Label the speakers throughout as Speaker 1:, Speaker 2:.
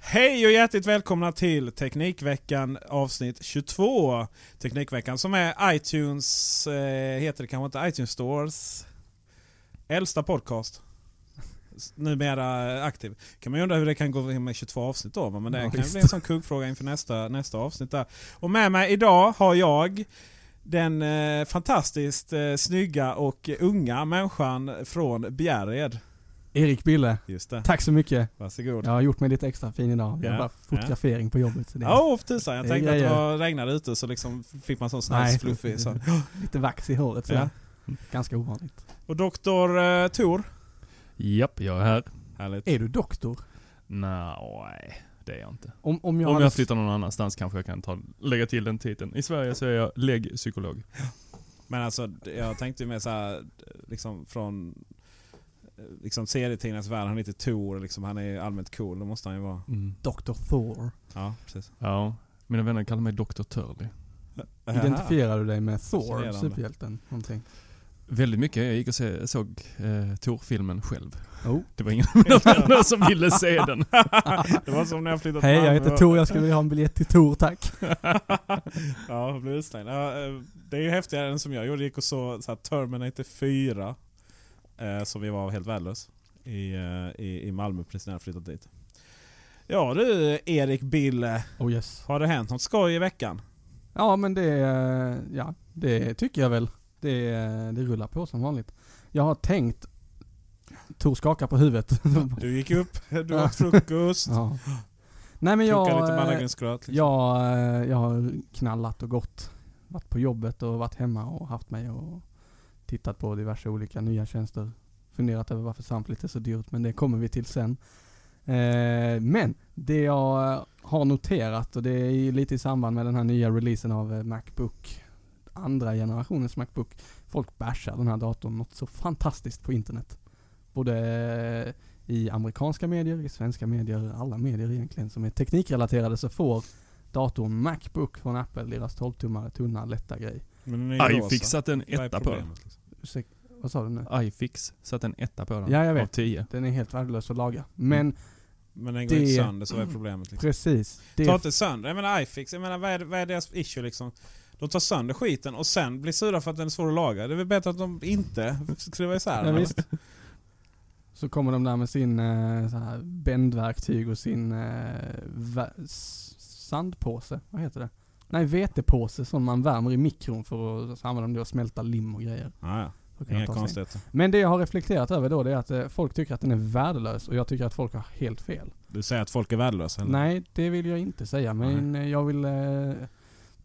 Speaker 1: Hej och hjärtligt välkomna till Teknikveckan avsnitt 22. Teknikveckan som är iTunes, eh, heter det kanske inte iTunes Stores äldsta podcast. S- Numera aktiv. Kan man ju undra hur det kan gå med 22 avsnitt då. va? Men det
Speaker 2: Ja,
Speaker 1: kan
Speaker 2: visst.
Speaker 1: bli en sån kuggfråga inför nästa, nästa avsnitt där. Och med mig idag har jag den eh, fantastiskt eh, snygga och unga människan från Bjärred.
Speaker 2: Erik Bille,
Speaker 1: Just det.
Speaker 2: tack så mycket.
Speaker 1: Varsågod.
Speaker 2: Jag har gjort mig lite extra fin idag. Jag
Speaker 1: Ja,
Speaker 2: har bara
Speaker 1: ja.
Speaker 2: fotografering på jobbet. Så det är
Speaker 1: Ja, oh, tusan. Jag
Speaker 2: det är
Speaker 1: tänkte att det
Speaker 2: grejer.
Speaker 1: var regnade ute så liksom fick man sån
Speaker 2: Nej.
Speaker 1: snajsfluffig. Så.
Speaker 2: Lite vax i håret så
Speaker 1: Ja.
Speaker 2: ganska ovanligt.
Speaker 1: Och doktor uh, Tor.
Speaker 3: Japp, jag är här.
Speaker 1: Härligt.
Speaker 2: Är du doktor?
Speaker 3: Nej, det är jag inte.
Speaker 2: Om, om jag,
Speaker 3: Om
Speaker 2: hade-
Speaker 3: jag flyttar någon annanstans kanske jag kan ta, lägga till den titeln. I Sverige så är jag läggpsykolog.
Speaker 1: Men alltså jag tänkte ju mer såhär, liksom från eh, liksom serietidningarnas värld. Han heter Tor, liksom, han är ju allmänt cool. Det måste han ju vara.
Speaker 3: Mm.
Speaker 2: Dr. Thor.
Speaker 1: Ja, precis.
Speaker 3: Ja, mina vänner kallar mig Dr. Turley.
Speaker 2: Identifierar du dig med Thor,
Speaker 1: Fascinerande.
Speaker 2: superhjälten? Någonting?
Speaker 3: Väldigt mycket. Jag gick och se, såg eh, Tor-filmen själv.
Speaker 2: Oh.
Speaker 3: Det var ingen av mina vänner som ville se den.
Speaker 1: Det var som när jag flyttade
Speaker 2: Hej,
Speaker 1: till
Speaker 2: jag
Speaker 1: Malmö.
Speaker 2: heter Tor. Jag skulle vilja ha en biljett till Tor, tack.
Speaker 1: ja, jag blev utslängd. Ja, eh, det är ju häftigare än som jag gjorde. Jag gick och så, så här, Terminator 4. Eh, som vi var helt värdelös. I, eh, i, i Malmö precis när jag flyttade dit. Ja du Erik Bille.
Speaker 2: Oh yes.
Speaker 1: Har det hänt något skoj i veckan?
Speaker 2: Ja, men det, eh, ja, det tycker jag väl. Det, eh, det rullar på som vanligt. Jag har tänkt... Tor skakar på huvudet.
Speaker 1: Du gick upp, du åt frukost,
Speaker 2: ja. Nej men
Speaker 1: kokade
Speaker 2: jag...
Speaker 1: lite
Speaker 2: eh,
Speaker 1: mannagrynsgröt. Liksom.
Speaker 2: Jag, eh, jag har knallat och gått. Varit på jobbet och varit hemma och haft mig och tittat på diverse olika nya tjänster. Funderat över varför Samflit är så dyrt, men det kommer vi till sen. Eh, men det jag eh, har noterat och det är ju lite i samband med den här nya releasen av eh, Macbook, andra generationens Macbook. Folk bashar den här datorn något så fantastiskt på internet. Både eh, i amerikanska medier, i svenska medier, alla medier egentligen som är teknikrelaterade så får datorn Macbook från Apple, deras 12-tummare tunna lätta grej.
Speaker 1: Men den är ju rosa.
Speaker 3: iFix satte en
Speaker 1: Vad är
Speaker 3: etta på den.
Speaker 1: problemet, liksom?
Speaker 2: Ursäk, vad sa du nu?
Speaker 3: iFix satte en etta på den.
Speaker 2: Ja, jag
Speaker 3: Av
Speaker 2: vet.
Speaker 3: tio.
Speaker 2: Den är helt värdelös att laga. Men
Speaker 1: Mm. Men den går
Speaker 2: Det-
Speaker 1: inte sönder så vad är problemet? Liksom.
Speaker 2: precis. Det
Speaker 1: Ta inte sönder. Jag menar iFix, jag menar vad är, vad är deras issue liksom? De tar sönder skiten och sen blir sura för att den är svår att laga. Det är väl bättre att de inte skruvar isär
Speaker 2: ja,
Speaker 1: den.
Speaker 2: visst. Så kommer de där med sin eh, så här bändverktyg och sin eh, va- s- sandpåse. Vad heter det? Nej, vetepåse som man värmer i mikron för att så använda dem till att smälta lim och grejer.
Speaker 1: Ja, ja.
Speaker 2: för att kunna
Speaker 1: Inga
Speaker 2: ta sig in.
Speaker 1: konstigheter.
Speaker 2: Men det jag har reflekterat över då det är att eh, folk tycker att den är värdelös och jag tycker att folk har helt fel.
Speaker 1: Du säger att folk är värdelösa? Eller?
Speaker 2: Nej, det vill jag inte säga men eh, jag vill eh,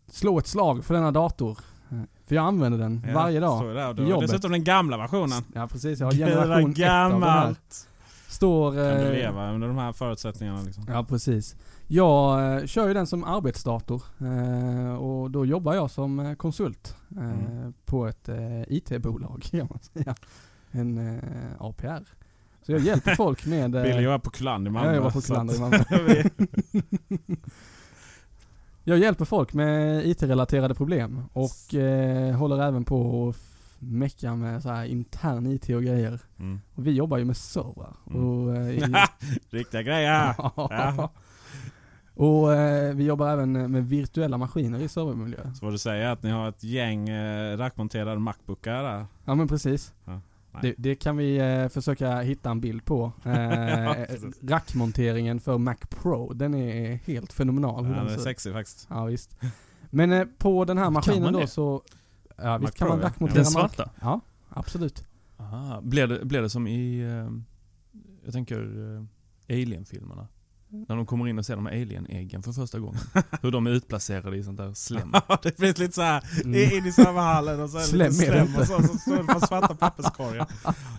Speaker 2: slå ett slag för denna dator. Eh, För jag använder den
Speaker 1: Ja,
Speaker 2: varje dag.
Speaker 1: står det där. Och
Speaker 2: i
Speaker 1: då-
Speaker 2: jobbet.
Speaker 1: Dessutom den gamla versionen.
Speaker 2: Ja precis, jag har
Speaker 1: Det där
Speaker 2: generation 1 av den här.
Speaker 1: gammalt.
Speaker 2: Står...
Speaker 1: Kan du
Speaker 2: eh,
Speaker 1: leva under de här förutsättningarna liksom?
Speaker 2: Ja, precis. Jag eh, kör ju den som arbetsdator eh, och då jobbar jag som eh, konsult eh,
Speaker 1: Mm.
Speaker 2: på ett eh, IT-bolag kan man säga. En eh, APR. Så jag hjälper folk med... eh,
Speaker 1: Billy jag är på Kullander i Malmö.
Speaker 2: jag jobbar på
Speaker 1: så
Speaker 2: Kullander i
Speaker 1: att-
Speaker 2: Malmö.
Speaker 1: vi-
Speaker 2: Jag hjälper folk med IT-relaterade problem och eh, håller även på att f- mecka med så här intern IT och grejer.
Speaker 1: Mm.
Speaker 2: Och vi jobbar ju med servrar.
Speaker 1: Mm.
Speaker 2: Och, eh, i,
Speaker 1: Riktiga grejer. Ja.
Speaker 2: och eh, vi jobbar även med virtuella maskiner i servermiljö.
Speaker 1: Så vad du säger är att ni har ett gäng eh, rackmonterade Macbookar där.
Speaker 2: Ja men precis.
Speaker 1: Ja, nej.
Speaker 2: det, det kan vi eh, försöka hitta en bild på.
Speaker 1: Ja,
Speaker 2: Eh,
Speaker 1: precis.
Speaker 2: rackmonteringen för Mac Pro, den är helt fenomenal. hur
Speaker 1: Ja,
Speaker 2: den
Speaker 1: det är
Speaker 2: ser ut.
Speaker 1: sexig faktiskt.
Speaker 2: ja visst. Men eh, på den här maskinen
Speaker 3: man
Speaker 2: då
Speaker 3: det?
Speaker 2: så... Ja, visst
Speaker 1: Mac
Speaker 2: kan
Speaker 1: Pro,
Speaker 2: man
Speaker 1: ja.
Speaker 2: rackmontera Mac-
Speaker 3: Den svarta?
Speaker 2: Ja, absolut.
Speaker 3: Aha. Blev, det, blev det som i, eh, jag tänker eh, Alien-filmerna?
Speaker 1: Mm.
Speaker 3: När de kommer in och ser de här alien-äggen för första gången. Hur de är utplacerade i sånt där slem.
Speaker 1: Ja, det finns lite såhär,
Speaker 2: Mm.
Speaker 1: in i serverhallen och så är det
Speaker 2: Slem
Speaker 1: lite
Speaker 2: är det
Speaker 1: slem
Speaker 2: inte.
Speaker 1: och så, så står det på svarta papperskorgar.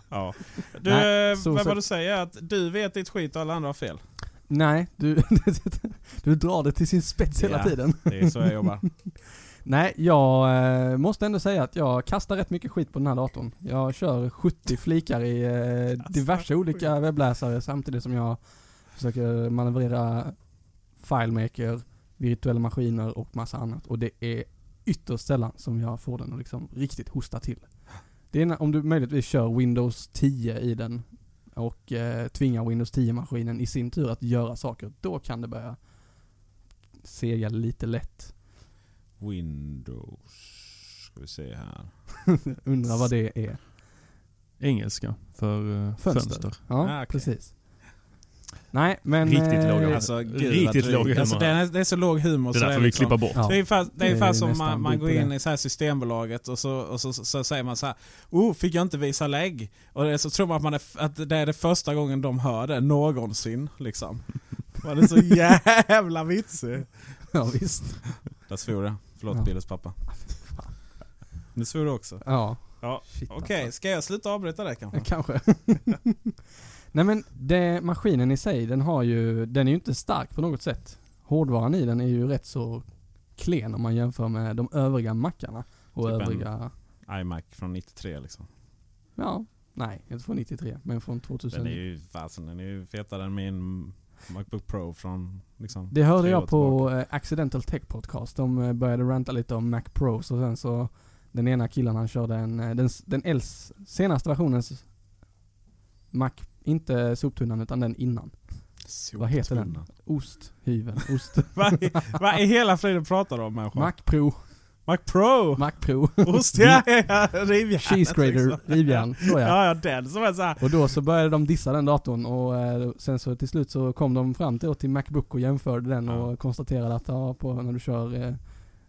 Speaker 1: Ja. Du,
Speaker 2: Nej,
Speaker 1: eh,
Speaker 2: så-
Speaker 1: vad
Speaker 2: så-
Speaker 1: var du säger är att du vet ditt skit och alla andra har fel.
Speaker 2: Nej, du, du drar det till sin spets hela
Speaker 1: Ja.
Speaker 2: tiden.
Speaker 1: Det är så jag jobbar.
Speaker 2: Nej, jag eh, måste ändå säga att jag kastar rätt mycket skit på den här datorn. Jag kör 70 flikar i eh, diverse olika webbläsare samtidigt som jag försöker manövrera FileMaker, virtuella maskiner och massa annat. Och det är ytterst sällan som jag får den att liksom riktigt hosta till. Det är när, om du möjligtvis kör Windows 10 i den och eh, tvingar Windows 10-maskinen i sin tur att göra saker, då kan det börja sega lite lätt.
Speaker 1: Windows. Ska vi se här.
Speaker 2: Undrar vad det är.
Speaker 3: Engelska för eh,
Speaker 2: Fönster.
Speaker 3: fönster.
Speaker 2: Ja,
Speaker 1: Ah, okej.
Speaker 2: precis. Nej, men...
Speaker 3: Riktigt
Speaker 2: eh,
Speaker 3: låga.
Speaker 1: Alltså, gud,
Speaker 3: Riktigt
Speaker 1: vad dryg.
Speaker 3: låg humor.
Speaker 1: Alltså, det, är, det är så låg humor.
Speaker 3: Det
Speaker 1: så
Speaker 3: där får
Speaker 1: är
Speaker 3: vi
Speaker 1: liksom-
Speaker 3: klippa bort.
Speaker 2: Ja.
Speaker 1: Det är ungefär, det är
Speaker 2: Det är
Speaker 1: ungefär som
Speaker 2: nästan
Speaker 1: man, man
Speaker 2: bild på
Speaker 1: går in
Speaker 2: det.
Speaker 1: i så här Systembolaget och, så, och så, så, så säger man så här Oh, fick jag inte visa lägg? Och det är så tror man att, man är, f- att det är det första gången de hör det någonsin. Liksom. Man är så jävla vitsig.
Speaker 2: Ja, visst.
Speaker 1: Där svor jag. Förlåt
Speaker 2: Ja.
Speaker 1: Billys pappa. Nu svor du också.
Speaker 2: Ja,
Speaker 1: Ja.
Speaker 2: shit
Speaker 1: Okej, ska jag sluta avbryta det kanske?
Speaker 2: alltså. Kanske. Nej men, det, maskinen i sig, den har ju, den är ju inte stark på något sätt. Hårdvaran i den är ju rätt så klen om man jämför med de övriga mackarna. Och
Speaker 1: Typ en-
Speaker 2: övriga,
Speaker 1: iMac från 93 liksom.
Speaker 2: ja, nej, inte från 93, men från
Speaker 1: Den
Speaker 2: 2000.
Speaker 1: är ju, fasen, den är ju fetare än min Macbook Pro från liksom,
Speaker 2: Det hörde
Speaker 1: tre år
Speaker 2: jag på
Speaker 1: tillbaka.
Speaker 2: eh, Accidental Tech Podcast. De eh, började ranta lite om Mac Pros och sen så den ena killen han körde en, eh, den, s- den els, senaste versionens Mac, inte soptunnan utan den innan. Vad heter den? Osthyveln, ost.
Speaker 1: Vad i, vad i hela friden pratar du om människa?
Speaker 2: Mac Pro,
Speaker 1: Mac Pro!
Speaker 2: Mac Pro,
Speaker 1: Ost, ja, ja, rivjärnet
Speaker 2: Cheese Grater,
Speaker 1: liksom.
Speaker 2: rivjärn, såja.
Speaker 1: Ja, ja, den som är såhär.
Speaker 2: Och då så började de dissa den datorn och eh, sen så till slut så kom de fram till, till Macbook och jämförde den
Speaker 1: Ja.
Speaker 2: och konstaterade att ja, på, när du kör eh,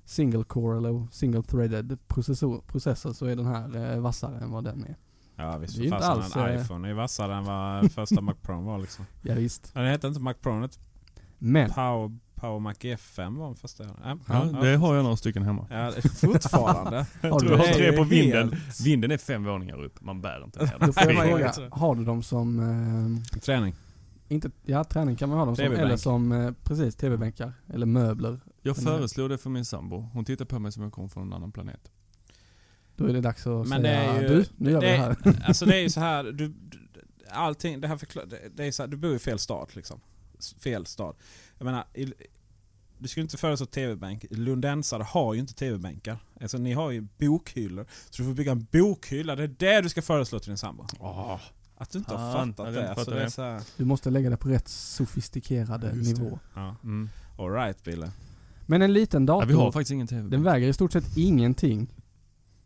Speaker 2: single core eller single threaded processor, processor så är den här eh, vassare än vad den är.
Speaker 1: Ja visst,
Speaker 2: Det är ju
Speaker 1: för
Speaker 2: inte
Speaker 1: fasen
Speaker 2: alls,
Speaker 1: en
Speaker 2: eh,
Speaker 1: iPhone är ju vassare än vad första Mac Pro var liksom.
Speaker 2: Ja, visst.
Speaker 1: Ja, det hette inte Mac Pro, den hette
Speaker 2: Men,
Speaker 1: Power, Power Mac F5 var den första. jag- Nej,
Speaker 3: Ja,
Speaker 1: ja,
Speaker 3: det har jag några stycken hemma.
Speaker 1: Ja, det- fortfarande.
Speaker 2: har
Speaker 3: Tror jag
Speaker 1: Det
Speaker 3: har
Speaker 1: är
Speaker 2: du,
Speaker 3: tre
Speaker 1: ju
Speaker 3: på vinden.
Speaker 1: helt-
Speaker 3: Vinden är fem våningar upp. Man bär inte ner
Speaker 2: då får jag
Speaker 1: Det är ju
Speaker 2: fråga,
Speaker 1: rätt.
Speaker 2: har du dem som, eh,
Speaker 1: Träning.
Speaker 2: inte, ja träning kan man ha dem som,
Speaker 1: TV-bänk.
Speaker 2: eller som, eh, precis, tv-bänkar, eller möbler.
Speaker 3: Jag föreslog det för min sambo. Hon tittade på mig som jag kom från en annan planet.
Speaker 2: Då är det dags att
Speaker 1: Men
Speaker 2: säga,
Speaker 1: det är ju-
Speaker 2: du, nu gör vi
Speaker 1: det-
Speaker 2: det här.
Speaker 1: Alltså det är ju så här, du, du- allting, det här förklar, det, det är så här, du bor i fel stad liksom. S- Fel stad. Jag menar, i, du skulle inte föreslå TV-bänk. Lundensare har ju inte TV-bänkar. Alltså ni har ju bokhyllor. Så du får bygga en bokhylla. Det är det du ska föreslå till din sambo.
Speaker 3: Oh,
Speaker 1: Att du inte har
Speaker 3: Fan,
Speaker 1: fattat
Speaker 3: jag hade
Speaker 1: det.
Speaker 3: inte
Speaker 1: Alltså,
Speaker 3: fattat
Speaker 1: det är
Speaker 3: det.
Speaker 1: så här,
Speaker 2: Du måste lägga det på rätt sofistikerade
Speaker 3: Just det.
Speaker 2: nivå.
Speaker 1: ja.
Speaker 3: mm.
Speaker 1: All right Bille.
Speaker 2: Men en liten
Speaker 3: ja,
Speaker 2: dator,
Speaker 3: vi har faktiskt ingen TV.
Speaker 2: den väger i stort sett ingenting.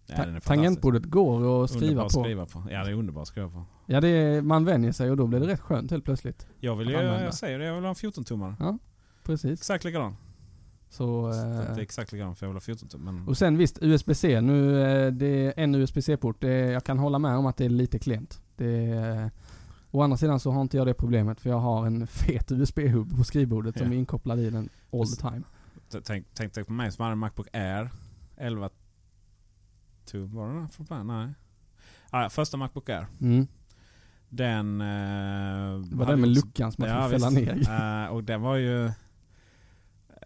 Speaker 1: Ja, den
Speaker 2: Ta-
Speaker 1: är fantastisk.
Speaker 2: Tangentbordet går att skriva
Speaker 1: Underbar att
Speaker 2: på.
Speaker 1: skriva på. Ja, det är underbart att skriva på.
Speaker 2: Ja, det är, man vänjer sig och då blir det rätt skönt helt plötsligt.
Speaker 1: Jag vill ju,
Speaker 2: Använda.
Speaker 1: jag säger det, jag vill ha en 14-tummare.
Speaker 2: Precis.
Speaker 1: Exakt likadan.
Speaker 2: Så,
Speaker 1: Så
Speaker 2: eh,
Speaker 1: Det är exakt likadant för jag vill ha 14 tum. Men
Speaker 2: och sen visst, USB-C. Nu, eh, det är en USB-C-port. Det är- Jag kan hålla med om att det är lite klent. Det är, eh, å andra sidan så har inte jag det problemet för jag har en fet USB-hub på skrivbordet som
Speaker 1: Ja.
Speaker 2: är inkopplad i den all the
Speaker 1: Precis.
Speaker 2: time.
Speaker 1: t- tänk, tänk dig på mig som hade en Macbook Air. 11 tum var det den från början? Nej. Ah, ja, första Macbook Air.
Speaker 2: Mm.
Speaker 1: Den... Eh,
Speaker 2: Det var den med luckan som man
Speaker 1: Ja,
Speaker 2: fick fälla
Speaker 1: visst.
Speaker 2: ner.
Speaker 1: Eh, och den var ju...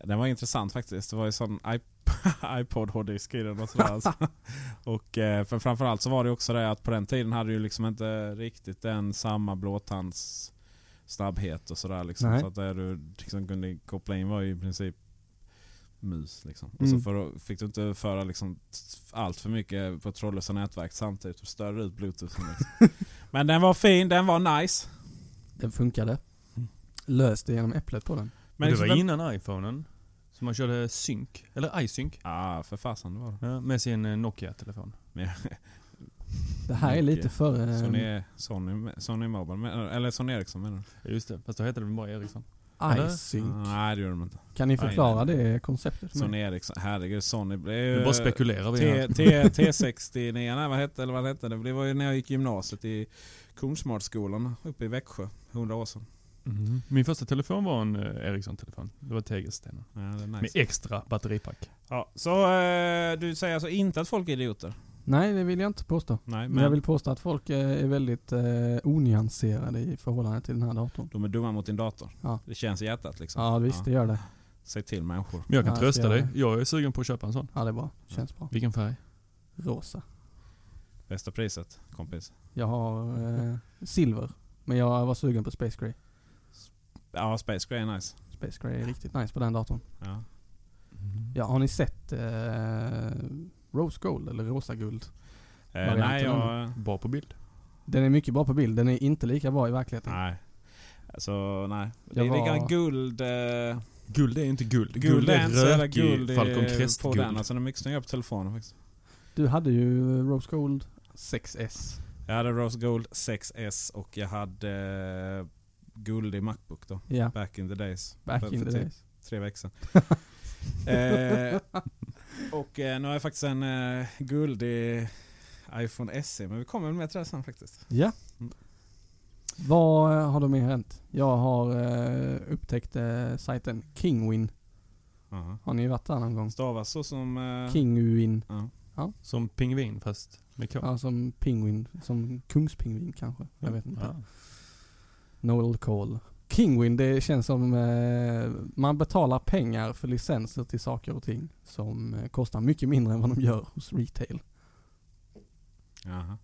Speaker 1: Den var intressant faktiskt. Det var ju sån iP- iPod hårddisk i den och sådär. alltså. och eh, för framförallt så var det ju också det att på den tiden hade du ju liksom inte riktigt den samma blåtands snabbhet och sådär liksom.
Speaker 2: Nej.
Speaker 1: Så att det du liksom kunde koppla in var ju i princip mus liksom. Och
Speaker 2: Mm.
Speaker 1: så för, att- fick du inte föra liksom allt för mycket på trådlösa nätverk samtidigt. Du störde ut bluetoothen liksom. Men den var fin, den var nice.
Speaker 2: Den funkade.
Speaker 1: Mm.
Speaker 2: Löste genom äpplet på den.
Speaker 3: Men det
Speaker 1: liksom
Speaker 3: var
Speaker 1: den-
Speaker 3: innan iPhonen. Så man körde sync, eller iSync,
Speaker 1: Ja, för fasen det var det.
Speaker 3: ja, med sin eh, Nokia-telefon.
Speaker 2: Det här är lite
Speaker 1: Mycket.
Speaker 2: före... eh,
Speaker 1: Sony, Sony, Sony Mobile, men- eh, eller Sony Ericsson menar du?
Speaker 3: Ja, Just det, fast då hette det bara Ericsson.
Speaker 2: iSync.
Speaker 1: Nej det gjorde de inte.
Speaker 2: Kan ni
Speaker 1: Nej,
Speaker 2: förklara
Speaker 1: nej.
Speaker 2: det konceptet? för mig?
Speaker 1: Sony Ericsson, herregud Sony blev ju...
Speaker 3: Nu bara spekulerar vi
Speaker 1: T,
Speaker 3: här.
Speaker 1: T, T69, nej, vad hette, eller vad hette det? Det var ju när jag gick gymnasiet i Kornsmartskolan uppe i Växjö, 100 år sedan.
Speaker 3: Mhm. Min första telefon var en eh, Ericsson-telefon. Det var Tegelstenen.
Speaker 1: Ja, det är
Speaker 3: Med
Speaker 1: nice.
Speaker 3: extra batteripack.
Speaker 1: ja, så eh, du säger alltså inte att folk är idioter?
Speaker 2: Nej, det vill jag inte påstå.
Speaker 1: Nej,
Speaker 2: Men,
Speaker 1: men
Speaker 2: jag vill påstå att folk eh, är väldigt eh, onyanserade i förhållande till den här datorn.
Speaker 1: de är dumma mot din dator.
Speaker 2: Ja.
Speaker 1: Det känns i hjärtat liksom.
Speaker 2: Ja visst, det gör det.
Speaker 1: Säg till människor.
Speaker 3: Men jag kan
Speaker 2: Ja,
Speaker 3: trösta
Speaker 2: så jag-
Speaker 3: dig. Jag är sugen på att köpa en sån.
Speaker 2: Ja det är bra. Känns bra.
Speaker 3: Vilken färg?
Speaker 2: Rosa.
Speaker 1: Bästa priset, kompis.
Speaker 2: Jag har eh, silver. Men jag var sugen på Space Gray.
Speaker 1: Ja, Space Gray är nice.
Speaker 2: Space Gray är riktigt nice på den datorn.
Speaker 1: Ja.
Speaker 2: Ja, har ni sett eh, Rose Gold eller Rosa Guld?
Speaker 1: Eh, nej,
Speaker 2: Varianten
Speaker 1: jag...
Speaker 3: Bra på bild.
Speaker 2: Den är mycket bra på bild. Den är inte lika bra i verkligheten.
Speaker 1: Nej. Alltså nej. Det
Speaker 2: Typ. Jag
Speaker 1: är lite grann
Speaker 2: var-
Speaker 1: guld. Eh,
Speaker 3: Guld är inte guld. Guld,
Speaker 1: guld är
Speaker 3: är
Speaker 1: inte så jävla
Speaker 3: rökig
Speaker 1: guld i-
Speaker 3: Falcon
Speaker 1: på den.
Speaker 3: Crest-guld.
Speaker 1: Alltså den är mycket snyggare på telefonen faktiskt.
Speaker 2: Du hade ju Rose Gold 6S.
Speaker 1: Jag hade Rose Gold 6S och jag hade eh, guld i Macbook då.
Speaker 2: Ja,
Speaker 1: Back in the days.
Speaker 2: back
Speaker 1: För-
Speaker 2: in
Speaker 1: för
Speaker 2: the
Speaker 1: tre-
Speaker 2: days.
Speaker 1: Tre veckor sedan. eh, och eh, nu har jag faktiskt en eh, guld i iPhone SE. Men vi kommer väl mer till det sen faktiskt.
Speaker 2: Ja.
Speaker 1: Mm.
Speaker 2: Vad eh, har då mer hänt? Jag har eh, upptäckt eh, sajten Kingwin.
Speaker 1: Aha.
Speaker 2: Har ni varit där någon gång?
Speaker 1: Stavas så som... Eh,
Speaker 2: Kingwin.
Speaker 1: Ja.
Speaker 3: Som pingvin fast med K.
Speaker 2: Ja, som pingvin. Som kungspingvin kanske. Jag vet inte.
Speaker 3: Ja.
Speaker 2: Noel Call. Kingwin, det känns som eh, man betalar pengar för licenser till saker och ting som eh, kostar mycket mindre än vad de gör hos retail.
Speaker 1: Aha.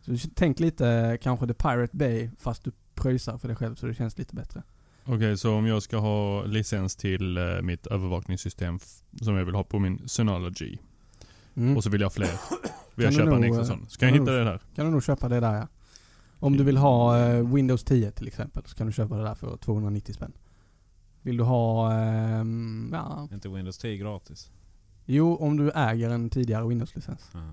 Speaker 2: Så tänk lite eh, kanske The Pirate Bay fast du pröjsar för dig själv så det känns lite bättre.
Speaker 3: Okej, så om jag ska ha licens till eh, mitt övervakningssystem f- som jag vill ha på min Synology
Speaker 2: Mm.
Speaker 3: och så vill jag ha fler. Vill jag
Speaker 2: du
Speaker 3: köpa en
Speaker 2: nog,
Speaker 3: extra
Speaker 2: eh,
Speaker 3: sån. Ska jag
Speaker 2: kan du
Speaker 3: hitta
Speaker 2: nog-
Speaker 3: det där?
Speaker 2: kan du nog köpa det där ja. Om du vill ha eh, Windows 10 till exempel så kan du köpa det där för 290 spänn. Vill du ha, ehm, ja,
Speaker 1: Inte Windows 10 gratis.
Speaker 2: jo om du äger en tidigare Windows-licens.
Speaker 1: Aha.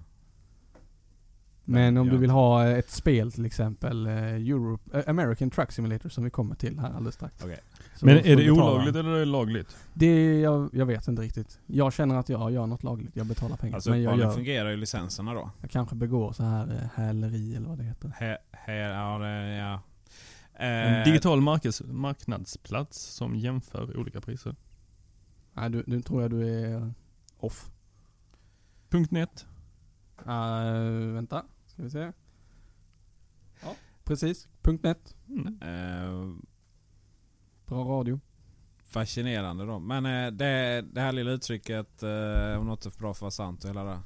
Speaker 2: Men om
Speaker 1: Ja.
Speaker 2: du vill ha eh, ett spel till exempel, eh, Europe, eh, American Truck Simulator som vi kommer till här alldeles strax.
Speaker 1: Okej.
Speaker 2: Så
Speaker 3: Men
Speaker 2: då får
Speaker 3: är
Speaker 2: du
Speaker 3: det
Speaker 2: betala.
Speaker 3: olagligt eller är det lagligt?
Speaker 2: Det, jag, jag vet inte riktigt. Jag känner att jag gör något lagligt. Jag betalar pengar.
Speaker 1: Alltså
Speaker 2: men jag,
Speaker 1: uppenbarligen
Speaker 2: gör,
Speaker 1: fungerar ju licenserna då.
Speaker 2: jag kanske begår så här eh, häleri eller vad det heter.
Speaker 1: Här, här, ja, det, ja.
Speaker 3: En
Speaker 1: Eh,
Speaker 3: digital markes, marknadsplats som jämför olika priser.
Speaker 2: Nej, du, nu tror jag du är off.
Speaker 3: Punkt .net.
Speaker 2: Eh, vänta, ska vi se. Ja, precis. Punkt .net.
Speaker 3: Mm.
Speaker 1: eh,
Speaker 2: Bra radio.
Speaker 1: fascinerande då. Men eh, det, det här lilla uttrycket eh, om något är för bra för att vara sant och hela det.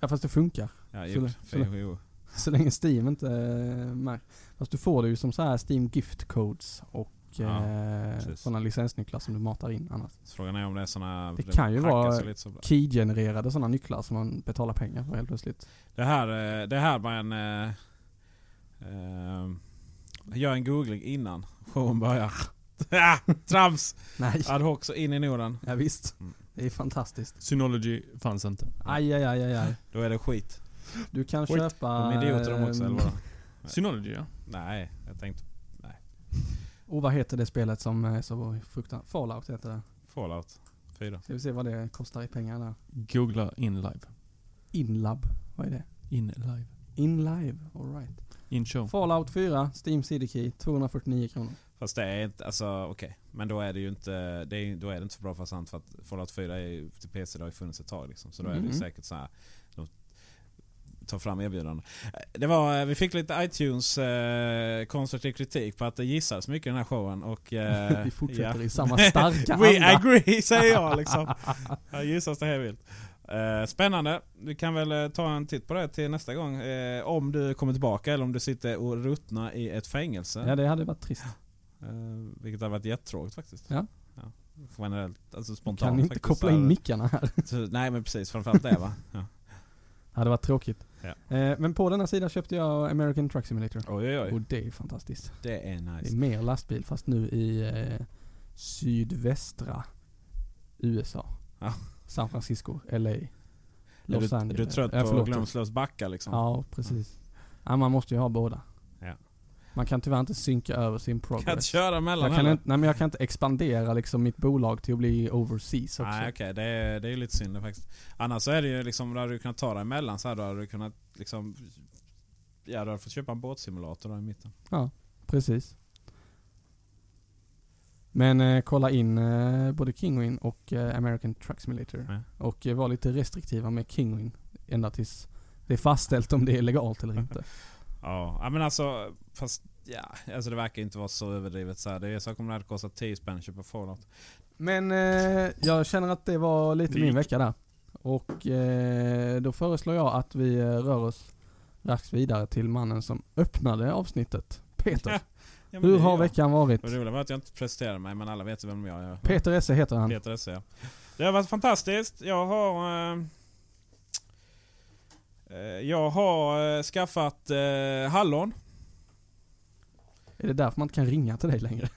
Speaker 2: Ja fast det funkar.
Speaker 1: Ja,
Speaker 2: Så
Speaker 1: jo,
Speaker 2: lä- så lä-
Speaker 1: jo, jo.
Speaker 2: Så länge Steam inte äh, märker. Fast du får det ju som så här Steam Gift Codes och
Speaker 1: Ja,
Speaker 2: eh,
Speaker 1: precis.
Speaker 2: sådana licensnycklar som du matar in annars.
Speaker 1: Så Frågan är om det är såna...
Speaker 2: Det kan ju
Speaker 1: hackas
Speaker 2: vara-
Speaker 1: ju Lite så.
Speaker 2: Key-genererade sådana nycklar som man betalar pengar för helt plötsligt.
Speaker 1: Det här, eh, det här var en... Eh, eh, gör en googling innan showen börjar. Ah, Trams!
Speaker 2: Nej.
Speaker 1: Ad hoc så in i Norden.
Speaker 2: Ja, visst.
Speaker 1: Mm.
Speaker 2: Det är fantastiskt.
Speaker 3: Synology fanns inte.
Speaker 2: Aj, aj, aj, aj, aj.
Speaker 1: Då är det skit.
Speaker 2: Du kan
Speaker 1: Skit.
Speaker 2: köpa...
Speaker 1: De är idioter de också,
Speaker 2: ehm,
Speaker 1: eller vadå?
Speaker 3: Synology ja.
Speaker 1: Nej, jag tänkte
Speaker 2: oh, Och vad heter det spelet som är så fruktansvärt... Fallout heter det.
Speaker 1: Fallout. Fyra.
Speaker 2: Ska vi se vad det kostar i pengar där.
Speaker 3: Googla in live.
Speaker 2: Inlab, vad är det?
Speaker 3: In live.
Speaker 2: Inlive, alright.
Speaker 3: In show.
Speaker 2: Fallout 4, Steam CD Key, 249 kronor.
Speaker 1: Fast det är inte, alltså okej. Men då är det ju inte, det är, då är det inte så bra för sant för att Fallout 4 är, ju- till PC det har ju funnits ett tag liksom. Så då är det
Speaker 2: Mhm.
Speaker 1: ju säkert så här. De tar fram erbjudanden. Eh, Det var, eh, vi fick lite iTunes eh, konstruktiv kritik på att det gissades mycket i den här showen och... Eh,
Speaker 2: Vi fortsätter
Speaker 1: ja.
Speaker 2: i samma starka
Speaker 1: We
Speaker 2: anda.
Speaker 1: agree säger jag liksom. Här gissas det här vilt. Eh, spännande. Vi kan väl eh, ta en titt på det till nästa gång. Eh, om du kommer tillbaka eller om du sitter och ruttnar i ett fängelse.
Speaker 2: Ja det hade varit trist.
Speaker 1: Eh, vilket har varit jättetråkigt faktiskt.
Speaker 2: Ja.
Speaker 1: Ja. Generellt, alltså
Speaker 2: Man
Speaker 1: spontant
Speaker 2: kan inte
Speaker 1: faktiskt,
Speaker 2: koppla
Speaker 1: så
Speaker 2: in
Speaker 1: här.
Speaker 2: mickarna här.
Speaker 1: Så- Nej men precis, framförallt det va? Ja.
Speaker 2: Det hade varit tråkigt.
Speaker 1: Ja.
Speaker 2: Eh, men på denna sida köpte jag American Truck Simulator.
Speaker 1: Oj oj
Speaker 2: Och
Speaker 1: oj.
Speaker 2: det är fantastiskt.
Speaker 1: Det är
Speaker 2: Det är
Speaker 1: nice.
Speaker 2: mer lastbil fast nu i eh, sydvästra USA.
Speaker 1: Ja.
Speaker 2: San Francisco, LA, Los
Speaker 1: är du,
Speaker 2: Angeles.
Speaker 1: du är trött
Speaker 2: Ja,
Speaker 1: på
Speaker 2: förlåt.
Speaker 1: Glömslövs backa liksom?
Speaker 2: Ja, precis. Ja, man måste ju ha båda.
Speaker 1: Ja.
Speaker 2: Man kan tyvärr inte synka över sin
Speaker 1: Kan jag inte
Speaker 2: progress.
Speaker 1: köra mellan
Speaker 2: Jag kan
Speaker 1: eller?
Speaker 2: inte, nej men jag kan inte expandera liksom mitt bolag till att bli overseas också.
Speaker 1: Nej okej, det, är- det är ju lite synd det faktiskt. Annars så är det ju liksom, då hade du kunnat ta dig emellan så här, då hade du kunnat liksom... Ja, du hade fått köpa en båtsimulator där i mitten.
Speaker 2: Precis. Men eh, kolla in eh, både Kingwin och eh, American Truck Simulator.
Speaker 1: Ja.
Speaker 2: Och eh, var lite restriktiva med Kingwin. Ända tills det är fastställt om det är legalt eller inte.
Speaker 1: Ja, ja, men alltså fast ja, alltså det verkar inte vara så överdrivet så här. Det är så kommer det hade kostat 10 spänn att köpa Fallout.
Speaker 2: Men eh, jag känner att det var lite
Speaker 3: Det
Speaker 2: min
Speaker 3: gick.
Speaker 2: vecka där. Och eh, då föreslår jag att vi eh, rör oss raskt vidare till mannen som öppnade avsnittet. Peter.
Speaker 1: Ja, men
Speaker 2: Hur
Speaker 1: det är
Speaker 2: har
Speaker 1: jag.
Speaker 2: veckan varit?
Speaker 1: Det roliga var att jag inte presenterade mig men alla vet ju vem jag är.
Speaker 2: Peter Esse heter han.
Speaker 1: Peter Esse ja. Det har varit fantastiskt. Jag har... Eh, eh, jag har eh, skaffat eh, hallon.
Speaker 2: Är det därför man inte kan ringa till dig längre?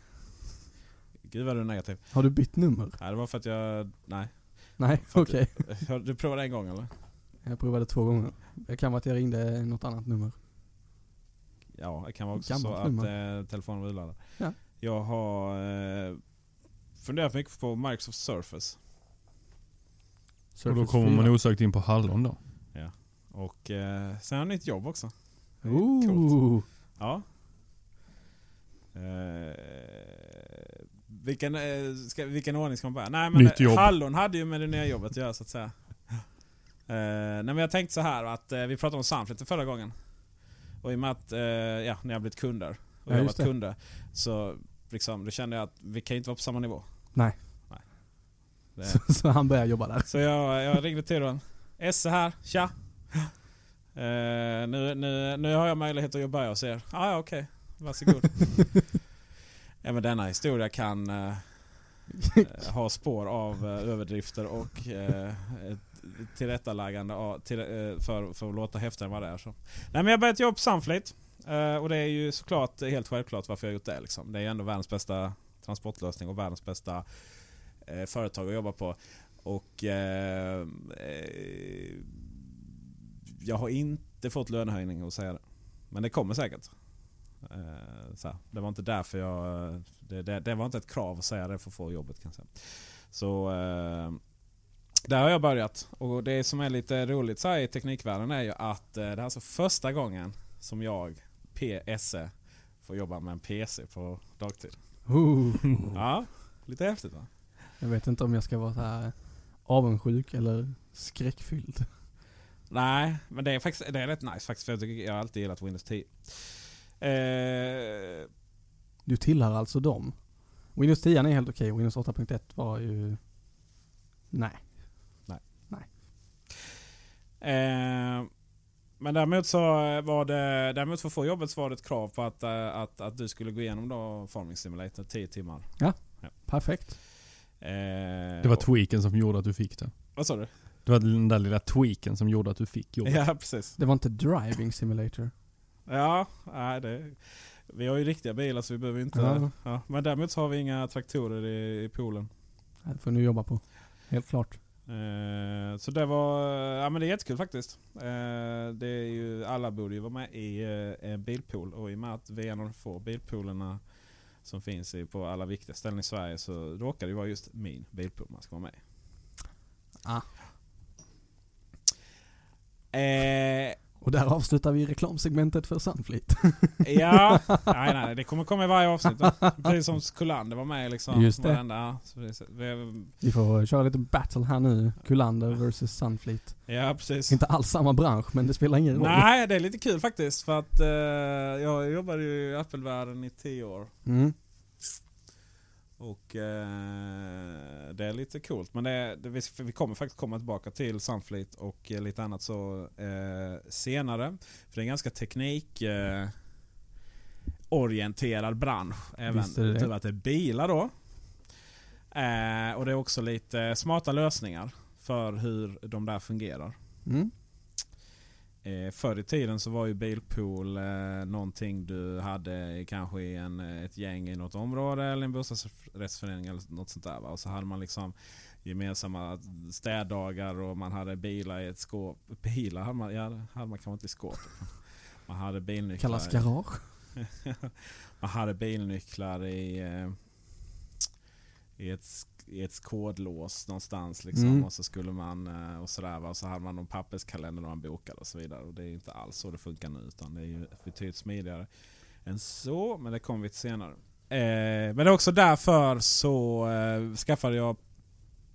Speaker 1: Gud vad du är negativ.
Speaker 2: Har du bytt nummer?
Speaker 1: Nej, det var för att jag... Nej.
Speaker 2: Nej,
Speaker 1: Fattar.
Speaker 2: okej.
Speaker 1: Har Du provade en gång eller?
Speaker 2: Jag provade två gånger. Det kan vara att jag ringde något annat nummer.
Speaker 1: Ja, det kan vara också
Speaker 2: Gammalt
Speaker 1: så att eh, telefonen var urladdad.
Speaker 2: Ja.
Speaker 1: Jag har eh, funderat mycket på Microsoft Surface.
Speaker 3: Och då
Speaker 2: Surface
Speaker 3: kommer man
Speaker 2: 4.
Speaker 3: osökt in på hallon då.
Speaker 1: Och eh, sen har jag nytt jobb också. Det är coolt.
Speaker 2: Ooh.
Speaker 1: Ja. Eh, vilken, eh, ska, vilken ordning ska man börja? Nej men
Speaker 3: Nytt
Speaker 1: eh,
Speaker 3: jobb.
Speaker 1: Hallon hade ju med det nya jobbet att göra så att säga. Eh, nej men jag tänkte så här att eh, vi pratade om Sunflit förra gången. Och i och med att, eh, ja, när jag blivit kunder. Och
Speaker 2: Ja,
Speaker 1: jag har
Speaker 2: just
Speaker 1: varit
Speaker 2: det.
Speaker 1: kunder. Så liksom, då kände jag att vi kan ju inte vara på samma nivå.
Speaker 2: Nej.
Speaker 1: Nej. Det-
Speaker 2: Så, så han börjar jobba där.
Speaker 1: så jag, jag ringde till dem. Esse här, tja. Eh, nu, nu, nu har jag möjlighet att jobba hos er. Ah, ja, okej. Varsågod. ja, men denna historia kan eh, eh, ha spår av eh, överdrifter och eh, ett tillrättalagande av, till, eh, för, för att låta häftigare än vad det är. Så. Nej, men jag har börjat jobba på Sunflit. Eh, och det är ju såklart helt självklart varför jag har gjort det. Liksom. Det är ju ändå världens bästa transportlösning och världens bästa eh, företag att jobba på. Och eh, eh, jag har inte fått lönehöjning att säga det. Men det kommer säkert. Eh, så här. Det var inte därför jag... Det, det, det var inte ett krav att säga det för att få jobbet kan jag säga. Så eh, där har jag börjat. Och det som är lite roligt så här, i teknikvärlden är ju att eh, det här är alltså första gången som jag, PSE, får jobba med en PC på dagtid.
Speaker 2: Ooh.
Speaker 1: Ja, lite häftigt va?
Speaker 2: Jag vet inte om jag ska vara så här avundsjuk eller skräckfylld.
Speaker 1: Nej, men det är faktiskt det är rätt nice faktiskt. För jag, tycker, jag har alltid gillat Windows 10. Eh,
Speaker 2: Du tillhör alltså dem. Windows 10 är helt okej, Windows 8.1 var ju... Nej.
Speaker 1: eh, men däremot så var det, däremot för att få jobbet så var det ett krav på att, eh, att, att du skulle gå igenom då Farming Simulator 10 timmar.
Speaker 2: Perfekt.
Speaker 1: Eh,
Speaker 3: Det var
Speaker 1: och-
Speaker 3: tweaken som gjorde att du fick det.
Speaker 1: Vad sa du?
Speaker 3: Det var den där lilla tweaken som gjorde att du fick jobbet.
Speaker 1: Ja, precis.
Speaker 2: Det var inte Driving Simulator.
Speaker 1: Ja, nej, det, vi har ju riktiga bilar så vi behöver inte...
Speaker 2: Ja.
Speaker 1: Ja. men däremot så har vi inga traktorer i, i poolen.
Speaker 2: Det får du jobba på. Helt klart.
Speaker 1: Eh, Så det var, ja men det är jättekul faktiskt. Eh, Det är ju, alla borde ju vara med i eh, en bilpool och i och med att vi är en av de få bilpoolerna som finns i, på alla viktiga ställen i Sverige så råkar det vara just min bilpool man ska vara med i.
Speaker 2: Ah.
Speaker 1: Eh,
Speaker 2: Och där avslutar vi reklamsegmentet för Sunfleet.
Speaker 1: ja, nej, nej, det kommer komma i varje avsnitt. va? Precis som Kullander var med liksom.
Speaker 2: Just det.
Speaker 1: Varenda, ja, så precis. Vi-
Speaker 2: Vi får köra lite battle här nu. Kullander vs Sunfleet.
Speaker 1: ja, precis.
Speaker 2: Inte alls samma bransch men det spelar ingen roll.
Speaker 1: Nej, det är lite kul faktiskt. För att eh, jag jobbade ju i Apple-världen i tio år.
Speaker 2: Mm.
Speaker 1: Och eh, det är lite coolt. Men det, det, vi, vi kommer faktiskt komma tillbaka till Sunfleet och eh, lite annat så eh, senare. För det är en ganska teknik eh, orienterad bransch. Även
Speaker 2: Visst är det det.
Speaker 1: utöver att det är bilar då. Eh, och det är också lite smarta lösningar för hur de där fungerar.
Speaker 2: Mm.
Speaker 1: Eh, förr i tiden så var ju bilpool eh, någonting du hade i kanske i en, eh, ett gäng i något område eller en bostadsrättsförening eller något sånt där. Va? Och så hade man liksom gemensamma städdagar och man hade bilar i ett skåp. Bilar hade man, ja, hade man kanske inte i skåpet. Man hade bilnycklar.
Speaker 2: Kallas
Speaker 1: i-
Speaker 2: garage.
Speaker 1: man hade bilnycklar i, eh, i, ett, sk- i ett kodlås någonstans. Liksom.
Speaker 2: Mm.
Speaker 1: Och så skulle man eh, och sådär. va. Och så hade man någon papperskalender när man bokade och så vidare. Och det är ju inte alls så det funkar nu. Utan det är ju betydligt smidigare än så. Men det kommer vi till senare. Eh, men det är också därför så eh, skaffade jag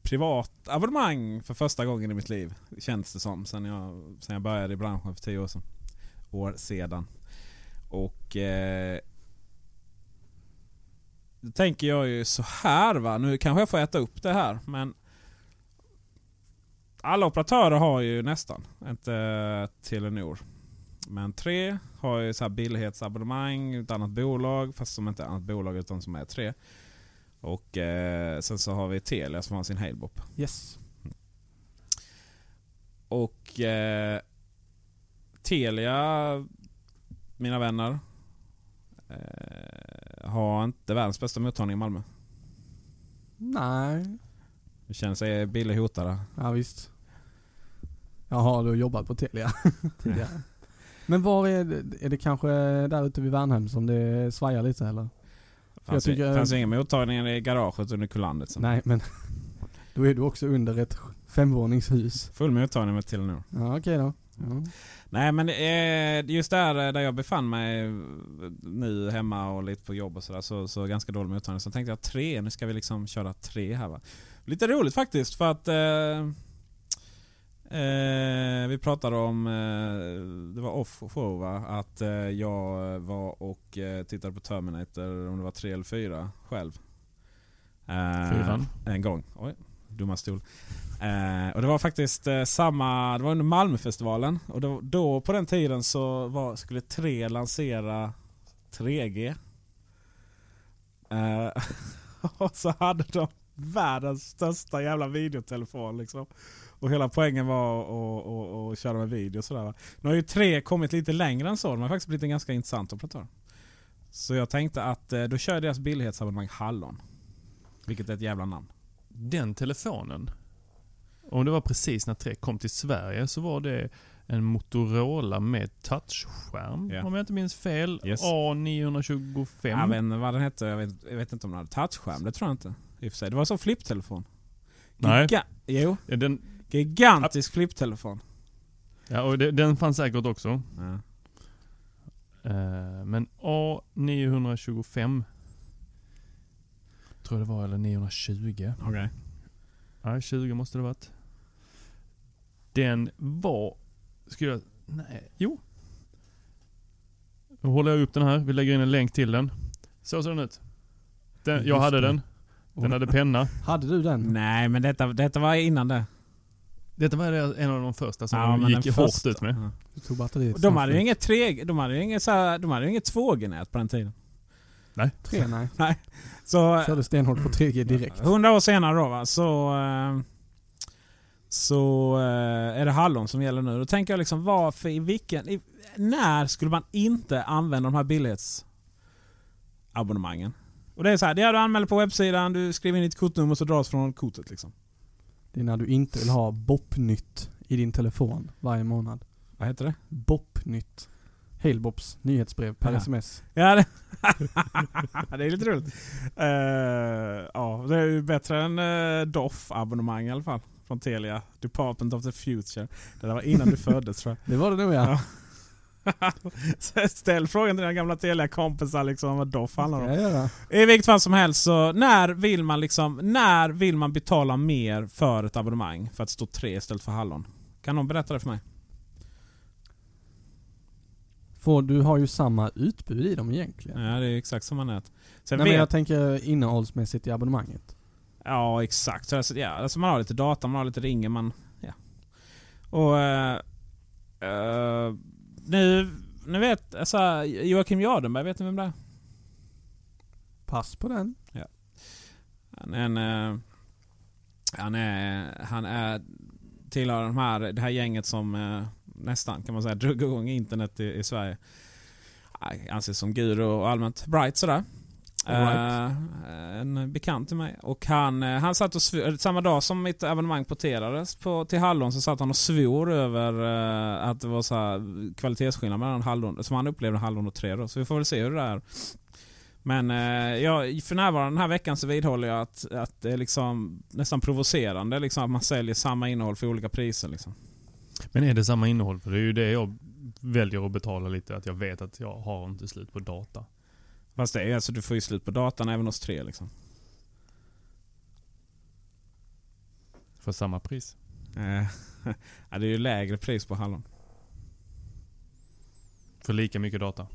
Speaker 1: privat abonnemang för första gången i mitt liv. Känns det som. Sen jag, sen jag började i branschen för tio år sedan. År sedan. Och eh, då tänker jag ju så här va. Nu kanske jag får äta upp det här men alla operatörer har ju nästan. Inte Telenor. Men tre har ju så här billighetsabonnemang, ett annat bolag. Fast som inte är ett annat bolag utan som är tre. Och eh, sen så har vi Telia som har sin Halebop.
Speaker 2: Yes.
Speaker 1: Och eh, Telia, mina vänner, eh, har inte världens bästa mottagning i Malmö.
Speaker 2: Nej.
Speaker 1: Det känner sig billig hotad.
Speaker 2: Ja visst. Jag har då jobbat på Telia tidigare. Men var är det, är det kanske där ute vid Värnhem som det svajar lite eller?
Speaker 1: Fanns,
Speaker 2: Jag tycker-
Speaker 1: ju, fanns ju ingen mottagning i garaget under kulandet. Sen.
Speaker 2: Nej men då är du också under ett femvåningshus.
Speaker 1: Full mottagning med Telenor.
Speaker 2: Ja okej då. Ja.
Speaker 1: Nej men eh, just där, eh, där jag befann mig eh, nu hemma och lite på jobb och sådär så, så ganska dålig mottagning. Så tänkte jag tre, nu ska vi liksom köra tre här va. Lite roligt faktiskt för att eh, eh, vi pratade om, eh, det var off-show va, att eh, jag var och eh, tittade på Terminator, om det var tre eller fyra, själv. Eh,
Speaker 3: Fyran.
Speaker 1: En gång. Oj, dumma stol. Eh, och det var faktiskt eh, samma, det var under Malmöfestivalen. Och då, då på den tiden så var, skulle tre lansera 3G. Eh, och så hade de världens största jävla videotelefon liksom. Och hela poängen var att och, och, och köra med video och sådär. va. Nu har ju tre kommit lite längre än så. De har faktiskt blivit en ganska intressant operatör. Så jag tänkte att eh, då kör jag deras billighetsabonnemang Hallon. Vilket är ett jävla namn.
Speaker 3: Den telefonen, om det var precis när 3 kom till Sverige, så var det en Motorola med touchskärm.
Speaker 1: Ja.
Speaker 3: Om jag inte minns fel.
Speaker 1: Yes.
Speaker 3: A925.
Speaker 1: Jag vet inte vad den hette. Jag vet, jag vet inte om den hade touchskärm. Det tror jag inte. I och för sig. Det var som flipptelefon.
Speaker 3: Nej.
Speaker 1: Giga- jo,
Speaker 3: Ja, den,
Speaker 1: gigantisk flipptelefon.
Speaker 3: ja, och det, den fanns säkert också.
Speaker 1: Ja.
Speaker 3: Eh, men A925. Tror jag det var, eller 920.
Speaker 1: Okej.
Speaker 3: Nej, 20 måste det varit. Den var... Skulle jag... Nej, jo. Nu håller jag upp den här. Vi lägger in en länk till den. Så ser den ut. Den, jag
Speaker 2: Just
Speaker 3: hade
Speaker 2: det.
Speaker 3: den. Den hade penna.
Speaker 2: Hade du den?
Speaker 1: Nej, men detta, detta var innan det.
Speaker 3: Detta var en av de första som
Speaker 1: Ja, men
Speaker 3: de gick
Speaker 1: den
Speaker 3: hårt
Speaker 1: första.
Speaker 3: ut med.
Speaker 1: Ja.
Speaker 2: Du tog batteriet.
Speaker 1: De hade ju inget 3 de hade ju inget, så här- de hade ju inget 2G-nät på den tiden.
Speaker 2: Tre nej.
Speaker 1: Så
Speaker 2: Körde stenhårt på 3G direkt.
Speaker 1: 100 år senare då va, så... eh, Så eh, är det hallon som gäller nu. Då tänker jag liksom varför, i vilken... I, när skulle man inte använda de här billighetsabonnemangen? Och det är så här, det är du anmäler på webbsidan, du skriver in ditt kortnummer så dras från kortet liksom.
Speaker 2: Det är när du inte vill ha BOP-nytt i din telefon varje månad.
Speaker 1: Vad heter det?
Speaker 2: BOP-nytt. Halebops nyhetsbrev per
Speaker 1: Ja.
Speaker 2: sms.
Speaker 1: Ja, det, det är lite roligt. Eh, ja, det är ju bättre än uh, Doff-abonnemang i alla fall. Från Telia. Department of the Future. Det där var innan du föddes tror jag.
Speaker 2: Det var det nog ja.
Speaker 1: Så Ställ frågan till dina gamla Telia-kompisar liksom vad Doff handlar om.
Speaker 2: Ska jag göra.
Speaker 1: I vilket fall som helst så när vill man liksom, när vill man betala mer för ett abonnemang för att stå tre istället för hallon? Kan någon berätta det för mig?
Speaker 2: För du har ju samma utbud i dem egentligen.
Speaker 1: Ja, det är exakt som man är. Sen
Speaker 2: Nej, men
Speaker 1: Mm. vet-
Speaker 2: jag tänker innehållsmässigt i abonnemanget.
Speaker 1: Ja, exakt. Så alltså, ja, alltså man har lite data, man har lite ringer, man... Ja. Och... eh, eh, nu, nu vet... Alltså, Joakim Jardenberg, vet ni vem det är?
Speaker 2: Pass på den.
Speaker 1: Han är en... eh, han är... Han är... Tillhör de här, det här gänget som eh, nästan kan man säga drog igång internet i, i Sverige. Han äh, Anses som guru och allmänt bright sådär.
Speaker 2: Alright.
Speaker 1: Eh, en bekant till mig. Och han, eh, han satt och svor, samma dag som mitt evenemang porterades på, till Hallon så satt han och svor över eh, att det var så här kvalitetsskillnad mellan Hallon, som han upplevde Hallon och tre då. Så vi får väl se hur det är. Men eh, jag, för närvarande den här veckan så vidhåller jag att, att det är liksom nästan provocerande liksom, att man säljer samma innehåll för olika priser. Liksom.
Speaker 3: Men är det samma innehåll? För det är ju det jag väljer att betala lite. Att jag vet att jag har inte slut på data.
Speaker 1: Fast det är ju alltså, du får ju slut på datan även hos tre liksom.
Speaker 3: För samma pris.
Speaker 1: Eh, ja, det är ju lägre pris på Hallon.
Speaker 3: För lika mycket data.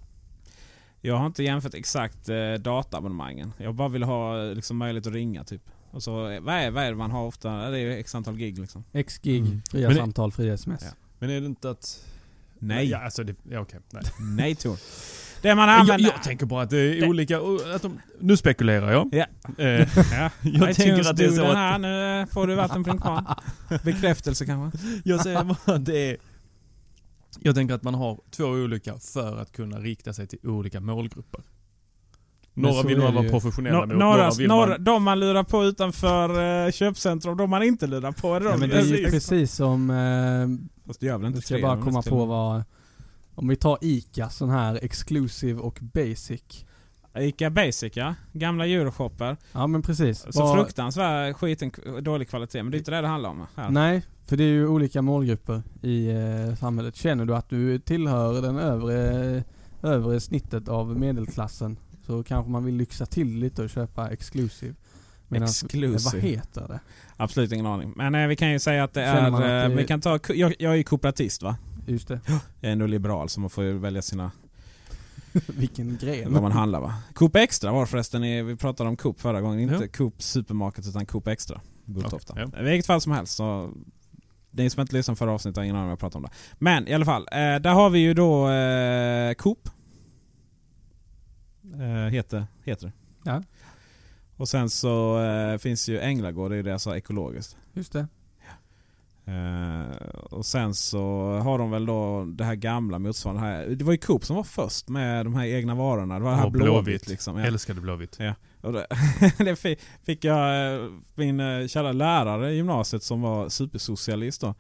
Speaker 1: Jag har inte jämfört exakt eh, dataabonnemangen. Jag bara vill ha eh, liksom, möjlighet att ringa typ. Och så, eh, vad, är, vad är det man har ofta? Ja, Det är ju x antal gig liksom.
Speaker 2: X-gig,
Speaker 3: Mm.
Speaker 2: fria
Speaker 3: Men det-
Speaker 2: samtal, fria sms.
Speaker 1: Ja.
Speaker 3: Men är det inte att...
Speaker 1: Nej,
Speaker 3: Ja, alltså det, ja, okej. nej.
Speaker 1: nej Tor. Det man
Speaker 3: Jag,
Speaker 1: använder...
Speaker 3: jag tänker bara att det är olika... och Att de, nu spekulerar jag.
Speaker 1: Ja.
Speaker 3: Eh,
Speaker 1: ja.
Speaker 3: jag tänker att det är så
Speaker 1: att...
Speaker 3: att...
Speaker 1: Här, nu eh, får du vatten på din kvarn. Bekräftelse kanske?
Speaker 3: Jag säger bara att det är... Jag tänker att man har två olika för att kunna rikta sig till olika målgrupper.
Speaker 2: Men
Speaker 3: Några
Speaker 2: så
Speaker 3: vill
Speaker 2: är
Speaker 3: man
Speaker 2: det
Speaker 3: vara
Speaker 2: ju.
Speaker 3: professionella
Speaker 1: Nå-
Speaker 3: mot,
Speaker 1: några,
Speaker 3: några vill
Speaker 1: några,
Speaker 3: man...
Speaker 1: De man lurar på utanför eh, köpcentrum, de man inte lurar på. Är det, de?
Speaker 2: Ja, men det är ju
Speaker 1: Precis.
Speaker 2: precis som, eh,
Speaker 1: Fast det gör väl inte
Speaker 2: nu ska
Speaker 1: tre,
Speaker 2: jag bara
Speaker 1: men
Speaker 2: komma
Speaker 1: inte
Speaker 2: på vad, om vi tar ICA, sån här exclusive och basic.
Speaker 1: till- Ica Basic ja, gamla euroshopper.
Speaker 2: Ja men precis.
Speaker 1: Så
Speaker 2: Vad-
Speaker 1: fruktansvärt skiten, dålig kvalitet. Men det är inte det det handlar om. Här.
Speaker 2: Nej, för det är ju olika målgrupper i eh, samhället. Känner du att du tillhör den övre, övre snittet av medelklassen så kanske man vill lyxa till lite och köpa exclusive. Medan- eh, Vad
Speaker 1: Exclusive.
Speaker 2: heter det?
Speaker 1: Absolut ingen aning. Men eh, vi kan ju säga att det
Speaker 2: Känner
Speaker 1: är...
Speaker 2: man att
Speaker 1: eh,
Speaker 2: det-
Speaker 1: Vi kan ta, jag, jag är ju kooperatist va?
Speaker 2: Just det.
Speaker 1: Jag är ändå liberal så man får ju välja sina,
Speaker 2: Vilken gren.
Speaker 1: vad man handlar va. Coop Extra var förresten, i, vi pratade om Coop förra gången. Inte
Speaker 3: Ja.
Speaker 1: Coop Supermarket utan Coop Extra. Bulltofta.
Speaker 3: Okej,
Speaker 1: I vilket fall som helst så... Ni som inte lyssnade förra avsnittet har ingen aning om vad jag pratar om det. Men i alla fall, eh, där har vi ju då eh, Coop. Eh, heter, heter det.
Speaker 2: Ja.
Speaker 1: Och sen så eh, finns ju Änglagård, det är ju det jag sa ekologiskt.
Speaker 2: Just det.
Speaker 1: Eh, och sen så har de väl då det här gamla motsvarande här. Det var ju Coop som var först med de här egna varorna. Det var det här
Speaker 3: Och
Speaker 1: blåvitt.
Speaker 3: Blåvitt.
Speaker 1: liksom. Ja.
Speaker 3: Älskade Blåvitt.
Speaker 1: Och det, det fi- fick jag eh, min eh, kära lärare i gymnasiet som var supersocialist då.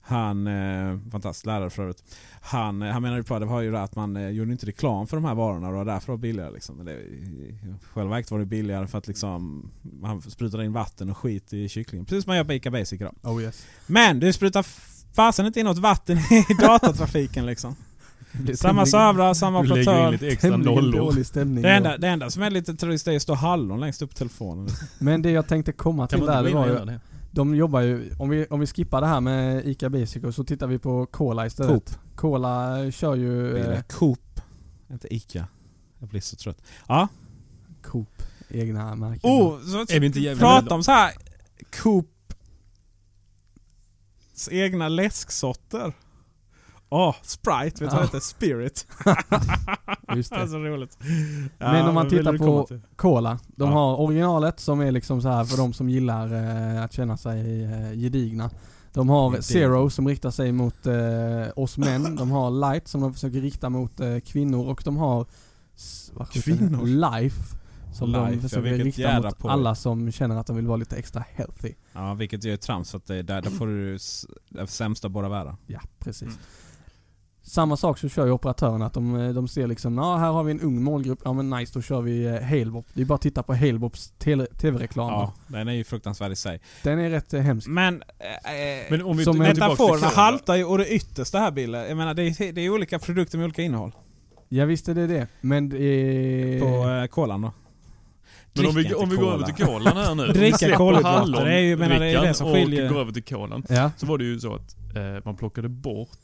Speaker 1: Han, eh, fantastisk lärare för övrigt. Han, eh, han menade ju på att det var ju det att man eh, gjorde inte reklam för de här varorna och det var därför det var billigare. Liksom. Men det, i själva verket var det billigare för att liksom, man sprutade in vatten och skit i kycklingen. Precis som man gör på Ica Basic idag.
Speaker 2: Oh yes.
Speaker 1: Men du sprutar f- fasen inte in något vatten i datatrafiken liksom. samma servrar, samma
Speaker 3: Du lägger in
Speaker 1: operatör.
Speaker 3: lite extra nollor.
Speaker 2: dålig stämning.
Speaker 1: Det enda, det enda som är lite trist är att stå hallon längst upp på telefonen.
Speaker 2: Men det jag tänkte komma till där det var ju, de jobbar ju, om vi, om vi skippar det här med ICA Basic och så tittar vi på Cola istället.
Speaker 1: Coop.
Speaker 2: Cola eh, kör ju...
Speaker 1: Det
Speaker 2: Eh,
Speaker 1: är Coop. Inte Ica. Jag blir så trött. Ja.
Speaker 2: Coop. Egna märken.
Speaker 1: Oh, så
Speaker 3: Är vi inte jävligt
Speaker 1: prata
Speaker 3: rädda?
Speaker 1: om så här Coops egna läsksorter. Åh, Sprite. Vet du vad det
Speaker 2: Ja.
Speaker 1: heter? Spirit.
Speaker 2: Just det.
Speaker 1: så roligt.
Speaker 2: Men om man
Speaker 1: vad vill
Speaker 2: tittar
Speaker 1: du komma
Speaker 2: på-
Speaker 1: till?
Speaker 2: Cola. De
Speaker 1: Ja.
Speaker 2: har originalet som är liksom så här för de som gillar eh, att känna sig eh, gedigna. De har
Speaker 1: Gedigna.
Speaker 2: Zero som riktar sig mot eh, oss män. De har Light som de försöker rikta mot eh, kvinnor och de har s- vad sjutton heter det? Life som
Speaker 1: Life, ja,
Speaker 2: de försöker
Speaker 1: vilket
Speaker 2: rikta
Speaker 1: jädra
Speaker 2: mot
Speaker 1: påhitt.
Speaker 2: alla som känner att de vill vara lite extra healthy.
Speaker 1: Ja, vilket ju är trams. För att det, där, där får du s- det sämsta av båda världar.
Speaker 2: Ja, precis.
Speaker 3: Mm.
Speaker 2: Samma sak så kör ju operatören att de, eh, de ser liksom, ja här har vi en ung målgrupp, ja men nice då kör vi eh, Halebop. Det är bara att titta på Halebops tele- tv-reklam.
Speaker 1: Ja, den är ju fruktansvärd i sig.
Speaker 2: Den är rätt eh, hemsk.
Speaker 1: Men... Eh,
Speaker 3: Men om vi
Speaker 2: Som
Speaker 3: går
Speaker 2: en-
Speaker 3: tillbaka till
Speaker 1: Metaforerna
Speaker 3: Cola.
Speaker 1: haltar ju och det yttersta här Bille. Jag menar det är, det är olika produkter med olika innehåll.
Speaker 2: Ja visst är det det, men det är...
Speaker 1: På eh, kolan då.
Speaker 3: Men om vi,
Speaker 2: Dricka
Speaker 3: om
Speaker 2: inte
Speaker 3: vi går
Speaker 2: cola.
Speaker 3: över till kolan här nu. om vi
Speaker 1: Dricka
Speaker 3: släpper
Speaker 1: kolhydrater,
Speaker 3: hallon,
Speaker 1: det är ju- menar, det är
Speaker 3: drickan
Speaker 1: det som skiljer.
Speaker 3: Och går över till kolan.
Speaker 2: Ja.
Speaker 3: Så var det ju så att eh, man plockade bort,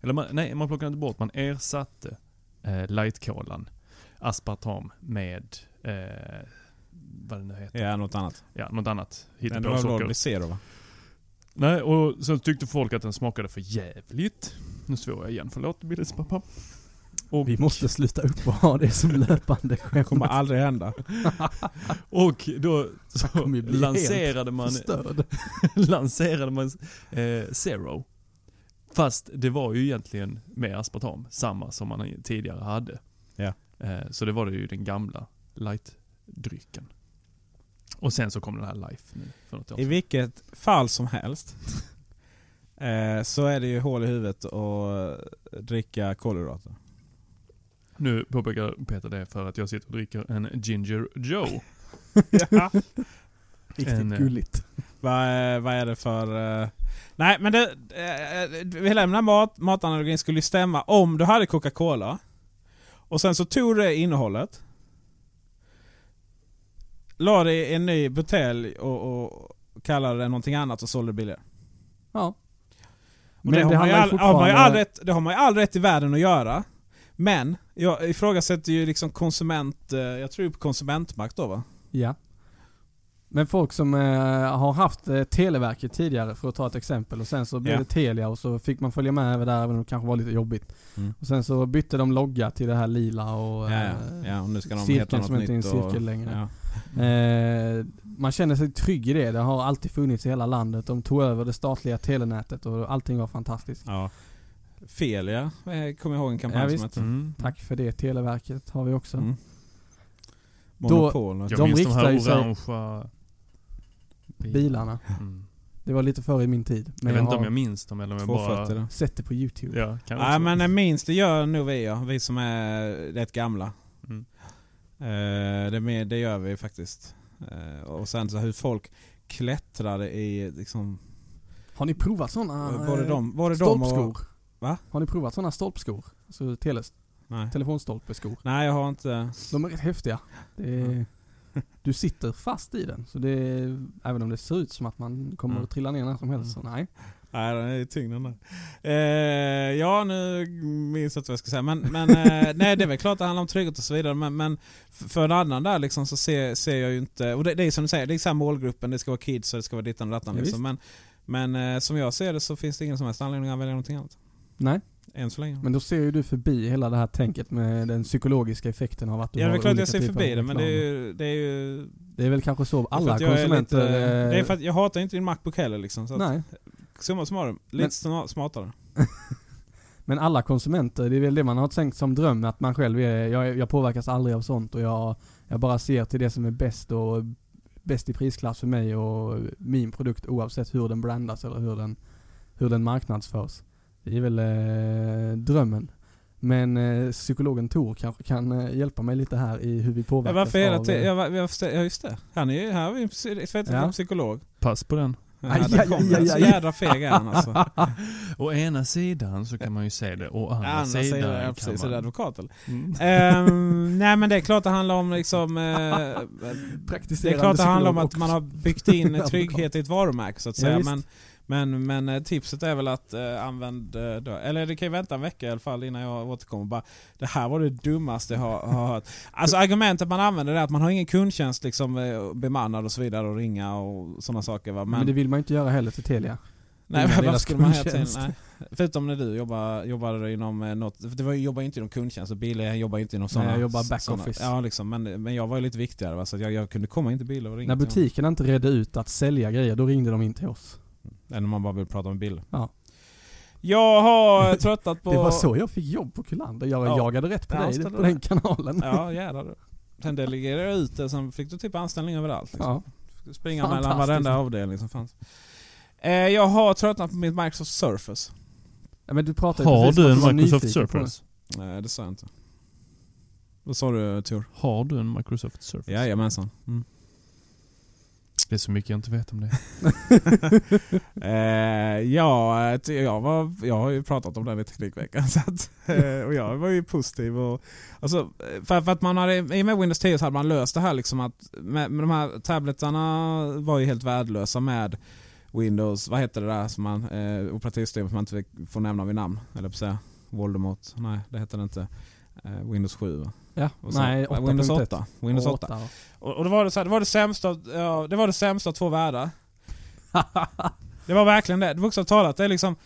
Speaker 3: eller man, nej man plockade inte bort, man ersatte eh, lightkolan, aspartam med, eh, vad det nu heter,
Speaker 1: Ja, något annat.
Speaker 3: ja, något annat
Speaker 1: Den var väl
Speaker 3: hittepåsocker.
Speaker 1: Robbie Zero va?
Speaker 3: Nej, och sen tyckte folk att den smakade för jävligt. Nu svor jag igen, förlåt Billes pappa. Och,
Speaker 2: Vi måste sluta upp och ha det som löpande skämt.
Speaker 1: Kommer aldrig hända.
Speaker 3: och då så
Speaker 2: kommer ju bli helt
Speaker 3: lanserade man
Speaker 2: Förstörd.
Speaker 3: lanserade man eh, Zero. Fast det var ju egentligen med aspartam, samma som man tidigare hade.
Speaker 1: Ja.
Speaker 3: Eh, så det var det ju den gamla lightdrycken. Och sen så kom den här Life nu för något år
Speaker 1: I
Speaker 3: sedan.
Speaker 1: vilket fall som helst eh, så är det ju hål i huvudet och eh, dricka kolhydrater.
Speaker 3: Nu påpekar Peter det för att jag sitter och dricker en Ginger Joe.
Speaker 2: Riktigt
Speaker 3: En, eh,
Speaker 2: gulligt.
Speaker 1: Vad, eh, vad är det för... Eh, nej men det... Eh, hela den här mat, matanalogin skulle ju stämma om du hade Coca-Cola. Och sen så tog du det innehållet. La det i en ny butelj och, och kallade det någonting annat och sålde det billigare.
Speaker 2: Ja.
Speaker 1: Och det, har man ju
Speaker 2: handlar
Speaker 1: all,
Speaker 2: ju
Speaker 1: har man ju all rätt, det har man ju all rätt i världen att göra. Men jag ifrågasätter ju liksom konsument... eh, Jag tror ju på konsumentmakt då va?
Speaker 2: Ja. Men folk som eh, har haft eh, Televerket tidigare, för att ta ett exempel, och sen så blev
Speaker 1: Ja.
Speaker 2: det Telia och så fick man följa med över där även om det kanske var lite jobbigt.
Speaker 1: Mm.
Speaker 2: Och sen så bytte de logga till det här lila och...
Speaker 1: Ja, ja.
Speaker 2: eh,
Speaker 1: ja och nu ska de
Speaker 2: cirkeln
Speaker 1: heta något
Speaker 2: som inte är en
Speaker 1: nytt
Speaker 2: cirkel
Speaker 1: och,
Speaker 2: längre.
Speaker 1: Ja.
Speaker 2: Eh, man känner sig trygg i det. Det har alltid funnits i hela landet. De tog över det statliga telenätet och allting var fantastiskt.
Speaker 1: Ja. Felia eh, kommer jag ihåg en kampanj
Speaker 2: Ja,
Speaker 1: som
Speaker 2: visst.
Speaker 1: hette.
Speaker 3: Mm.
Speaker 2: Tack för det Televerket har vi också.
Speaker 1: Mm.
Speaker 2: Då-
Speaker 1: Monopol. något.
Speaker 3: Jag
Speaker 2: De
Speaker 3: minns de här
Speaker 2: riktar ju sig-
Speaker 3: orangea...
Speaker 2: Bilarna.
Speaker 3: Mm.
Speaker 2: Det var lite före i min tid.
Speaker 3: Jag
Speaker 2: Men
Speaker 3: vet
Speaker 2: jag,
Speaker 3: inte om
Speaker 2: har
Speaker 3: jag minns dem eller om jag
Speaker 1: Två
Speaker 3: bara...
Speaker 1: fötter.
Speaker 2: sett det på YouTube.
Speaker 3: Ja, kan
Speaker 1: Nej men eh, minst det gör nog vi ja. Vi som är rätt gamla.
Speaker 3: Mm.
Speaker 1: Eh, det, med, det gör vi faktiskt. Eh, och sen så hur folk klättrade i liksom...
Speaker 2: Har ni provat sådana
Speaker 1: var det Eh, de, var det de
Speaker 2: stolpskor?
Speaker 1: och, Va?
Speaker 2: Har ni provat sådana stolpskor? Alltså tele,
Speaker 1: nej.
Speaker 2: telefonstolpeskor.
Speaker 1: nej jag har inte...
Speaker 2: De är rätt häftiga. Det är, Du sitter fast i den. Så det är, även om det ser ut som att man kommer
Speaker 1: Mm.
Speaker 2: att trilla ner när som helst. Så nej.
Speaker 1: Nej den är tyngd den där. Eh, ja nu minns jag inte vad jag ska säga men, men eh, nej det är väl klart det handlar om trygghet och så vidare men, men f- för en annan där liksom så ser, ser jag ju inte, och det, det är som du säger, det är så här målgruppen, det ska vara kids och det ska vara dittan och dattan
Speaker 2: Ja,
Speaker 1: liksom. men, men eh, som jag ser det så finns det ingen som helst anledning att välja någonting annat.
Speaker 2: Nej.
Speaker 1: Än så länge.
Speaker 2: Men då ser ju du förbi hela det här tänket med den psykologiska effekten av att du
Speaker 1: ja det
Speaker 2: har
Speaker 1: är klart
Speaker 2: olika
Speaker 1: jag ser
Speaker 2: typer av
Speaker 1: förbi det men det är
Speaker 2: reklam.
Speaker 1: ju, det är ju
Speaker 2: Det är väl kanske så
Speaker 1: för
Speaker 2: alla
Speaker 1: att jag är
Speaker 2: konsumenter...
Speaker 1: lite,
Speaker 2: eh,
Speaker 1: det är för att jag hatar inte din Macbook heller liksom. Så att,
Speaker 2: nej,
Speaker 1: summa summarum, lite
Speaker 2: Men-
Speaker 1: sna- smartare.
Speaker 2: men alla konsumenter, det är väl det man har tänkt som dröm, att man själv är, jag, jag påverkas aldrig av sånt och jag, jag bara ser till det som är bäst och bäst i prisklass för mig och min produkt oavsett hur den brandas eller hur den, hur den marknadsförs. Det är väl eh, drömmen. Men eh, psykologen Tor kanske kan eh, hjälpa mig lite här i hur vi
Speaker 1: Ja,
Speaker 2: påverkas
Speaker 1: varför hela
Speaker 2: av...
Speaker 1: tiden?
Speaker 2: eh,
Speaker 1: Ja, va- ja, förstå- ja just det. Han är ju, här har vi en psy- tvättat
Speaker 2: Ja.
Speaker 1: en psykolog.
Speaker 3: Pass på den.
Speaker 1: Ja,
Speaker 2: Aj,
Speaker 1: där
Speaker 2: aj,
Speaker 1: kom
Speaker 2: aj,
Speaker 1: den. Så
Speaker 2: aj, aj.
Speaker 1: jädra feg är han alltså. Ja,
Speaker 3: Å ena sidan så kan man ju se det, å andra,
Speaker 1: Annars
Speaker 3: sidan
Speaker 1: är det, ja,
Speaker 3: kan
Speaker 1: precis, är
Speaker 3: man...
Speaker 1: det advokat eller?
Speaker 3: Mm.
Speaker 1: Ehm, nej men det är klart det handlar om liksom... eh, det är klart det handlar om att man har byggt in
Speaker 2: Advokat.
Speaker 1: trygghet i ett varumärke så att
Speaker 2: Ja,
Speaker 1: säga.
Speaker 2: visst.
Speaker 1: men, men, men eh, tipset är väl att eh, använd... Eh, då, eller det kan ju vänta en vecka i alla fall innan jag återkommer. Bara, det här var det dummaste jag har, har hört. Alltså argumentet man använder är att man har ingen kundtjänst liksom, eh, bemannad och så vidare och ringa och sådana saker. Va?
Speaker 2: Men, det vill man ju inte göra heller till Telia.
Speaker 1: Nej,
Speaker 2: Innan
Speaker 1: men
Speaker 2: deras
Speaker 1: vad skulle man hela tiden...
Speaker 2: kundtjänst.
Speaker 1: Nej. Förutom när du jobbar, jobbade inom eh, något, för det var, ju- jobbar ju inte inom kundtjänst och Bille jag jobbar ju inte inom sådana.
Speaker 2: jag jobbar back
Speaker 1: sådana-
Speaker 2: office.
Speaker 1: Ja, liksom, men, men jag var ju lite viktigare va? så att jag, jag kunde komma in till Bille och ringa
Speaker 2: När
Speaker 1: till honom.
Speaker 2: butikerna inte redde ut att sälja grejer, då ringde de in till oss.
Speaker 1: Eller när man bara vill prata med Bille.
Speaker 2: Ja.
Speaker 1: Jag har tröttat på...
Speaker 2: Det var så jag fick jobb på Kullander. Jag
Speaker 1: Ja.
Speaker 2: jagade rätt på
Speaker 1: Ja,
Speaker 2: dig
Speaker 1: ställer
Speaker 2: på
Speaker 1: det.
Speaker 2: den kanalen.
Speaker 1: Ja, jädrar du. Sen delegerade jag ut det, sen fick du typ anställning överallt. Liksom.
Speaker 2: Ja.
Speaker 1: Fick Springa mellan
Speaker 2: Fantastiskt.
Speaker 1: varenda avdelning som fanns. Eh, jag har tröttnat på mitt Microsoft Surface.
Speaker 2: Ja, men du pratar ju
Speaker 3: Har
Speaker 2: precis som
Speaker 3: du
Speaker 2: att var
Speaker 3: en Microsoft
Speaker 2: nyfiken på det.
Speaker 3: Surface?
Speaker 1: Nej, Eh, det sa jag inte. Vad sa du Tor?
Speaker 3: Har du en Microsoft Surface?
Speaker 1: Jajamensan. Mm.
Speaker 3: Det är så mycket jag inte vet om det.
Speaker 1: Eh, ja, eh, ty- jag, var, jag har ju pratat om den i Teknikveckan. Så att, eh, och jag var ju positiv. Och, alltså, eh, för, för att man hade, I och med Windows 10 så hade man löst det här liksom att med, med de här tabletarna var ju helt värdelösa med Windows, vad heter det där som man, eh, operativsystem som man inte får nämna vid namn? Eller på att säga Voldemort? Nej, det heter det inte. Eh, Windows 7 va?
Speaker 2: Ja,
Speaker 1: Och så-
Speaker 2: nej, 8.
Speaker 1: Windows 8. Windows 8. Och, och det var det, så här, det var det sämsta, av- ja, det var det sämsta av två världar. det var verkligen det. Bokstavligt talat, det är liksom...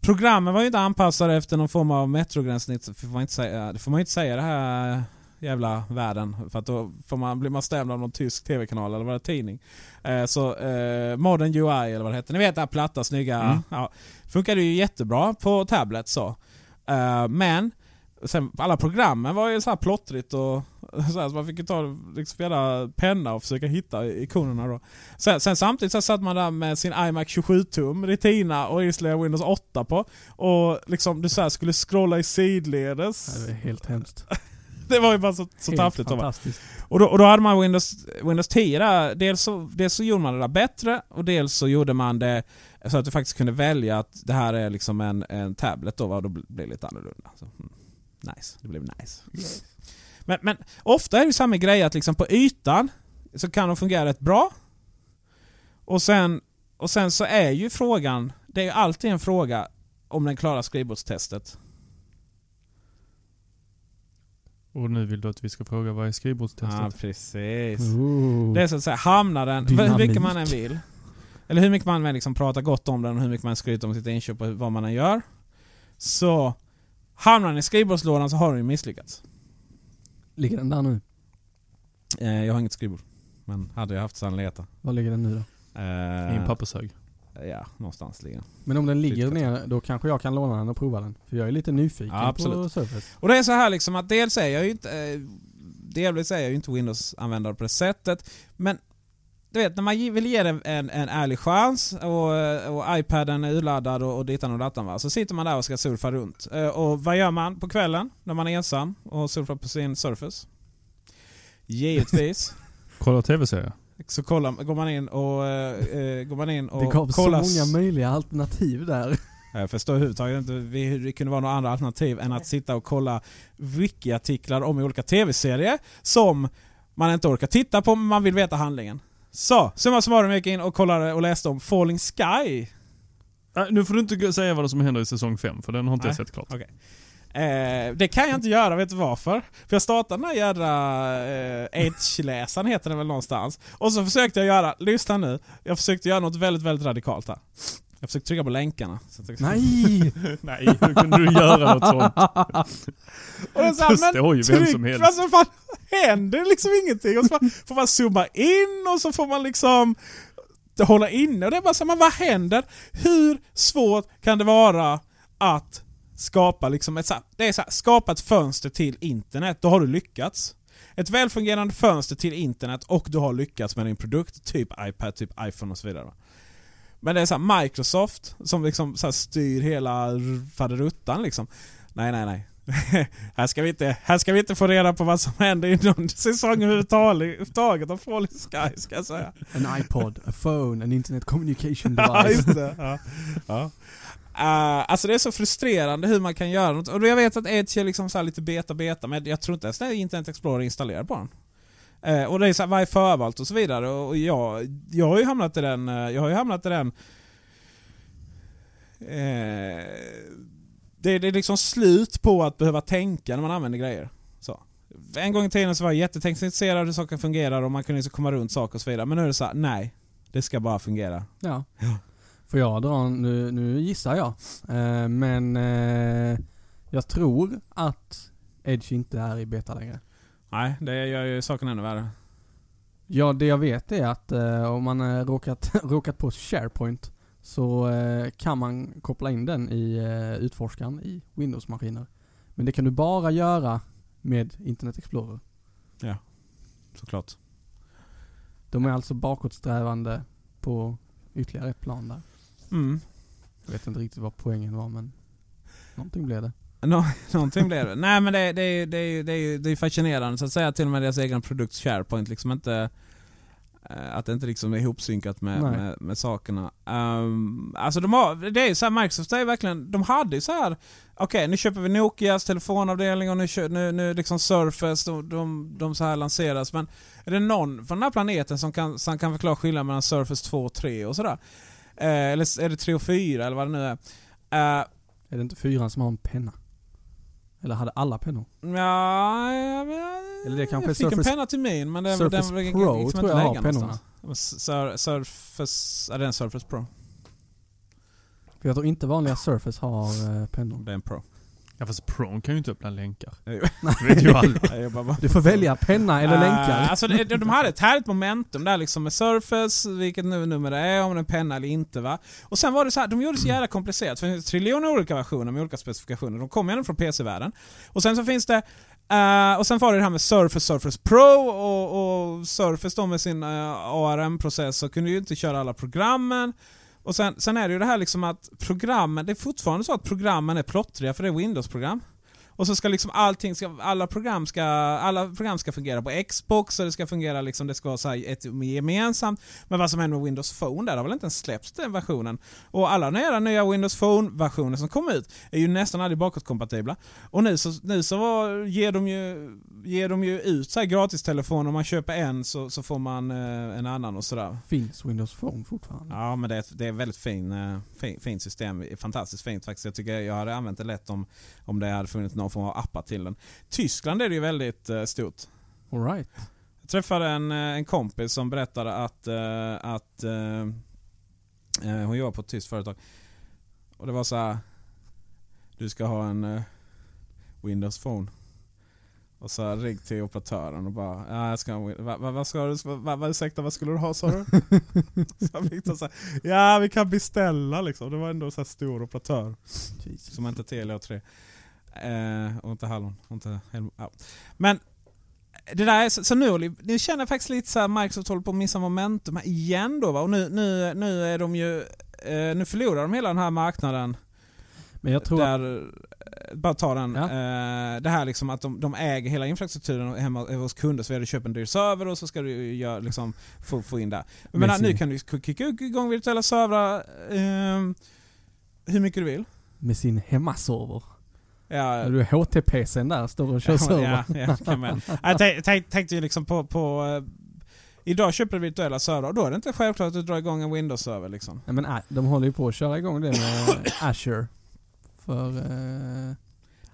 Speaker 1: Programmen var ju inte anpassade efter någon form av metrogränssnitt, så får man inte säga, det får man ju inte säga det här jävla världen. För att då får man, blir man stämd av någon tysk tv-kanal eller vad det är, tidning. Eh, så eh, Modern UI eller vad det heter, ni vet det här platta snygga.
Speaker 2: Mm.
Speaker 1: Ja, funkade ju jättebra på tablet så. Eh, men sen, alla programmen var ju så här plottrigt och så, här, så man fick ju ta liksom, jävla penna och försöka hitta ikonerna då. Sen, sen samtidigt så satt man där med sin iMac 27-tum Retina och ytterligare Windows 8 på. Och liksom du så här skulle scrolla i sidledes.
Speaker 2: Det är helt hemskt.
Speaker 1: Det var ju bara så, så
Speaker 2: Helt
Speaker 1: taffligt. då, va?
Speaker 2: fantastiskt.
Speaker 1: Och då, och då hade man Windows, Windows 10 där. Dels så, dels så gjorde man det där bättre och dels så gjorde man det så att du faktiskt kunde välja att det här är liksom en, en tablet då va? och då blir det lite annorlunda. Så, mm, nice, det blev nice. Men, men ofta är det ju samma grej att liksom på ytan så kan de fungera rätt bra. Och sen, och sen så är ju frågan, det är ju alltid en fråga om den klarar skrivbordstestet.
Speaker 3: Och nu vill du att vi ska fråga vad är skrivbordstestet?
Speaker 1: Ah, precis.
Speaker 2: Mm. Ooh.
Speaker 1: Det är så att säga, hamnar den, hur
Speaker 2: Dynamik.
Speaker 1: mycket man än vill. Eller hur mycket man än liksom pratar gott om den och hur mycket man skryter om sitt inköp och vad man än gör. Så hamnar den i skrivbordslådan så har den ju misslyckats.
Speaker 2: Ligger den där nu?
Speaker 1: Eh, jag har inget skrivbord. Men hade jag haft så hade jag letat.
Speaker 2: Var ligger den nu då?
Speaker 3: I en
Speaker 1: Eh,
Speaker 3: pappershög.
Speaker 1: ja, någonstans ligger den.
Speaker 2: Men om den ligger
Speaker 1: Flyttkartong.
Speaker 2: ner, då kanske jag kan låna den och prova den. För jag är lite nyfiken
Speaker 1: Ja,
Speaker 2: på
Speaker 1: absolut.
Speaker 2: Surface.
Speaker 1: Och det är så här liksom att dels är jag ju inte, eh, delvis är jag ju inte Windows-användare på det sättet. Men du vet när man ge- vill ge det en, en ärlig chans och, eh, och iPaden är urladdad och, och dittan och dattan va. Så sitter man där och ska surfa runt. Eh, och vad gör man på kvällen när man är ensam och surfar på sin Surface? Givetvis.
Speaker 3: Kolla tv-serier.
Speaker 1: Så kollar, går man in och, eh, eh, går man in och
Speaker 2: Det gav så
Speaker 1: kollar s-
Speaker 2: många möjliga alternativ där.
Speaker 1: jag förstår överhuvudtaget inte vi- hur det kunde vara några andra alternativ än att sitta och kolla wiki-artiklar om olika tv-serier som man inte orkar titta på men man vill veta handlingen. Så, summa summarum jag gick in och kollade och läste om Falling Sky.
Speaker 3: Nej, nu får du inte gå- säga vad som händer i säsong 5 för den har inte jag
Speaker 1: Nej.
Speaker 3: sett klart.
Speaker 1: Okej. Eh, det kan jag inte göra, vet du varför? För jag startade den här jädra eh, Edge-läsaren heter den väl någonstans. Och så försökte jag göra, lyssna nu, jag försökte göra något väldigt, väldigt radikalt här. Jag försökte trycka på länkarna. Så att jag-
Speaker 2: Nej!
Speaker 3: Nej, hur kunde du göra något sånt?
Speaker 1: Och då så här, men
Speaker 3: Förstår ju vem som helst.
Speaker 1: Alltså, fan, händer liksom ingenting. Och så bara, får man zooma in och så får man liksom hålla inne. Och det är bara så här, men vad händer? Hur svårt kan det vara att skapa liksom ett, så här, det är så här, skapa ett fönster till internet? Då har du lyckats. Ett välfungerande fönster till internet och du har lyckats med din produkt, typ iPad, typ iPhone och så vidare. va. Men det är så här Microsoft som liksom så här styr hela r- faderuttan liksom. Nej, nej, nej. här, ska vi inte, här ska vi inte få reda på vad som händer i någon säsong överhuvudtaget av Falling Sky ska jag säga.
Speaker 2: En iPod, a phone, an internet communication
Speaker 1: Ja,
Speaker 2: device.
Speaker 1: just det. Ja. Ja. Eh, alltså det är så frustrerande hur man kan göra något. Och jag vet att Edge är liksom så här lite beta-beta men jag tror inte ens det är Internet Explorer installerad på den. Eh, och det är så här, vad är förvalt och så vidare. Och och jag, jag har ju hamnat i den... eh, Jag har ju hamnat i den... Eh, det, det är liksom slut på att behöva tänka när man använder grejer. Så. En gång i tiden så var jag jättetekniskt intresserad av hur saker fungerar och man kunde liksom komma runt saker och så vidare. Men nu är det så här, nej. Det ska bara fungera.
Speaker 2: Ja. Får jag dra en, nu, nu gissar jag. Eh, men eh, jag tror att Edge inte är i beta längre.
Speaker 1: Nej, det gör ju saken ännu värre.
Speaker 2: Ja, det jag vet är att eh, om man eh, råkat, råkat på SharePoint så eh, kan man koppla in den i eh, utforskaren i Windows-maskiner. Men det kan du bara göra med Internet Explorer.
Speaker 1: Såklart.
Speaker 2: De är alltså bakåtsträvande på ytterligare ett plan där.
Speaker 1: Mm.
Speaker 2: Jag vet inte riktigt vad poängen var men någonting blev det.
Speaker 1: Nå, någonting blir det. Nej men det, det, är ju- det, är ju- det, är ju- det är ju fascinerande så att säga till och med deras egen produkt SharePoint liksom inte eh, att det inte liksom är ihopsynkat med,
Speaker 2: Nej.
Speaker 1: med, med sakerna. Ehm, alltså de har, det är ju så här, Microsoft är verkligen, de hade ju så här. okej nu köper vi Nokias telefonavdelning och nu, kö- nu, nu liksom Surface, de, de, de så här lanseras. Men är det någon från den här planeten som kan, som kan förklara skillnaden mellan Surface 2 och 3 och sådär? Eh, eller är det 3 och 4 eller vad det nu är? Eh,
Speaker 2: Är det inte fyran som har en penna? Eller hade alla pennor?
Speaker 1: Ja, jag, jag,
Speaker 2: Eller det kanske är
Speaker 1: jag fick
Speaker 2: Surface-
Speaker 1: en penna till mig men den,
Speaker 2: Surface
Speaker 1: den den-
Speaker 2: Pro
Speaker 1: liksom
Speaker 2: tror jag
Speaker 1: inte
Speaker 2: har
Speaker 1: lägga
Speaker 2: pennorna.
Speaker 1: någonstans. Sur, surface, är det en Surface Pro?
Speaker 2: För jag tror inte
Speaker 1: Ah.
Speaker 2: vanliga Surface har eh, pennor.
Speaker 1: Det är en Pro.
Speaker 3: Ja fast Prone kan ju inte öppna länkar.
Speaker 1: Nej.
Speaker 3: Det vet ju alla.
Speaker 1: Jag jobbar bara-
Speaker 2: Du får välja penna eller
Speaker 1: Ah,
Speaker 2: länkar.
Speaker 1: Alltså det, de hade ett härligt momentum där liksom med Surface, vilket nu nummer det är, om det är en penna eller inte va. Och sen var det så här, de gjorde det så jävla komplicerat. För det finns triljoner olika versioner med olika specifikationer. De kommer ju från PC-världen. Och sen så finns det eh, och sen var det det här med Surface, Surface Pro och, och Surface då med sin eh, ARM-processor kunde ju inte köra alla programmen. Och sen, sen är det ju det här liksom att programmen, det är fortfarande så att programmen är plottriga för det är Windows-program. Och så ska liksom allting, ska, alla, program ska, alla program ska fungera på Xbox och det ska fungera liksom, det ska vara så här ett gemensamt. Men vad som händer med Windows Phone där, det har väl inte ens släppts den versionen. Och alla nya, nya Windows Phone-versioner som kom ut är ju nästan aldrig bakåtkompatibla. Och nu så, nu så var, ger, de ju, ger de ju ut så här gratistelefoner, om man köper en så, så får man eh, en annan och sådär.
Speaker 2: Finns Windows Phone fortfarande?
Speaker 1: Ja men det är ett, det är ett väldigt fin, eh, fin, fint system. Fantastiskt fint faktiskt. Jag tycker jag hade använt det lätt om, om det hade funnits någon form av appar till den. Tyskland är det ju väldigt eh, stort.
Speaker 2: Alright.
Speaker 1: Jag träffade en, eh, en kompis som berättade att, eh, att eh, eh, hon jobbar på ett tyskt företag. Och det var så här. Du ska ha en eh, Windows Phone. Och så ringde till operatören och bara ja, jag ska ha en Win- va, va, Vad ska du, va, va, ursäkta vad skulle du ha sa du? så Victor sa ja vi kan beställa liksom. Det var ändå en så här stor operatör.
Speaker 2: Jesus.
Speaker 1: Som inte Telia och 3. Eh, och inte Hallon. Och inte Helm, ja. Men det där är så, så nu, Oliv, nu känner jag faktiskt lite så här Microsoft håller på att missa momentum här igen då va? Och nu, nu, nu är de ju... Eh, nu förlorar de hela den här marknaden.
Speaker 2: Men jag tror att
Speaker 1: där, eh, bara ta den.
Speaker 2: Ja.
Speaker 1: Eh, det här liksom att de, de äger hela infrastrukturen och hemma hos kunder. Så är det köpa en dyr server och så ska du ju göra, liksom, få, få in det. Jag menar,
Speaker 2: Messi.
Speaker 1: nu kan du kicka igång virtuella servrar eh, hur mycket du vill.
Speaker 2: med sin hemmaserver.
Speaker 1: Ja,
Speaker 2: Du är HTPCn där, står och kör server.
Speaker 1: Ja, ja, kan man. Jag tänk- tänk- tänkte ju liksom på... på eh, idag köper du virtuella servrar och då är det inte självklart att du drar igång en Windows-server. Liksom.
Speaker 2: Nej, men ä- de håller ju på att köra igång det med Azure. För eh,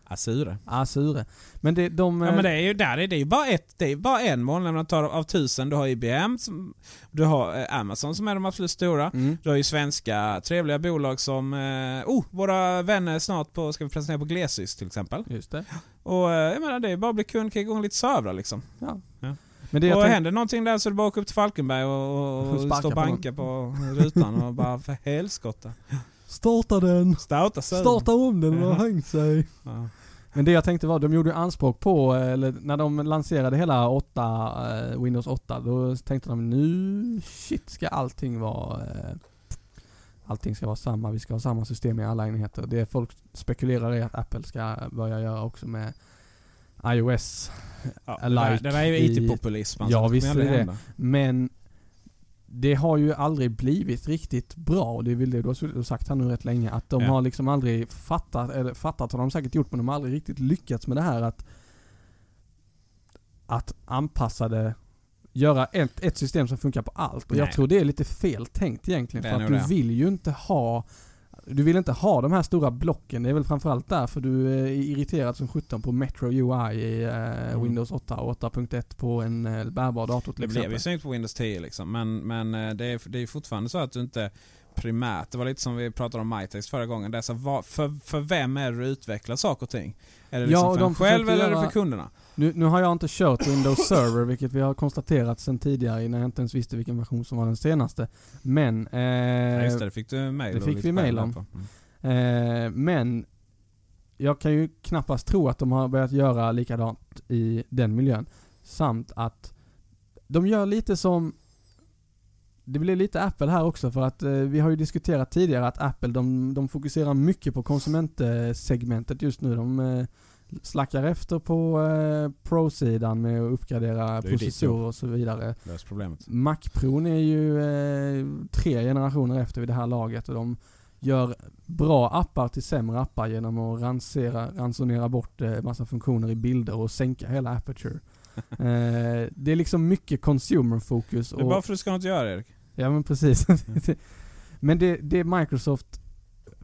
Speaker 1: Azure.
Speaker 2: Azure. Men det, de...
Speaker 1: Ja,
Speaker 2: eh,
Speaker 1: men det är ju, där är det ju bara, ett, det är ju bara en molnleverantör av tusen. Du har IBM, som, du har eh, Amazon som är de absolut stora.
Speaker 2: mm.
Speaker 1: Du har ju svenska trevliga bolag som... eh, Oh, våra vänner snart på, ska vi presentera på Glesys till exempel.
Speaker 2: eh, Just det.
Speaker 1: Och eh, jag menar, det är ju bara att bli kund, kicka igång lite servrar liksom.
Speaker 2: Men det
Speaker 1: och
Speaker 2: jag tänkte-
Speaker 1: händer någonting där så är det bara att åka upp till Falkenberg och, och,
Speaker 2: Och sparka
Speaker 1: stå och
Speaker 2: på
Speaker 1: banka på, rutan och bara för helskotta.
Speaker 2: Starta den!
Speaker 1: Stouta söder.
Speaker 2: Starta om den, den har hängt sig.
Speaker 1: Ja.
Speaker 2: Men det jag tänkte var, de gjorde ju anspråk på, eh, eller när de lanserade hela 8, eh, Windows 8, då tänkte de nu, shit, ska allting vara eh, Allting ska vara samma, vi ska ha samma system i alla enheter. Det folk spekulerar är att Apple ska börja göra också med iOS.
Speaker 1: Ja, det, där, det där är ju
Speaker 2: Like i-
Speaker 1: IT-populism. alltså.
Speaker 2: Ja,
Speaker 1: kommer
Speaker 2: visst
Speaker 1: aldrig
Speaker 2: är det.
Speaker 1: hända.
Speaker 2: Men det har ju aldrig blivit riktigt bra och det är väl det du har suttit och sagt här nu rätt länge. Att de
Speaker 1: Ja.
Speaker 2: har liksom aldrig fattat, eller fattat har de säkert gjort men de har aldrig riktigt lyckats med det här att att anpassa det, göra ett, ett system som funkar på allt. Och jag
Speaker 1: Nej.
Speaker 2: tror det är lite fel tänkt egentligen.
Speaker 1: Det är
Speaker 2: för att
Speaker 1: nog
Speaker 2: du
Speaker 1: det.
Speaker 2: vill ju inte ha du vill inte ha de här stora blocken. Det är väl framförallt därför du är irriterad som 17 på Metro UI i eh, Windows 8 och 8.1 på en eh, bärbar dator
Speaker 1: Mm. Det
Speaker 2: till exempel.
Speaker 1: blev ju snyggt på Windows 10 liksom. Men, men eh, det är det är ju fortfarande så att du inte primärt, det var lite som vi pratade om MyText förra gången. Det är så, här, vad, för, för vem är det du utvecklar saker och ting? Är det liksom
Speaker 2: Ja, och
Speaker 1: för
Speaker 2: de
Speaker 1: en själv
Speaker 2: försöker
Speaker 1: eller är det
Speaker 2: göra-
Speaker 1: för kunderna?
Speaker 2: Nu, nu har jag inte kört Windows Server, vilket vi har konstaterat sedan tidigare innan jag inte ens visste vilken version som var den senaste. Men, eh,
Speaker 1: ja, just det, det fick du mail
Speaker 2: det
Speaker 1: och
Speaker 2: fick
Speaker 1: lite
Speaker 2: vi mail
Speaker 1: skäl
Speaker 2: om.
Speaker 1: på. Mm.
Speaker 2: eh, men jag kan ju knappast tro att de har börjat göra likadant i den miljön. Samt att de gör lite som Det blev lite Apple här också för att eh, vi har ju diskuterat tidigare att Apple de, de fokuserar mycket på konsumentsegmentet just nu. De eh, slackar efter på eh, Pro-sidan med att uppgradera
Speaker 4: Det är ju ditt
Speaker 2: processorer
Speaker 4: jobb.
Speaker 2: och så vidare.
Speaker 4: Lös problemet.
Speaker 2: Mac-pron är ju eh, tre generationer efter vid det här laget och de gör bra appar till sämre appar genom att ransera, ransonera bort eh, massa funktioner i bilder och sänka hela aperture. eh, det är liksom mycket consumer-fokus.
Speaker 1: Det är
Speaker 2: och-
Speaker 1: bara för att du ska inte göra Erik.
Speaker 2: Ja men precis. men det, det Microsoft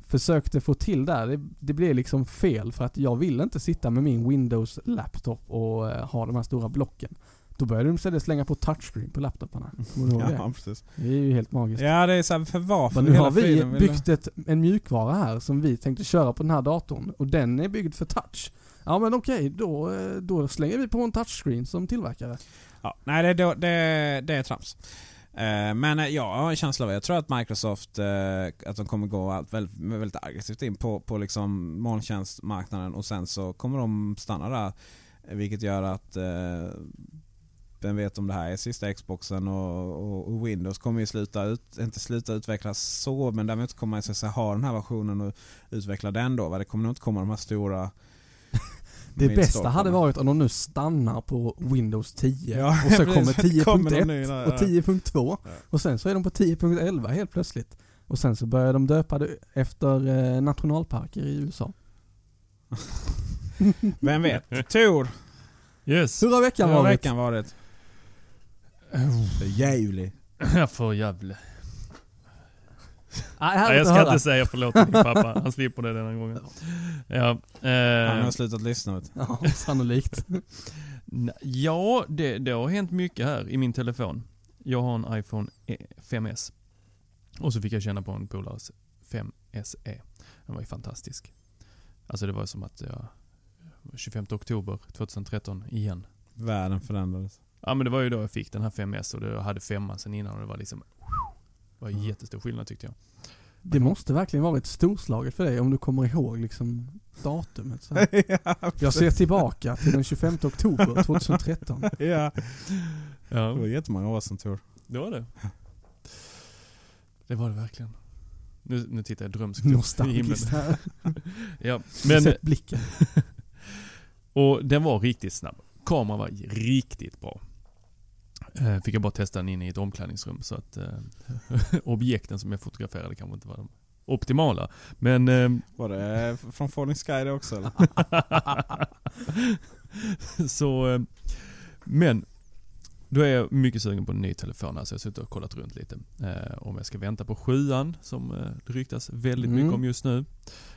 Speaker 2: försökte få till där, det, det blev liksom fel för att jag vill inte sitta med min Windows-laptop och eh, ha de här stora blocken. Då började de istället slänga på touchscreen på laptoparna. Kommer du ihåg det?
Speaker 1: Ja, precis.
Speaker 2: Det är ju helt magiskt.
Speaker 1: Ja, det är så här, för varför
Speaker 2: Men nu
Speaker 1: hela
Speaker 2: har vi
Speaker 1: friden vill-
Speaker 2: byggt ett, en mjukvara här som vi tänkte köra på den här datorn och den är byggd för touch. Ja men okej, då, eh, då slänger vi på en touchscreen som tillverkare.
Speaker 1: Ja, nej, det, är då- det, det är trams. Eh, Men eh, ja, jag har en känsla av Jag tror att Microsoft eh, att de kommer gå allt väldigt, väldigt aggressivt in på, på liksom molntjänstmarknaden och sen så kommer de stanna där. Vilket gör att eh, vem vet om det här är sista Xboxen och, och, och Windows kommer ju sluta ut, inte sluta utvecklas så men däremot kommer man så att säga, ha den här versionen och utveckla den då. Va? Det kommer nog inte komma de här stora
Speaker 2: Det bästa
Speaker 1: milstolparna.
Speaker 2: hade varit om de nu stannar på Windows 10
Speaker 1: Ja,
Speaker 2: och så
Speaker 1: precis.
Speaker 2: kommer
Speaker 1: Kommer de nu
Speaker 2: 10.1
Speaker 1: där,
Speaker 2: och
Speaker 1: ja.
Speaker 2: 10.2
Speaker 1: Ja.
Speaker 2: och sen så är de på 10.11 helt plötsligt. Och sen så börjar de döpa det efter eh, nationalparker i USA.
Speaker 1: Vem vet? Tur!
Speaker 3: Yes.
Speaker 2: Hurra veckan
Speaker 1: Hur har
Speaker 2: var det.
Speaker 1: veckan varit?
Speaker 3: Oh.
Speaker 1: Jävlig.
Speaker 3: Jag får jävla.
Speaker 2: Ah,
Speaker 3: Nej,
Speaker 2: härligt
Speaker 3: jag
Speaker 2: att
Speaker 3: ska
Speaker 2: höra.
Speaker 3: inte säga förlåt till din pappa. Han slipper det denna gången. Ja,
Speaker 1: Han
Speaker 3: eh,
Speaker 1: har slutat lyssna. Vet. du.
Speaker 2: Ja, sannolikt.
Speaker 3: na- ja det, det har hänt mycket här i min telefon. Jag har en iPhone E- 5S. Och så fick jag känna på en polares 5SE. Den var ju fantastisk. Alltså det var som att jag... 25 oktober 2013 igen.
Speaker 1: Världen förändrades.
Speaker 3: Ja men det var ju då jag fick den här 5S och det- jag hade 5 sen innan och det var liksom... Det var en jättestor skillnad tyckte jag.
Speaker 2: Det måste verkligen varit storslaget för dig om du kommer ihåg liksom datumet. Så här. Jag ser tillbaka till den 25 oktober 2013.
Speaker 1: ja. Det var
Speaker 3: Ja,
Speaker 1: jättemånga år sedan tur.
Speaker 3: det var det. Det var det verkligen. Nu, nu tittar jag drömskt upp i himlen.
Speaker 2: Nostalgiskt här.
Speaker 3: Ja,
Speaker 2: Men,
Speaker 3: men,
Speaker 2: Sett blicken.
Speaker 3: och den var riktigt snabb. Kameran var riktigt bra. Eh, Fick jag bara testa den inne i ett omklädningsrum så att eh, objekten som jag fotograferade kanske inte var de optimala. Men eh,
Speaker 1: Var det eh, från Falling Sky det också eller?
Speaker 3: så, eh, men. Då är jag mycket sugen på en ny telefon här, så jag har suttit och kollat runt lite. Eh, om jag ska vänta på sjuan som eh, det ryktas väldigt
Speaker 2: Mm.
Speaker 3: mycket om just nu.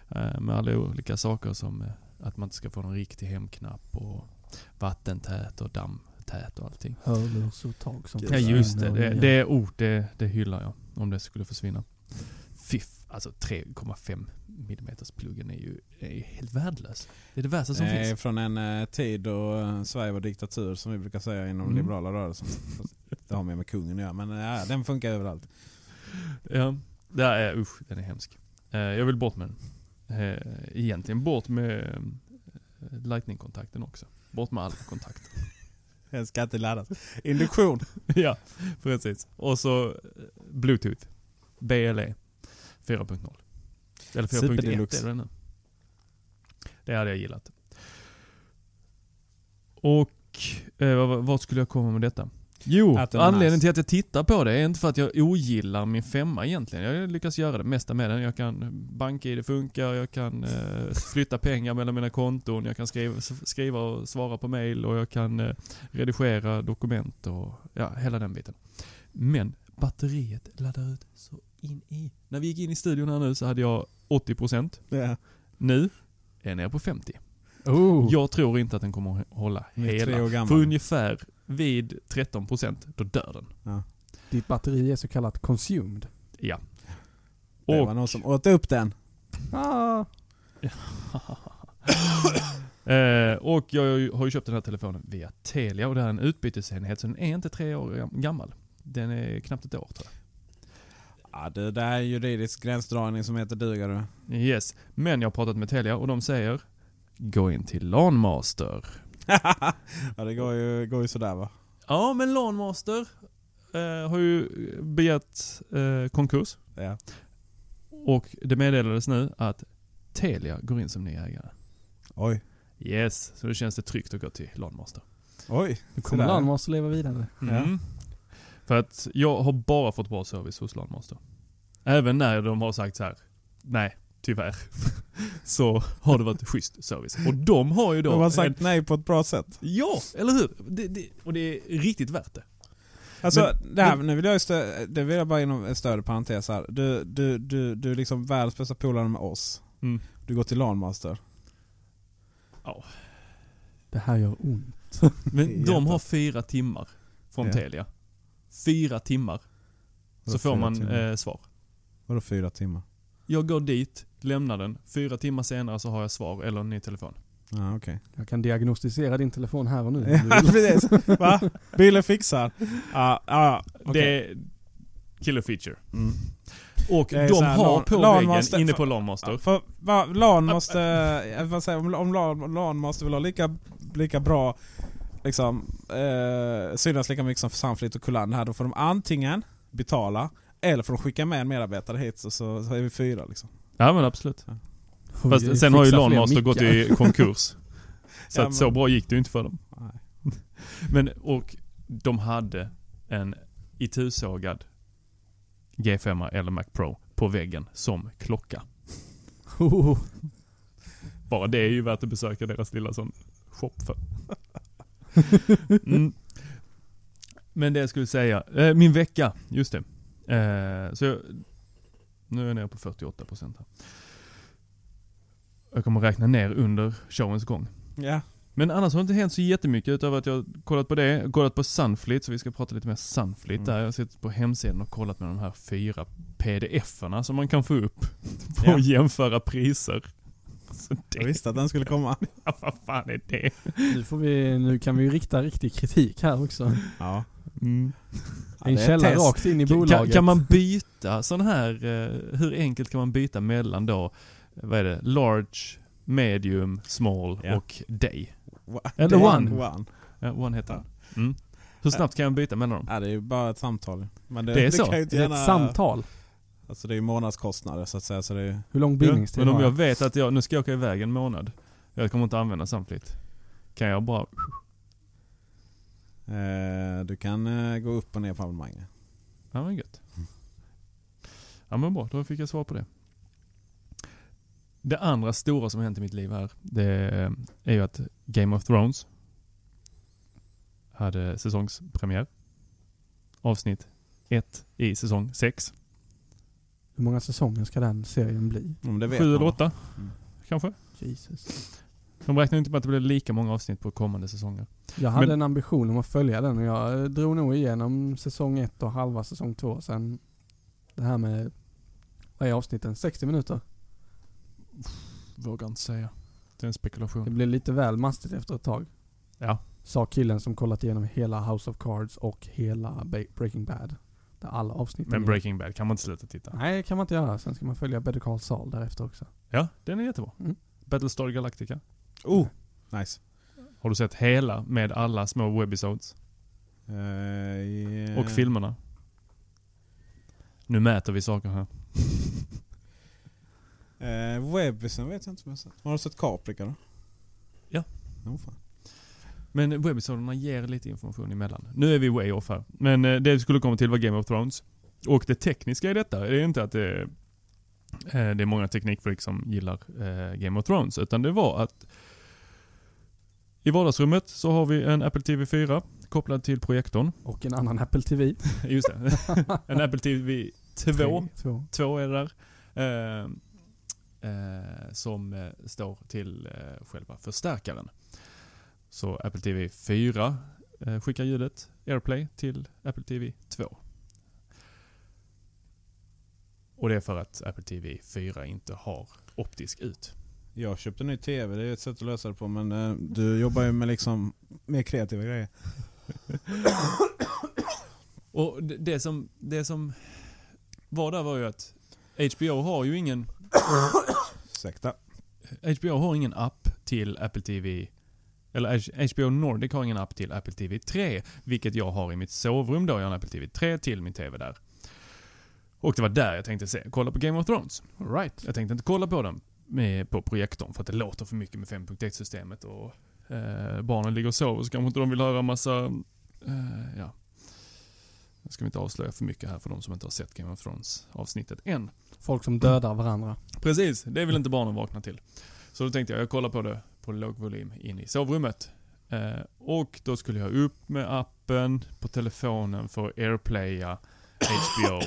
Speaker 3: Eh, med alla olika saker som eh, att man inte ska få någon riktig hemknapp och vattentät och dammtät och allting.
Speaker 2: Hörlursåtag som
Speaker 3: Ja just det, det,
Speaker 2: försvinner.
Speaker 3: det, oh, det, det hyllar jag. Om det skulle försvinna. Fiff, alltså 3,5 mm pluggen är ju, är ju helt värdelös. Det är det värsta som
Speaker 1: Nej,
Speaker 3: finns.
Speaker 1: från en eh, tid då eh, Sverige var diktatur som vi brukar säga inom
Speaker 3: Mm.
Speaker 1: liberala rörelsen. Fast Det har mer med kungen att göra men eh, ja, den funkar överallt.
Speaker 3: Ja, det är, usch, den är hemsk. Eh, jag vill bort med den. Eh, egentligen bort med eh, lightning-kontakten också. Bort med alla kontakter.
Speaker 1: Den ska inte laddas. Induktion.
Speaker 3: ja, precis. Och så eh, bluetooth. E BLE 4.0. Eller 4.1
Speaker 1: Superdeluxe.
Speaker 3: är det nu. Det hade jag gillat. Och eh, vad- vad skulle jag komma med detta? Jo,
Speaker 1: Att den är
Speaker 3: anledningen
Speaker 1: nice.
Speaker 3: till att jag tittar på det är inte för att jag ogillar min femma egentligen. Jag lyckas göra det mesta med den. Jag kan banka i det funkar, jag kan eh, flytta pengar mellan mina konton, jag kan skriva, skriva och svara på mail och jag kan eh, redigera dokument och ja, hela den biten. Men batteriet laddar ut så in i. När vi gick in i studion här nu så hade jag 80%.
Speaker 1: Ja.
Speaker 3: Nu är jag nere på 50%.
Speaker 2: Oh.
Speaker 3: Jag tror inte att den kommer att hålla
Speaker 1: Den är tre år
Speaker 3: hela.
Speaker 1: gammal.
Speaker 3: För ungefär vid 13% då dör den.
Speaker 2: Ditt batteri är så kallat consumed.
Speaker 3: Ja.
Speaker 1: Det var
Speaker 3: Och,
Speaker 1: någon som åt upp den.
Speaker 2: Ah.
Speaker 3: eh, och jag har ju- har ju köpt den här telefonen via Telia och det här är en utbytesenhet så den är inte tre år gam- gammal. Den är knappt ett år tror jag.
Speaker 1: Ja, det, det här är juridisk gränsdragning som heter duga du.
Speaker 3: Yes. Men jag har pratat med Telia och de säger Gå in till LANmaster.
Speaker 1: ja, det går ju, går ju sådär va.
Speaker 3: Ja men LANmaster eh, har ju begärt eh, konkurs
Speaker 1: Ja.
Speaker 3: och det meddelades nu att Telia går in som ny ägare.
Speaker 1: Oj.
Speaker 3: Yes, så då känns det tryggt att gå till Landmaster.
Speaker 1: Oj.
Speaker 2: Nu kommer
Speaker 1: Sådär.
Speaker 2: Landmaster leva vidare.
Speaker 3: Mm. För att jag har bara fått bra service hos Landmaster. Även när de har sagt så här. nej, tyvärr. så har det varit schysst service. Och de har ju då...
Speaker 1: De har
Speaker 3: en-
Speaker 1: sagt nej på ett bra sätt.
Speaker 3: Ja, eller hur? Det, det, och det är riktigt värt det.
Speaker 1: Alltså, det här, nu vill jag ju stö- det vill jag bara inom en större parentes här. Du, du, du, du är liksom världens bästa polare med oss.
Speaker 3: Mm.
Speaker 1: Du går till LAN-master.
Speaker 2: Det här gör ont.
Speaker 1: Det är
Speaker 3: Men de
Speaker 1: jätte-
Speaker 3: har fyra timmar från
Speaker 1: Ja.
Speaker 3: Telia. Fyra timmar.
Speaker 1: Vadå
Speaker 3: Så får
Speaker 1: fyra
Speaker 3: man
Speaker 1: timmar?
Speaker 3: eh, svar.
Speaker 1: Vadå fyra timmar?
Speaker 3: Jag går dit, lämnar den. Fyra timmar senare så har jag svar eller en ny telefon.
Speaker 1: Ja, okej.
Speaker 2: Jag kan diagnostisera din telefon här och nu.
Speaker 1: Ja, precis. Va? Bilen fixar. Ja, ja.
Speaker 3: Det
Speaker 1: okej.
Speaker 3: är killer feature. Och
Speaker 1: Det är
Speaker 3: de
Speaker 1: så här,
Speaker 3: har
Speaker 1: LAN-
Speaker 3: på
Speaker 1: LAN
Speaker 3: väggen
Speaker 1: måste-
Speaker 3: inne på LAN-master.
Speaker 1: Ja, För, va, LAN måste, eh, vad säger, jag, om, om LAN, LAN måste väl ha lika, lika bra, liksom, eh, synas lika mycket som Sunflit och Kulan här. Då får de antingen betala, eller får de skicka med en medarbetare hit så, så, så är vi fyra liksom.
Speaker 3: Ja men absolut.
Speaker 2: Får vi
Speaker 3: Fast sen har ju
Speaker 2: fixa fler
Speaker 3: LANmaster gått
Speaker 2: mickar?
Speaker 3: i konkurs. så
Speaker 1: Ja,
Speaker 3: att
Speaker 1: men-
Speaker 3: så bra gick det ju inte för dem.
Speaker 1: Nej.
Speaker 3: Men och de hade en itusågad G5 eller Mac Pro på väggen som klocka.
Speaker 2: Oh,
Speaker 3: Bara det är ju värt att besöka deras lilla sån shop för. Mm. Men det jag skulle säga, eh, min vecka, just det. Eh, så jag, nu är jag nere på 48% här. Jag kommer räkna ner under showens gång.
Speaker 1: Ja.
Speaker 3: Men annars har det inte hänt så jättemycket utöver att jag kollat på det. Jag har kollat på Sunflit, så vi ska prata lite mer Sunflit
Speaker 1: Mm.
Speaker 3: där. Jag har suttit på hemsidan och kollat med de här fyra pdf-erna som man kan få upp. På
Speaker 1: Ja.
Speaker 3: att jämföra priser. Så det,
Speaker 1: Jag visste att den skulle komma.
Speaker 3: ja, vad fan är det?
Speaker 2: nu, får vi, nu kan vi ju rikta riktig kritik här också.
Speaker 3: Mm.
Speaker 1: Ja.
Speaker 2: En
Speaker 1: det är
Speaker 2: källa
Speaker 1: test.
Speaker 2: rakt in i
Speaker 3: Kan,
Speaker 2: bolaget.
Speaker 3: kan man byta sån här, eh, hur enkelt kan man byta mellan då, vad är det, large, medium, small
Speaker 1: Ja.
Speaker 3: och day?
Speaker 1: Wa-
Speaker 3: Eller
Speaker 1: det är
Speaker 3: one.
Speaker 1: one.
Speaker 3: Ja, one heter den. Mm. Hur snabbt kan jag byta mellan dem?
Speaker 1: Ja, det är ju bara ett samtal. ju. Men det,
Speaker 3: Det är så.
Speaker 1: Kan ju inte
Speaker 2: Är det
Speaker 1: gärna-
Speaker 2: ett samtal?
Speaker 1: Alltså det är ju månadskostnader så att säga. Så det är ju,
Speaker 2: Hur lång
Speaker 3: Ja,
Speaker 2: bindningstid
Speaker 3: Men om
Speaker 2: har
Speaker 3: jag
Speaker 2: jag?
Speaker 3: vet att jag, nu ska jag åka iväg en månad. Jag kommer inte använda samtidigt. Kan jag bara...
Speaker 1: eh, du kan eh, gå upp och ner på abonnemanget.
Speaker 3: Ja men gött. Ja men bra, då fick jag svar på det. Det andra stora som har hänt i mitt liv här, det är ju att Game of Thrones hade säsongspremiär. Avsnitt 1 i säsong 6.
Speaker 2: Hur många säsonger ska den serien bli?
Speaker 1: Om det vet
Speaker 3: 7
Speaker 1: man.
Speaker 3: eller 8
Speaker 1: Mm.
Speaker 3: kanske.
Speaker 2: Jesus.
Speaker 3: De räknar ju inte med att det blir lika många avsnitt på kommande säsonger.
Speaker 2: Jag hade
Speaker 3: Men-
Speaker 2: en ambition om att följa den och jag eh, drog nog igenom säsong ett och halva säsong två. Sen det här med, vad är avsnitten? 60 minuter?
Speaker 3: Vågar inte säga. Det är en
Speaker 2: Det
Speaker 3: spekulation.
Speaker 2: blev lite väl mastigt efter ett tag.
Speaker 3: Ja.
Speaker 2: Sa killen som kollat igenom hela House of Cards och hela Ba- Breaking Bad. Där alla avsnitt
Speaker 3: Men
Speaker 2: är-
Speaker 3: Breaking Bad kan man inte sluta titta.
Speaker 2: Nej, det kan man inte göra. Sen ska man följa Better Call Saul därefter också.
Speaker 3: Ja, den är jättebra.
Speaker 2: Mm.
Speaker 3: Battlestar Galactica.
Speaker 1: Oh, nice.
Speaker 3: Har du sett hela med alla små webisodes
Speaker 1: Eh, yeah.
Speaker 3: och filmerna? Nu mäter vi saker här.
Speaker 1: Eh, Webbisen vet jag inte om jag har sett. Har du sett Caprica då?
Speaker 3: Ja.
Speaker 1: Jo, fan.
Speaker 3: Men webisoderna ger lite information emellan. Nu är vi way off här. Men eh, det vi skulle komma till var Game of Thrones. Och det tekniska i detta är inte att det, eh, det är många teknikfreak som gillar eh, Game of Thrones. Utan det var att i vardagsrummet så har vi en Apple TV 4 kopplad till projektorn.
Speaker 2: Och en annan Apple TV.
Speaker 3: Just det. En Apple TV 2.
Speaker 2: Tre, två.
Speaker 3: två är det där. Eh, eh, som eh, står till eh, själva förstärkaren. Så Apple TV 4 eh, skickar ljudet AirPlay till Apple TV 2. Och det är för att Apple TV 4 inte har optisk ut.
Speaker 1: Jag köpte en ny TV, det är ju ett sätt att lösa det på men eh, du jobbar ju med liksom mer kreativa grejer.
Speaker 3: Och det, det, som, det som var där var ju att HBO har ju ingen
Speaker 1: Ursäkta.
Speaker 3: HBO har ingen app till Apple TV Eller HBO Nordic har ingen app till Apple TV 3, vilket jag har i mitt sovrum då. Jag har en Apple TV 3 till min TV där. Och det var där jag tänkte se, kolla på Game of Thrones.
Speaker 2: All right.
Speaker 3: Jag tänkte inte kolla på den med, på projektorn för att det låter för mycket med 5.1-systemet och eh, barnen ligger och sover så kanske inte de vill höra massa, eh, ja. Nu ska vi inte avslöja för mycket här för de som inte har sett Game of Thrones avsnittet än.
Speaker 2: Folk som dödar varandra.
Speaker 3: Precis, det vill inte barnen vakna till. Så då tänkte jag, jag kollar på det på låg volym in i sovrummet. Eh, och då skulle jag upp med appen på telefonen för att airplaya HBO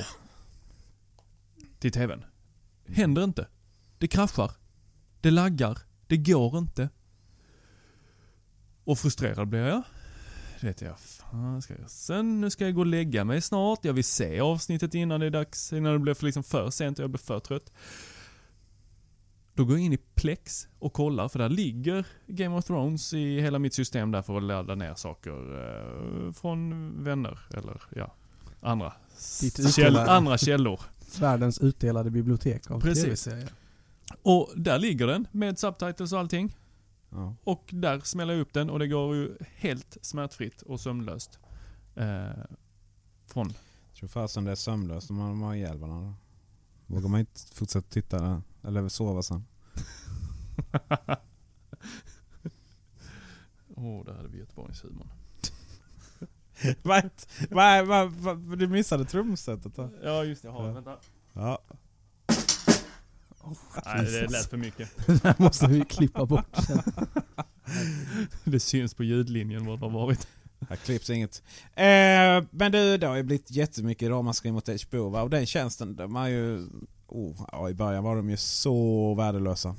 Speaker 3: till TVn. Händer inte. Det kraschar. Det laggar. Det går inte. Och frustrerad blir jag. Det vet jag, fan ska jag sen, nu ska jag gå och lägga mig snart. Jag vill se avsnittet innan det är dags, innan det blir för, liksom för sent och jag blir för trött. Då går jag in i Plex och kollar, för där ligger Game of Thrones i hela mitt system där för att ladda ner saker eh, från vänner, eller ja, andra,
Speaker 2: Ditt
Speaker 3: käll,
Speaker 2: utrymme.
Speaker 3: andra källor.
Speaker 2: Världens utdelade bibliotek av
Speaker 3: Precis.
Speaker 2: tv-serier.
Speaker 3: Och där ligger den med subtitles och allting.
Speaker 1: Ja.
Speaker 3: Och där smäller jag upp den och det går ju helt smärtfritt och sömnlöst. Eh, från.
Speaker 1: Tror fasen det är sömnlöst om man har ihjäl varandra. Vågar man inte fortsätta titta där? Eller sova sen?
Speaker 3: Åh, där hade vi Göteborgshumorn.
Speaker 5: Vad? Vad? Vad? Vad? Du missade trumsetet där.
Speaker 3: Ja, just det. Jag har
Speaker 5: Ja.
Speaker 3: Vänta.
Speaker 1: Ja.
Speaker 3: Nej, det lät för mycket.
Speaker 2: Det här måste vi klippa bort sen.
Speaker 3: Det syns på ljudlinjen vad det har varit.
Speaker 1: Här klipps inget. Eh, men du, det har ju blivit jättemycket ramaskri mot HBO va? Och den tjänsten, de är ju... Oh, ja, I början var de ju så värdelösa.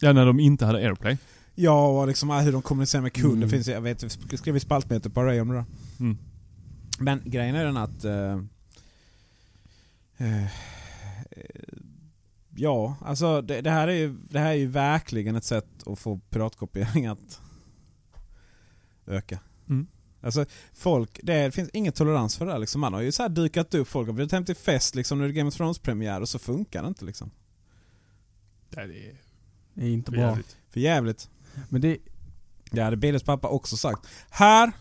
Speaker 3: Ja, när de inte hade AirPlay.
Speaker 1: Ja, och liksom ah, hur de kommunicerar med kunder.
Speaker 2: Mm.
Speaker 1: Finns, jag vet, vi skrev i spaltmeter på Ray om det där.
Speaker 3: Mm.
Speaker 1: Men grejen är den att... Eh, eh, ja, alltså det, det, här är ju, det här är ju verkligen ett sätt att få piratkopiering att öka.
Speaker 3: Mm.
Speaker 1: Alltså folk, det finns ingen tolerans för det här liksom. Man har ju så här dykat upp, folk har bjudit hem till fest liksom när det är Game of Thrones-premiär och så funkar det inte liksom.
Speaker 3: Nej, det är
Speaker 2: Det är inte
Speaker 3: för
Speaker 2: bra.
Speaker 3: jävligt.
Speaker 1: För jävligt.
Speaker 2: Men det,
Speaker 1: Det hade Billys pappa också sagt. Här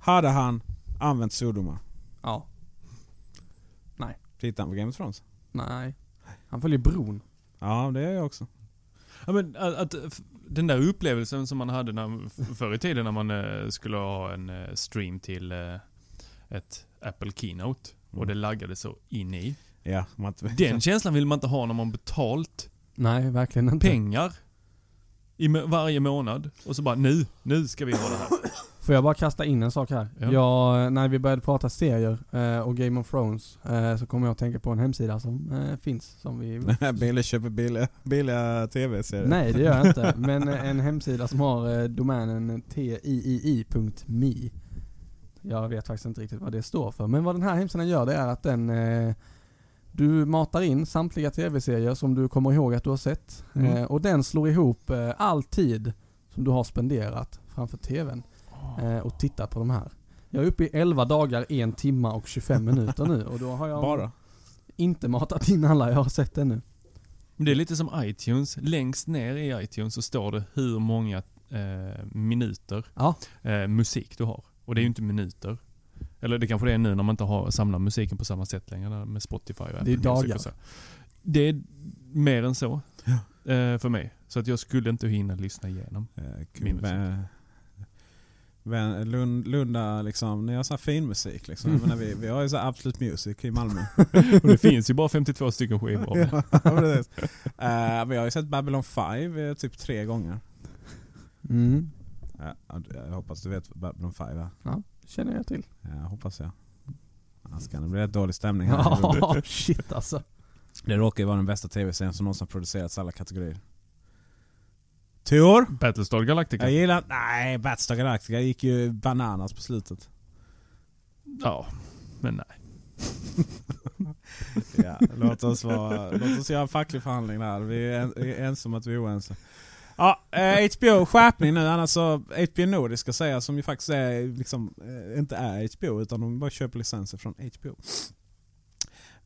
Speaker 1: hade han använt svordomar.
Speaker 2: ja.
Speaker 1: Tittar han på Game of Thrones?
Speaker 2: Nej. Han följer bron.
Speaker 1: Ja, det gör jag också.
Speaker 3: Ja, men att, att f- den där upplevelsen som man hade när, f- förr i tiden när man eh, skulle ha en eh, stream till eh, ett Apple Keynote och det laggade så in i.
Speaker 1: Ja, om man inte
Speaker 3: Den känslan vill man inte ha när man betalt
Speaker 2: Nej, verkligen inte.
Speaker 3: pengar i må- varje månad och så bara nu, nu ska vi ha det här.
Speaker 2: Får jag bara kasta in en sak här?
Speaker 3: Ja.
Speaker 2: Jag, när vi började prata serier eh, och Game of Thrones eh, så kommer jag att tänka på en hemsida som eh, finns som vi...
Speaker 1: Billy köper billiga, billiga tv-serier.
Speaker 2: Nej det gör jag inte, men eh, en hemsida som har eh, domänen tiii.me Jag vet faktiskt inte riktigt vad det står för, men vad den här hemsidan gör det är att den eh, du matar in samtliga tv-serier som du kommer ihåg att du har sett
Speaker 3: Mm.
Speaker 2: eh, och den slår ihop eh, all tid som du har spenderat framför tvn eh, och tittat på de här. Jag är uppe i 11 dagar, 1 timma och 25 minuter nu och då har jag
Speaker 1: Bara.
Speaker 2: inte matat in alla jag har sett ännu.
Speaker 3: Men det är lite som iTunes. Längst ner i iTunes så står det hur många eh, minuter
Speaker 2: Ja.
Speaker 3: eh, musik du har. Och det är ju inte minuter. Eller det kanske det är nu när man inte har, samlar musiken på samma sätt längre där med Spotify och Apple Music
Speaker 2: dagar.
Speaker 3: och så. Det är mer än så. Eh, för mig. Så att jag skulle inte hinna lyssna igenom.
Speaker 1: Eh, kul
Speaker 3: Min musik.
Speaker 1: med- men Lund, Lunda liksom, ni har sån här fin musik liksom. Jag menar, vi, vi har ju så här Absolute Music i Malmö.
Speaker 3: Och det finns ju bara 52 stycken skivor av det.
Speaker 1: ja, precis. Eh, men jag har ju sett Babylon 5 eh, typ tre gånger.
Speaker 2: Mm.
Speaker 1: Eh, ja, du- jag hoppas du vet vad Babylon 5 är.
Speaker 2: Känner jag till.
Speaker 1: Uh, hoppas jag. Annars kan det bli rätt dålig stämning här. i Lund.
Speaker 2: Ja, shit alltså.
Speaker 1: Det råkar ju vara den bästa tv-serien som någonsin har producerats i alla kategorier. Tor?
Speaker 3: Battlestar Galactica.
Speaker 1: Jag gillar... Nej, Battlestar Galactica gick ju bananas på slutet.
Speaker 3: Ja, men nej.
Speaker 1: Ja, låt, oss vara, låt oss göra en facklig förhandling där. Vi är, en, vi är ense om att vi är oense. Ja, eh, HBO, skärpning nu. Annars så, HBO Nordic ska säga som ju faktiskt är, liksom, eh, inte är HBO utan de bara köper licenser från HBO.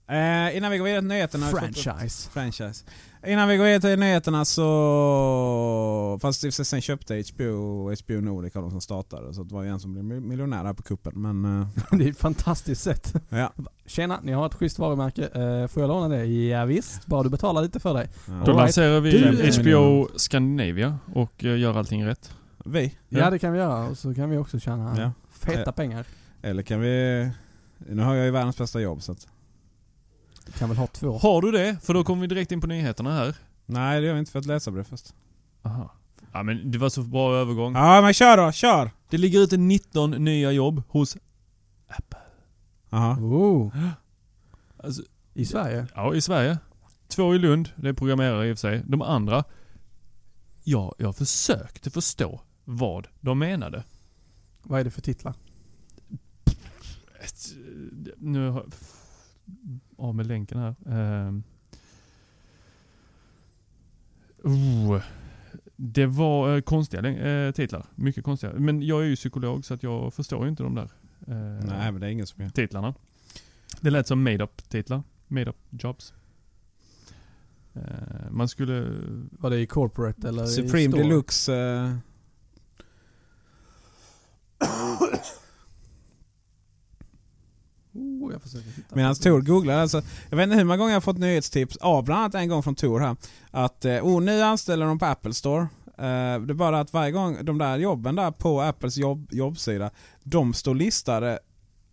Speaker 1: Eh, innan vi går vidare till nyheterna... har vi fått
Speaker 2: Franchise.
Speaker 1: Ett, franchise. Innan vi går vidare till nyheterna så... Fast i och för sig sen köpte HBO HBO Nordic av de som startade. Så det var ju en som blev mil- miljonär här på kuppen. Men eh,
Speaker 2: Det är ett fantastiskt sätt.
Speaker 1: ja.
Speaker 2: Tjena, ni har ett schysst varumärke. Eh, får jag låna det? Ja, visst, bara du betalar lite för dig.
Speaker 3: Då
Speaker 2: Alright.
Speaker 3: lanserar vi
Speaker 2: Du-
Speaker 3: HBO Scandinavia och eh, gör allting rätt.
Speaker 1: Vi?
Speaker 2: Ja. det kan vi göra. Och så kan vi också tjäna
Speaker 1: Ja.
Speaker 2: feta
Speaker 1: Ja.
Speaker 2: pengar.
Speaker 1: Eller kan vi... Nu har jag ju världens bästa jobb så att...
Speaker 2: Du kan väl ha två.
Speaker 3: Har du det? För då kommer vi direkt in på nyheterna här.
Speaker 1: Nej det gör vi inte för att läsa brev först.
Speaker 3: Aha. Ja men det var så bra övergång.
Speaker 1: Ja men kör då, kör!
Speaker 3: Det ligger ute 19 nya jobb hos...
Speaker 1: Aha.
Speaker 2: Oh,
Speaker 3: Alltså,
Speaker 2: I Sverige?
Speaker 3: ja, i Sverige. Två i Lund, det är programmerare i och för sig. De andra... Ja, jag försökte förstå vad de menade.
Speaker 2: Vad är det för titlar?
Speaker 3: Ett, eh, Nu har... Av med länken här. Ehm. Oh. Det var eh, konstiga län- eh, titlar. Mycket konstiga. Men jag är ju psykolog så att jag förstår ju inte de där eh,
Speaker 1: Nej men det är ingen som gör.
Speaker 3: titlarna. Det lät som made up titlar. Made up jobs. Eh, man skulle...
Speaker 2: Var det i corporate eller i
Speaker 1: Supreme
Speaker 2: store?
Speaker 1: Deluxe... eh,
Speaker 2: Oh, jag försöker hitta.
Speaker 1: Medan Tor googlar alltså. Jag vet inte hur många gånger jag har fått nyhetstips av bland annat en gång från Tor här. Att eh, oh, nu anställer de på Apple Store. Eh, Det är bara att varje gång de där jobben där på Apples jobb, jobbsida. De står listade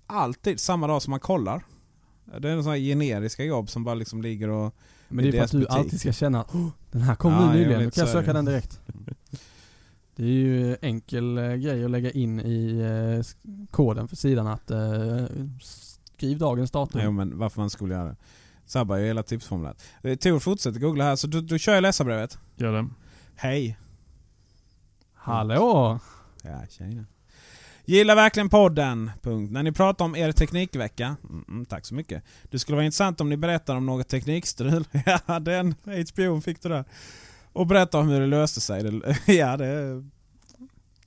Speaker 1: alltid samma dag som man kollar. Det är sådana generiska jobb som bara liksom ligger och...
Speaker 2: Men det är för
Speaker 1: deras
Speaker 2: att du
Speaker 1: butik.
Speaker 2: alltid ska känna att "Oh, den här kom
Speaker 1: Ja,
Speaker 2: nu
Speaker 1: jo,
Speaker 2: nyligen, då
Speaker 1: lite
Speaker 2: kan jag
Speaker 1: så är
Speaker 2: söka
Speaker 1: det.
Speaker 2: den direkt. Det är ju enkel eh, grej att lägga in i eh, sk- koden för sidan att eh, skriv dagens datum.
Speaker 1: Jo men varför man skulle göra det. Sabbar ju hela tipsformuläret. Eh, Tor fortsätter googla här så du, du kör jag läsarbrevet.
Speaker 3: Gör det.
Speaker 1: Hej!
Speaker 2: Hallå!
Speaker 1: Ja, tjena. Gillar verkligen podden. Punkt. När ni pratar om er teknikvecka. Mm, mm, tack så mycket. Det skulle vara intressant om ni berättar om något teknikstrul. ja, den HBO fick du där. Och berätta om hur det löste sig. Det, ja, det...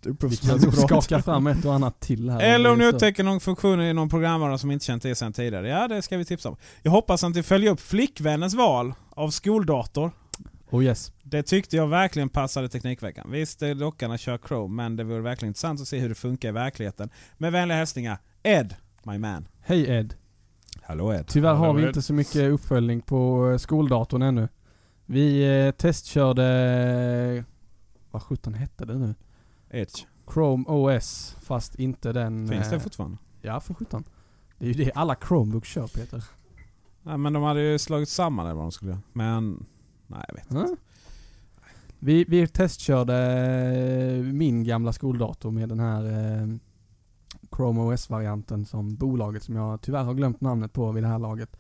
Speaker 1: det är
Speaker 2: Vi kan nog skaka fram ett och annat till här.
Speaker 1: Eller om ni
Speaker 2: Så-
Speaker 1: upptäcker någon funktion i någon programvara som inte känt till sedan tidigare. Ja, det ska vi tipsa om. Jag hoppas att ni följer upp flickvännens val av skoldator.
Speaker 2: Oh yes.
Speaker 1: Det tyckte jag verkligen passade Teknikveckan. Visst, det är dockarna kör Chrome, men det vore verkligen intressant att se hur det funkar i verkligheten. Med vänliga hälsningar, Ed, my man.
Speaker 2: Hej Ed.
Speaker 1: Hallå Ed.
Speaker 2: Tyvärr har vi
Speaker 3: Hallå, Ed.
Speaker 2: inte så mycket uppföljning på eh, skoldatorn ännu. Vi eh, testkörde, eh, vad sjutton hette det nu?
Speaker 1: Edge.
Speaker 2: Chrome OS, fast inte den...
Speaker 1: Finns det
Speaker 2: eh,
Speaker 1: fortfarande?
Speaker 2: Ja, för sjutton. Det är ju det alla Chromebooks kör Peter.
Speaker 1: Nej, men de hade ju slagit samman eller vad de skulle göra. Men... Nej, jag vet inte.
Speaker 2: Mm. Vi, vi testkörde eh, min gamla skoldator med den här eh, Chrome OS-varianten som bolaget, som jag tyvärr har glömt namnet på vid det här laget,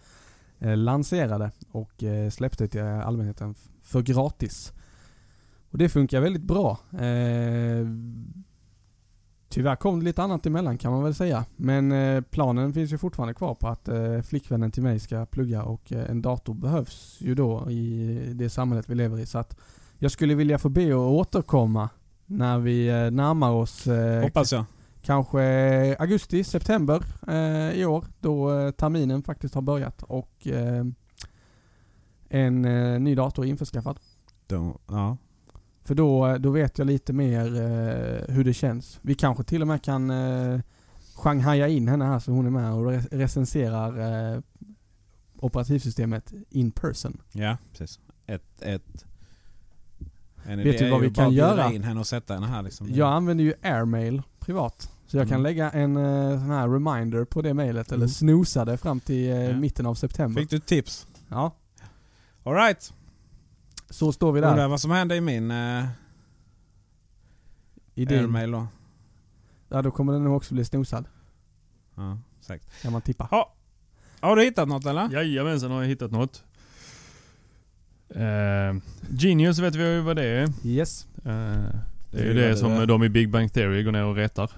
Speaker 2: eh, lanserade och eh, släppte till allmänheten f- för gratis. Och det funkar väldigt bra. Eh, tyvärr kom det lite annat emellan kan man väl säga. Men eh, planen finns ju fortfarande kvar på att eh, flickvännen till mig ska plugga och eh, en dator behövs ju då i det samhället vi lever i. Så att jag skulle vilja få be att återkomma när vi eh, närmar oss eh,
Speaker 1: Hoppas jag.
Speaker 2: kanske augusti, september eh, i år då eh, terminen faktiskt har börjat och eh, en eh, ny dator är införskaffad.
Speaker 1: De, ja.
Speaker 2: För då, eh, då vet jag lite mer eh, hur det känns. Vi kanske till och med kan eh, shanghaja in henne här så hon är med och re- recenserar eh, operativsystemet in person.
Speaker 1: ja, precis. Ett, ett. En
Speaker 2: Vet
Speaker 1: idé
Speaker 2: du
Speaker 1: är
Speaker 2: vad
Speaker 1: ju
Speaker 2: vi
Speaker 1: bara
Speaker 2: kan
Speaker 1: att bjuda
Speaker 2: göra?
Speaker 1: in henne och sätta henne här liksom.
Speaker 2: Jag använder ju airmail privat. Så jag kan
Speaker 1: Mm.
Speaker 2: lägga en eh, sån här reminder på det mailet eller
Speaker 1: Mm.
Speaker 2: snosa det fram till eh,
Speaker 1: Ja.
Speaker 2: mitten av september.
Speaker 1: Fick du tips?
Speaker 2: Ja,
Speaker 1: Alright.
Speaker 2: så står vi där.
Speaker 1: Undrar vad som hände i min eh,
Speaker 2: I din,
Speaker 1: airmail då.
Speaker 2: ja då kommer den nog också bli snosad.
Speaker 1: Ja, säkert.
Speaker 2: Kan man tippa.
Speaker 1: Ha. Har du hittat något eller?
Speaker 3: Jajamensan har jag hittat något. Eh, Genius vet vi ju vad det är.
Speaker 2: Yes.
Speaker 3: Eh, det är
Speaker 1: Det är
Speaker 3: ju
Speaker 1: vad det
Speaker 3: det som
Speaker 1: är.
Speaker 3: de i Big Bang Theory går ner och rättar.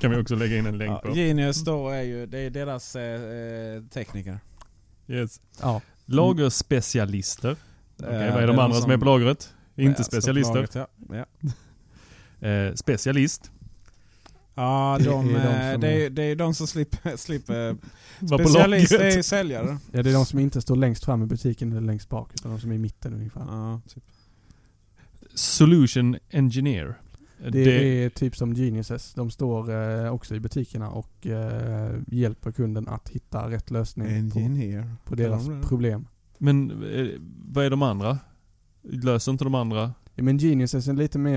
Speaker 3: kan vi också lägga in en länk
Speaker 1: Ja,
Speaker 3: på.
Speaker 1: Genius då är ju det är deras eh, eh, tekniker.
Speaker 3: Yes.
Speaker 2: Ja.
Speaker 3: Lagerspecialister. Okej,
Speaker 1: Eh,
Speaker 3: vad
Speaker 1: det
Speaker 3: är de andra som är på lagret?
Speaker 1: Ja,
Speaker 3: Inte
Speaker 1: står på
Speaker 3: specialister.
Speaker 1: lagret, ja. Ja.
Speaker 3: Eh, specialist.
Speaker 1: Ja,
Speaker 2: Det är
Speaker 1: de,
Speaker 2: de
Speaker 1: eh,
Speaker 2: som
Speaker 1: det,
Speaker 2: är-
Speaker 1: är, det är de som slipper... slipper
Speaker 3: Var på
Speaker 1: specialist
Speaker 3: locket.
Speaker 1: är ju säljare.
Speaker 2: Ja, det är de som inte står längst fram i butiken eller längst bak, utan de som är i mitten ungefär.
Speaker 1: Ja, typ.
Speaker 3: Solution Engineer. Eh,
Speaker 2: Det, är typ som Geniuses. De står eh, också i butikerna och eh, hjälper kunden att hitta rätt lösning på,
Speaker 1: Engineer.
Speaker 2: på deras
Speaker 1: Kallar de det?
Speaker 2: problem.
Speaker 3: Men eh, vad är de andra? Löser inte de andra?
Speaker 2: Ja, men Geniuses är lite mer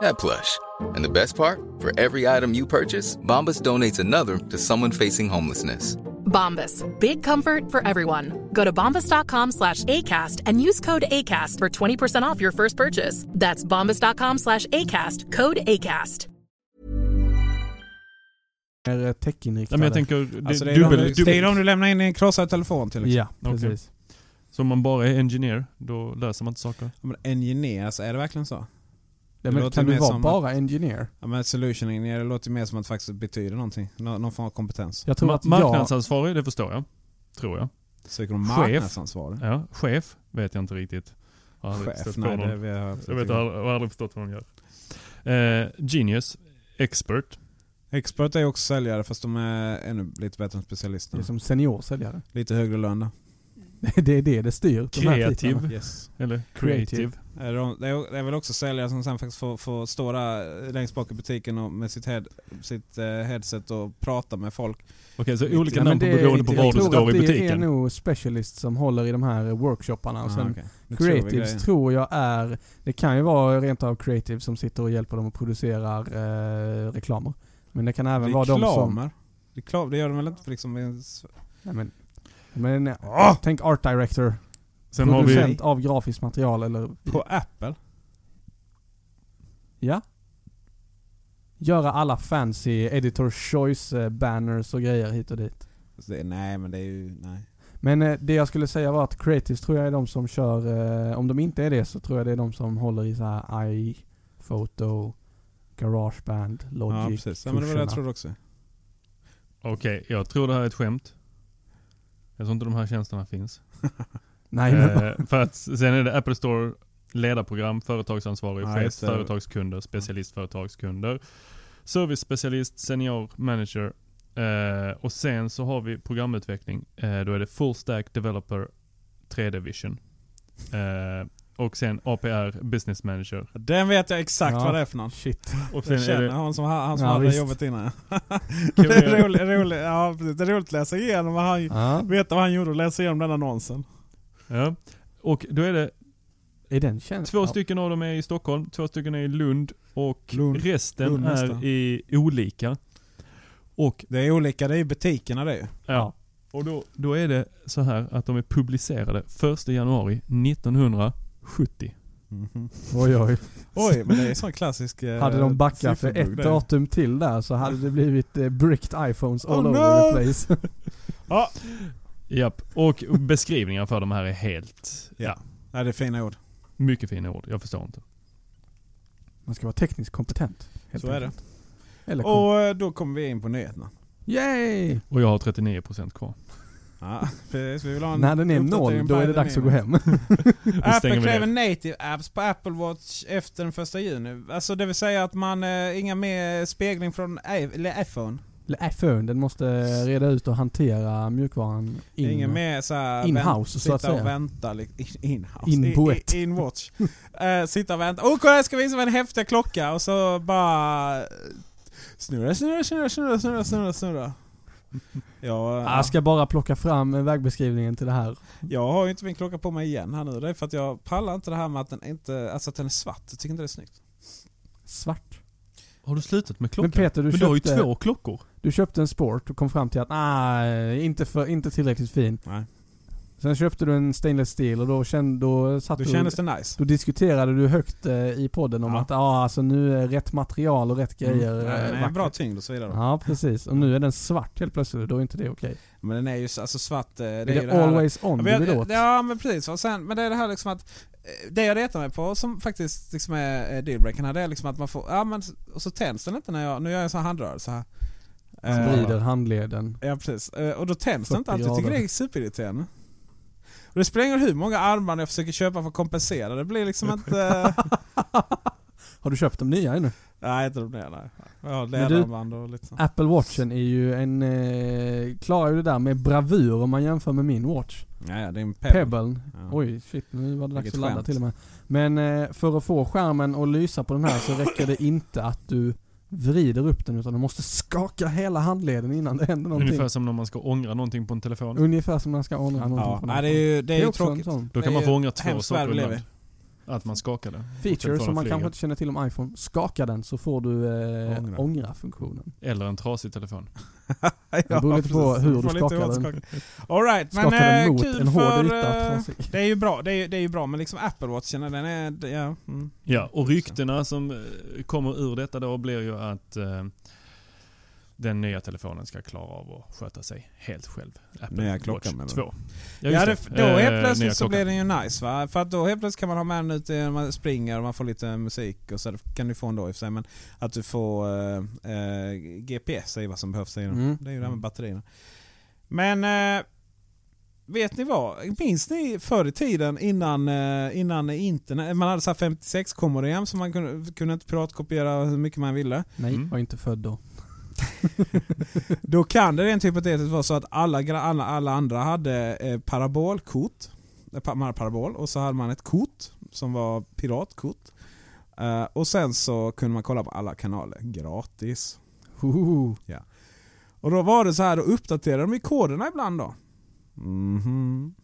Speaker 6: that plush. And the best part? For every item you purchase, Bombas donates another to someone facing homelessness.
Speaker 7: Bombas. Big comfort for everyone. Go to bombas.com slash ACAST and use code ACAST for 20% off your first purchase. That's bombas.com slash ACAST. Code ACAST.
Speaker 3: Nej,
Speaker 2: eh, täckinriktade.
Speaker 3: men jag tänker det,
Speaker 1: Alltså det, är
Speaker 3: dubbel,
Speaker 1: de, du-
Speaker 3: dubbel.
Speaker 1: det är de du lämnar in i en krossad telefon till exempel.
Speaker 2: Ja,
Speaker 3: Okej.
Speaker 2: precis.
Speaker 3: Så om man bara är engineer, då löser man inte saker.
Speaker 1: Ja. Men engineer, alltså, är det verkligen så?
Speaker 2: Ja,
Speaker 1: Det
Speaker 2: men
Speaker 1: låter
Speaker 2: kan du
Speaker 1: mer
Speaker 2: vara
Speaker 1: som-
Speaker 2: bara engineer?
Speaker 1: Ja, men solution engineer, det låter ju mer som att det faktiskt betyder någonting. Nå- någon form av kompetens.
Speaker 2: Jag tror
Speaker 3: Ma-
Speaker 2: att jag...
Speaker 3: marknadsansvarig, det förstår jag. Tror jag.
Speaker 1: Söker de
Speaker 3: Chef.
Speaker 1: marknadsansvarig?
Speaker 3: Ja. Chef, vet jag inte riktigt. Har aldrig
Speaker 1: Chef?
Speaker 3: stött på
Speaker 1: Nej,
Speaker 3: någon.
Speaker 1: det vi har
Speaker 3: Jag vet, jag har jag har aldrig förstått vad de gör. Eh, genius, expert.
Speaker 1: Expert är också säljare fast de är ännu lite bättre än
Speaker 2: Det är
Speaker 1: specialisterna.
Speaker 2: som seniorsäljare.
Speaker 1: Lite högre lön då.
Speaker 2: Det är det det styr. de här
Speaker 3: Kreativ.
Speaker 2: titlarna.
Speaker 1: Yes.
Speaker 3: Eller
Speaker 2: Creative.
Speaker 3: creative.
Speaker 1: Är de- Det är det är väl också säljare som sen faktiskt får, får stå där längst bak i butiken och med sitt, head, sitt eh, headset och prata med folk.
Speaker 3: Okej, så
Speaker 1: Lite-
Speaker 3: olika
Speaker 1: Ja,
Speaker 3: namn
Speaker 1: men
Speaker 3: på
Speaker 1: det är
Speaker 3: beroende på
Speaker 1: lite-
Speaker 3: var
Speaker 2: Jag
Speaker 3: du
Speaker 1: Orden
Speaker 2: tror
Speaker 3: står
Speaker 2: att
Speaker 3: i
Speaker 2: det är
Speaker 3: butiken.
Speaker 2: nog specialists som håller i de här workshopparna. Och sen
Speaker 1: Ah, okej. Nu tror vi
Speaker 2: Creatives
Speaker 1: grejer.
Speaker 2: tror jag är, det kan ju vara rent av creatives som sitter och hjälper dem att producera eh, reklamer. Men det kan även vara de som...
Speaker 1: Reklamer? Reklam, det gör de väl inte för liksom... i en s-
Speaker 2: Nej, men, men, Tänk art director,
Speaker 3: Sen Ah! har
Speaker 2: producent
Speaker 3: vi...
Speaker 2: av grafiskt material eller...
Speaker 1: På Apple?
Speaker 2: Ja. Göra alla fancy editor choice eh, banners och grejer hit och dit.
Speaker 1: Alltså det, nej men det är ju... Nej.
Speaker 2: Men eh, det jag skulle säga var att creatives tror jag är de som kör, eh, om de inte är det så tror jag det är de som håller i så här iPhoto, Garageband,
Speaker 1: Ja
Speaker 2: Logic.
Speaker 1: precis. Ja, men det var det jag trodde också.
Speaker 3: Okej, jag tror det här är ett skämt. Jag tror inte de här tjänsterna finns.
Speaker 2: Nej men,
Speaker 3: Eh, för att sen är det Apple Store, ledarprogram, företagsansvarig,
Speaker 1: Ja,
Speaker 3: chef,
Speaker 1: just det.
Speaker 3: företagskunder, specialistföretagskunder, servicespecialist, senior manager eh, och sen så har vi programutveckling. Eh, då är det full stack developer 3D vision. Eh, och sen APR business manager.
Speaker 1: Den vet jag exakt
Speaker 2: Ja.
Speaker 1: vad det är för någon.
Speaker 2: shit.
Speaker 3: Och sen
Speaker 1: Jag
Speaker 3: är
Speaker 1: känner
Speaker 3: det,
Speaker 1: han som, han som
Speaker 2: Ja,
Speaker 1: hade
Speaker 2: visst.
Speaker 1: jobbet innan.
Speaker 3: Kan
Speaker 1: det,
Speaker 3: vi
Speaker 1: är
Speaker 3: göra-
Speaker 1: roligt, roligt, ja, precis. det är roligt att läsa igenom vad han,
Speaker 2: Ja.
Speaker 1: veta vad han gjorde och läsa igenom den annonsen.
Speaker 3: ja. Och då är det
Speaker 2: Är den känd?
Speaker 3: Två stycken av dem är i Stockholm, två stycken är i Lund och
Speaker 1: Lund.
Speaker 3: resten
Speaker 1: Lund nästa.
Speaker 3: är i olika. Och,
Speaker 1: Det är olika, det är ju butikerna det.
Speaker 3: ja. och då, då är det så här att de är publicerade 1 januari 1970.
Speaker 2: Oj oj.
Speaker 1: Mhm. Oj, men det är en sån klassisk... eh,
Speaker 2: Hade de backat för
Speaker 1: sifferbok
Speaker 2: ett
Speaker 1: det.
Speaker 2: datum till där så hade det blivit eh, bricked iPhones all
Speaker 1: Oh,
Speaker 2: over
Speaker 1: no!
Speaker 2: the place.
Speaker 1: Ja,
Speaker 3: Japp. Och beskrivningar för de här är helt, ja.
Speaker 1: Ja. nej, det är fina ord.
Speaker 3: mycket fina ord. Jag förstår inte.
Speaker 2: Man ska vara tekniskt kompetent. helt
Speaker 1: Så är det.
Speaker 2: enkelt. Eller kom-
Speaker 1: Och eh, då kommer vi in på nyheterna.
Speaker 2: Yay!
Speaker 3: Och jag har 39% kvar.
Speaker 1: Ja, precis. Vi vill ha en
Speaker 2: När den är
Speaker 1: uppdatering
Speaker 2: noll, då
Speaker 1: by
Speaker 2: är det
Speaker 1: the
Speaker 2: dags att
Speaker 1: name.
Speaker 2: gå hem.
Speaker 1: Apple
Speaker 3: stänger vi
Speaker 1: kräver native apps på Apple Watch efter den första juni. Alltså det vill säga att man, eh, inga mer spegling från i- eller iPhone.
Speaker 2: Eller iPhone, den måste reda ut och hantera mjukvaran in.
Speaker 1: Inga mer såhär...
Speaker 2: in-house, så att
Speaker 1: sitta och
Speaker 2: säga.
Speaker 1: vänta. li- in- In-house.
Speaker 2: In
Speaker 1: I-
Speaker 2: boet.
Speaker 1: i- In-watch. Eh, sitta och vänta. Åh kolla jag ska visa mig en häftig klocka och så bara... eh, Snurra, snurra, snurra, snurra, snurra, snurra, snurra. Ja,
Speaker 2: Jag Ah, ska bara plocka fram eh, vägbeskrivningen till det här.
Speaker 1: jag har ju inte min klocka på mig igen här nu. Det är för att jag pallar inte det här med att den inte, alltså att den är svart. Jag tycker inte det är snyggt.
Speaker 2: Svart.
Speaker 3: Har du slutat med klockan?
Speaker 2: Men Peter, du
Speaker 3: Men du har ju
Speaker 2: köpte,
Speaker 3: två klockor.
Speaker 2: du köpte en Sport och kom fram till att nej, inte, för, inte tillräckligt fin.
Speaker 1: Nej.
Speaker 2: Sen köpte du en stainless steel och då, kände, då satt
Speaker 1: Då
Speaker 2: du...
Speaker 1: kändes det nice.
Speaker 2: Då diskuterade du högt eh, i podden om
Speaker 1: Ja.
Speaker 2: att ah, alltså nu är rätt material och rätt grejer
Speaker 1: Mm.
Speaker 2: eh,
Speaker 1: Ja, den är
Speaker 2: vackert.
Speaker 1: bra tyngd och så vidare.
Speaker 2: Ja, precis. Och nu är den svart helt plötsligt, då är inte det okej.
Speaker 1: Men den är ju så- alltså svart. eh, Det är,
Speaker 2: Det
Speaker 1: ju
Speaker 2: är
Speaker 1: det här-
Speaker 2: always on,
Speaker 1: Ja,
Speaker 2: du
Speaker 1: men
Speaker 2: vill
Speaker 1: jag,
Speaker 2: åt.
Speaker 1: ja men precis. Och sen, men det är det här liksom att eh, det jag retar mig på som faktiskt liksom är eh, dealbreakern här det är liksom att man får, ja men och så tänds den inte när jag, nu gör jag en sån här handrörelse här. Eh,
Speaker 2: Alltså, Vrider handleden.
Speaker 1: Ja precis. Eh, Och då tänds den inte
Speaker 2: 40
Speaker 1: alltid. Jag tycker det
Speaker 2: grader.
Speaker 1: är superirriterande. Och det spelar ingen roll hur många armband jag försöker köpa för att kompensera. Det blir liksom inte... eh,
Speaker 2: Har du köpt de nya ännu?
Speaker 1: nej inte de där nej. Jag har
Speaker 2: Men du-
Speaker 1: ledararmband och lite sånt.
Speaker 2: Apple Watchen är ju en... Eh, klarar ju det där med bravur om man jämför med min watch.
Speaker 1: Ja, ja, det är en pebble.
Speaker 2: Pebblen.
Speaker 1: Ja.
Speaker 2: Oj, shit nu var det dags
Speaker 1: Vilket
Speaker 2: att ladda
Speaker 1: skämt.
Speaker 2: till och med. Men eh, för att få skärmen att lysa på den här så räcker det inte att du vrider upp den utan du måste skaka hela handleden innan det händer någonting. Mm.
Speaker 3: Ungefär som när man ska ångra någonting på en telefon.
Speaker 2: Ungefär som när man ska ångra någonting
Speaker 1: Ja,
Speaker 2: från
Speaker 1: nej, det
Speaker 2: iPhone.
Speaker 1: är ju, det är ju
Speaker 2: också en
Speaker 1: tråkigt.
Speaker 2: sån
Speaker 3: Då
Speaker 1: Det är
Speaker 3: kan man
Speaker 1: ju
Speaker 3: få ånga två
Speaker 1: hemskt värld
Speaker 3: saker
Speaker 1: vi lever
Speaker 3: ibland. Att man skakar den.
Speaker 2: feature som man
Speaker 3: flyger.
Speaker 2: kanske inte känner till om iPhone. Skaka den så får du
Speaker 1: Ångra.
Speaker 2: eh, ångra-funktionen.
Speaker 3: Eller en trasig telefon.
Speaker 2: Det beror lite på
Speaker 1: precis.
Speaker 2: hur
Speaker 1: Du
Speaker 2: du
Speaker 1: får lite
Speaker 2: skakar den.
Speaker 1: återskakning. All right, men
Speaker 2: Skaka den
Speaker 1: eh,
Speaker 2: mot
Speaker 1: kul
Speaker 2: en hård
Speaker 1: för,
Speaker 2: yta.
Speaker 1: eh,
Speaker 2: trasig.
Speaker 1: Det är ju bra, det är, ju- det är ju bra men liksom Apple Watchen den är... det- Ja, mm.
Speaker 3: Ja, och ryktena som eh, kommer ur detta då blir ju att eh, den nya telefonen ska klara av att sköta sig helt själv. Apple
Speaker 1: Nya
Speaker 3: Watch
Speaker 1: klockan, menar du?
Speaker 3: 2.
Speaker 1: ja,
Speaker 3: just
Speaker 1: det, då
Speaker 3: Eh,
Speaker 1: helt
Speaker 3: nya
Speaker 1: plötsligt så
Speaker 3: klockan.
Speaker 1: blir den ju nice va? För att då helt plötsligt kan man ha med den ute när man springer och man får lite musik och så det kan du få ändå i och för sig men att du får eh, eh, GPS är ju vad som behövs i den.
Speaker 2: Mm.
Speaker 1: Det är ju det här med batterierna. Men eh, Vet ni vad? Minns ni förr i tiden innan, eh, innan internet? Man hade så här 56 komodem som man kunde, kunde inte piratkopiera hur mycket man ville.
Speaker 2: Nej,
Speaker 3: Mm.
Speaker 2: var inte född då.
Speaker 1: Då kan det rent hypotetiskt vara så att alla, gra- alla, alla andra hade eh, parabolkort. Eh, pa- Man hade parabol och så hade man ett kort som var piratkort. Eh, och sen så kunde man kolla på alla kanaler gratis.
Speaker 2: Hoho.
Speaker 1: Och då var det så här, då uppdaterade de ju koderna ibland då. Mhm.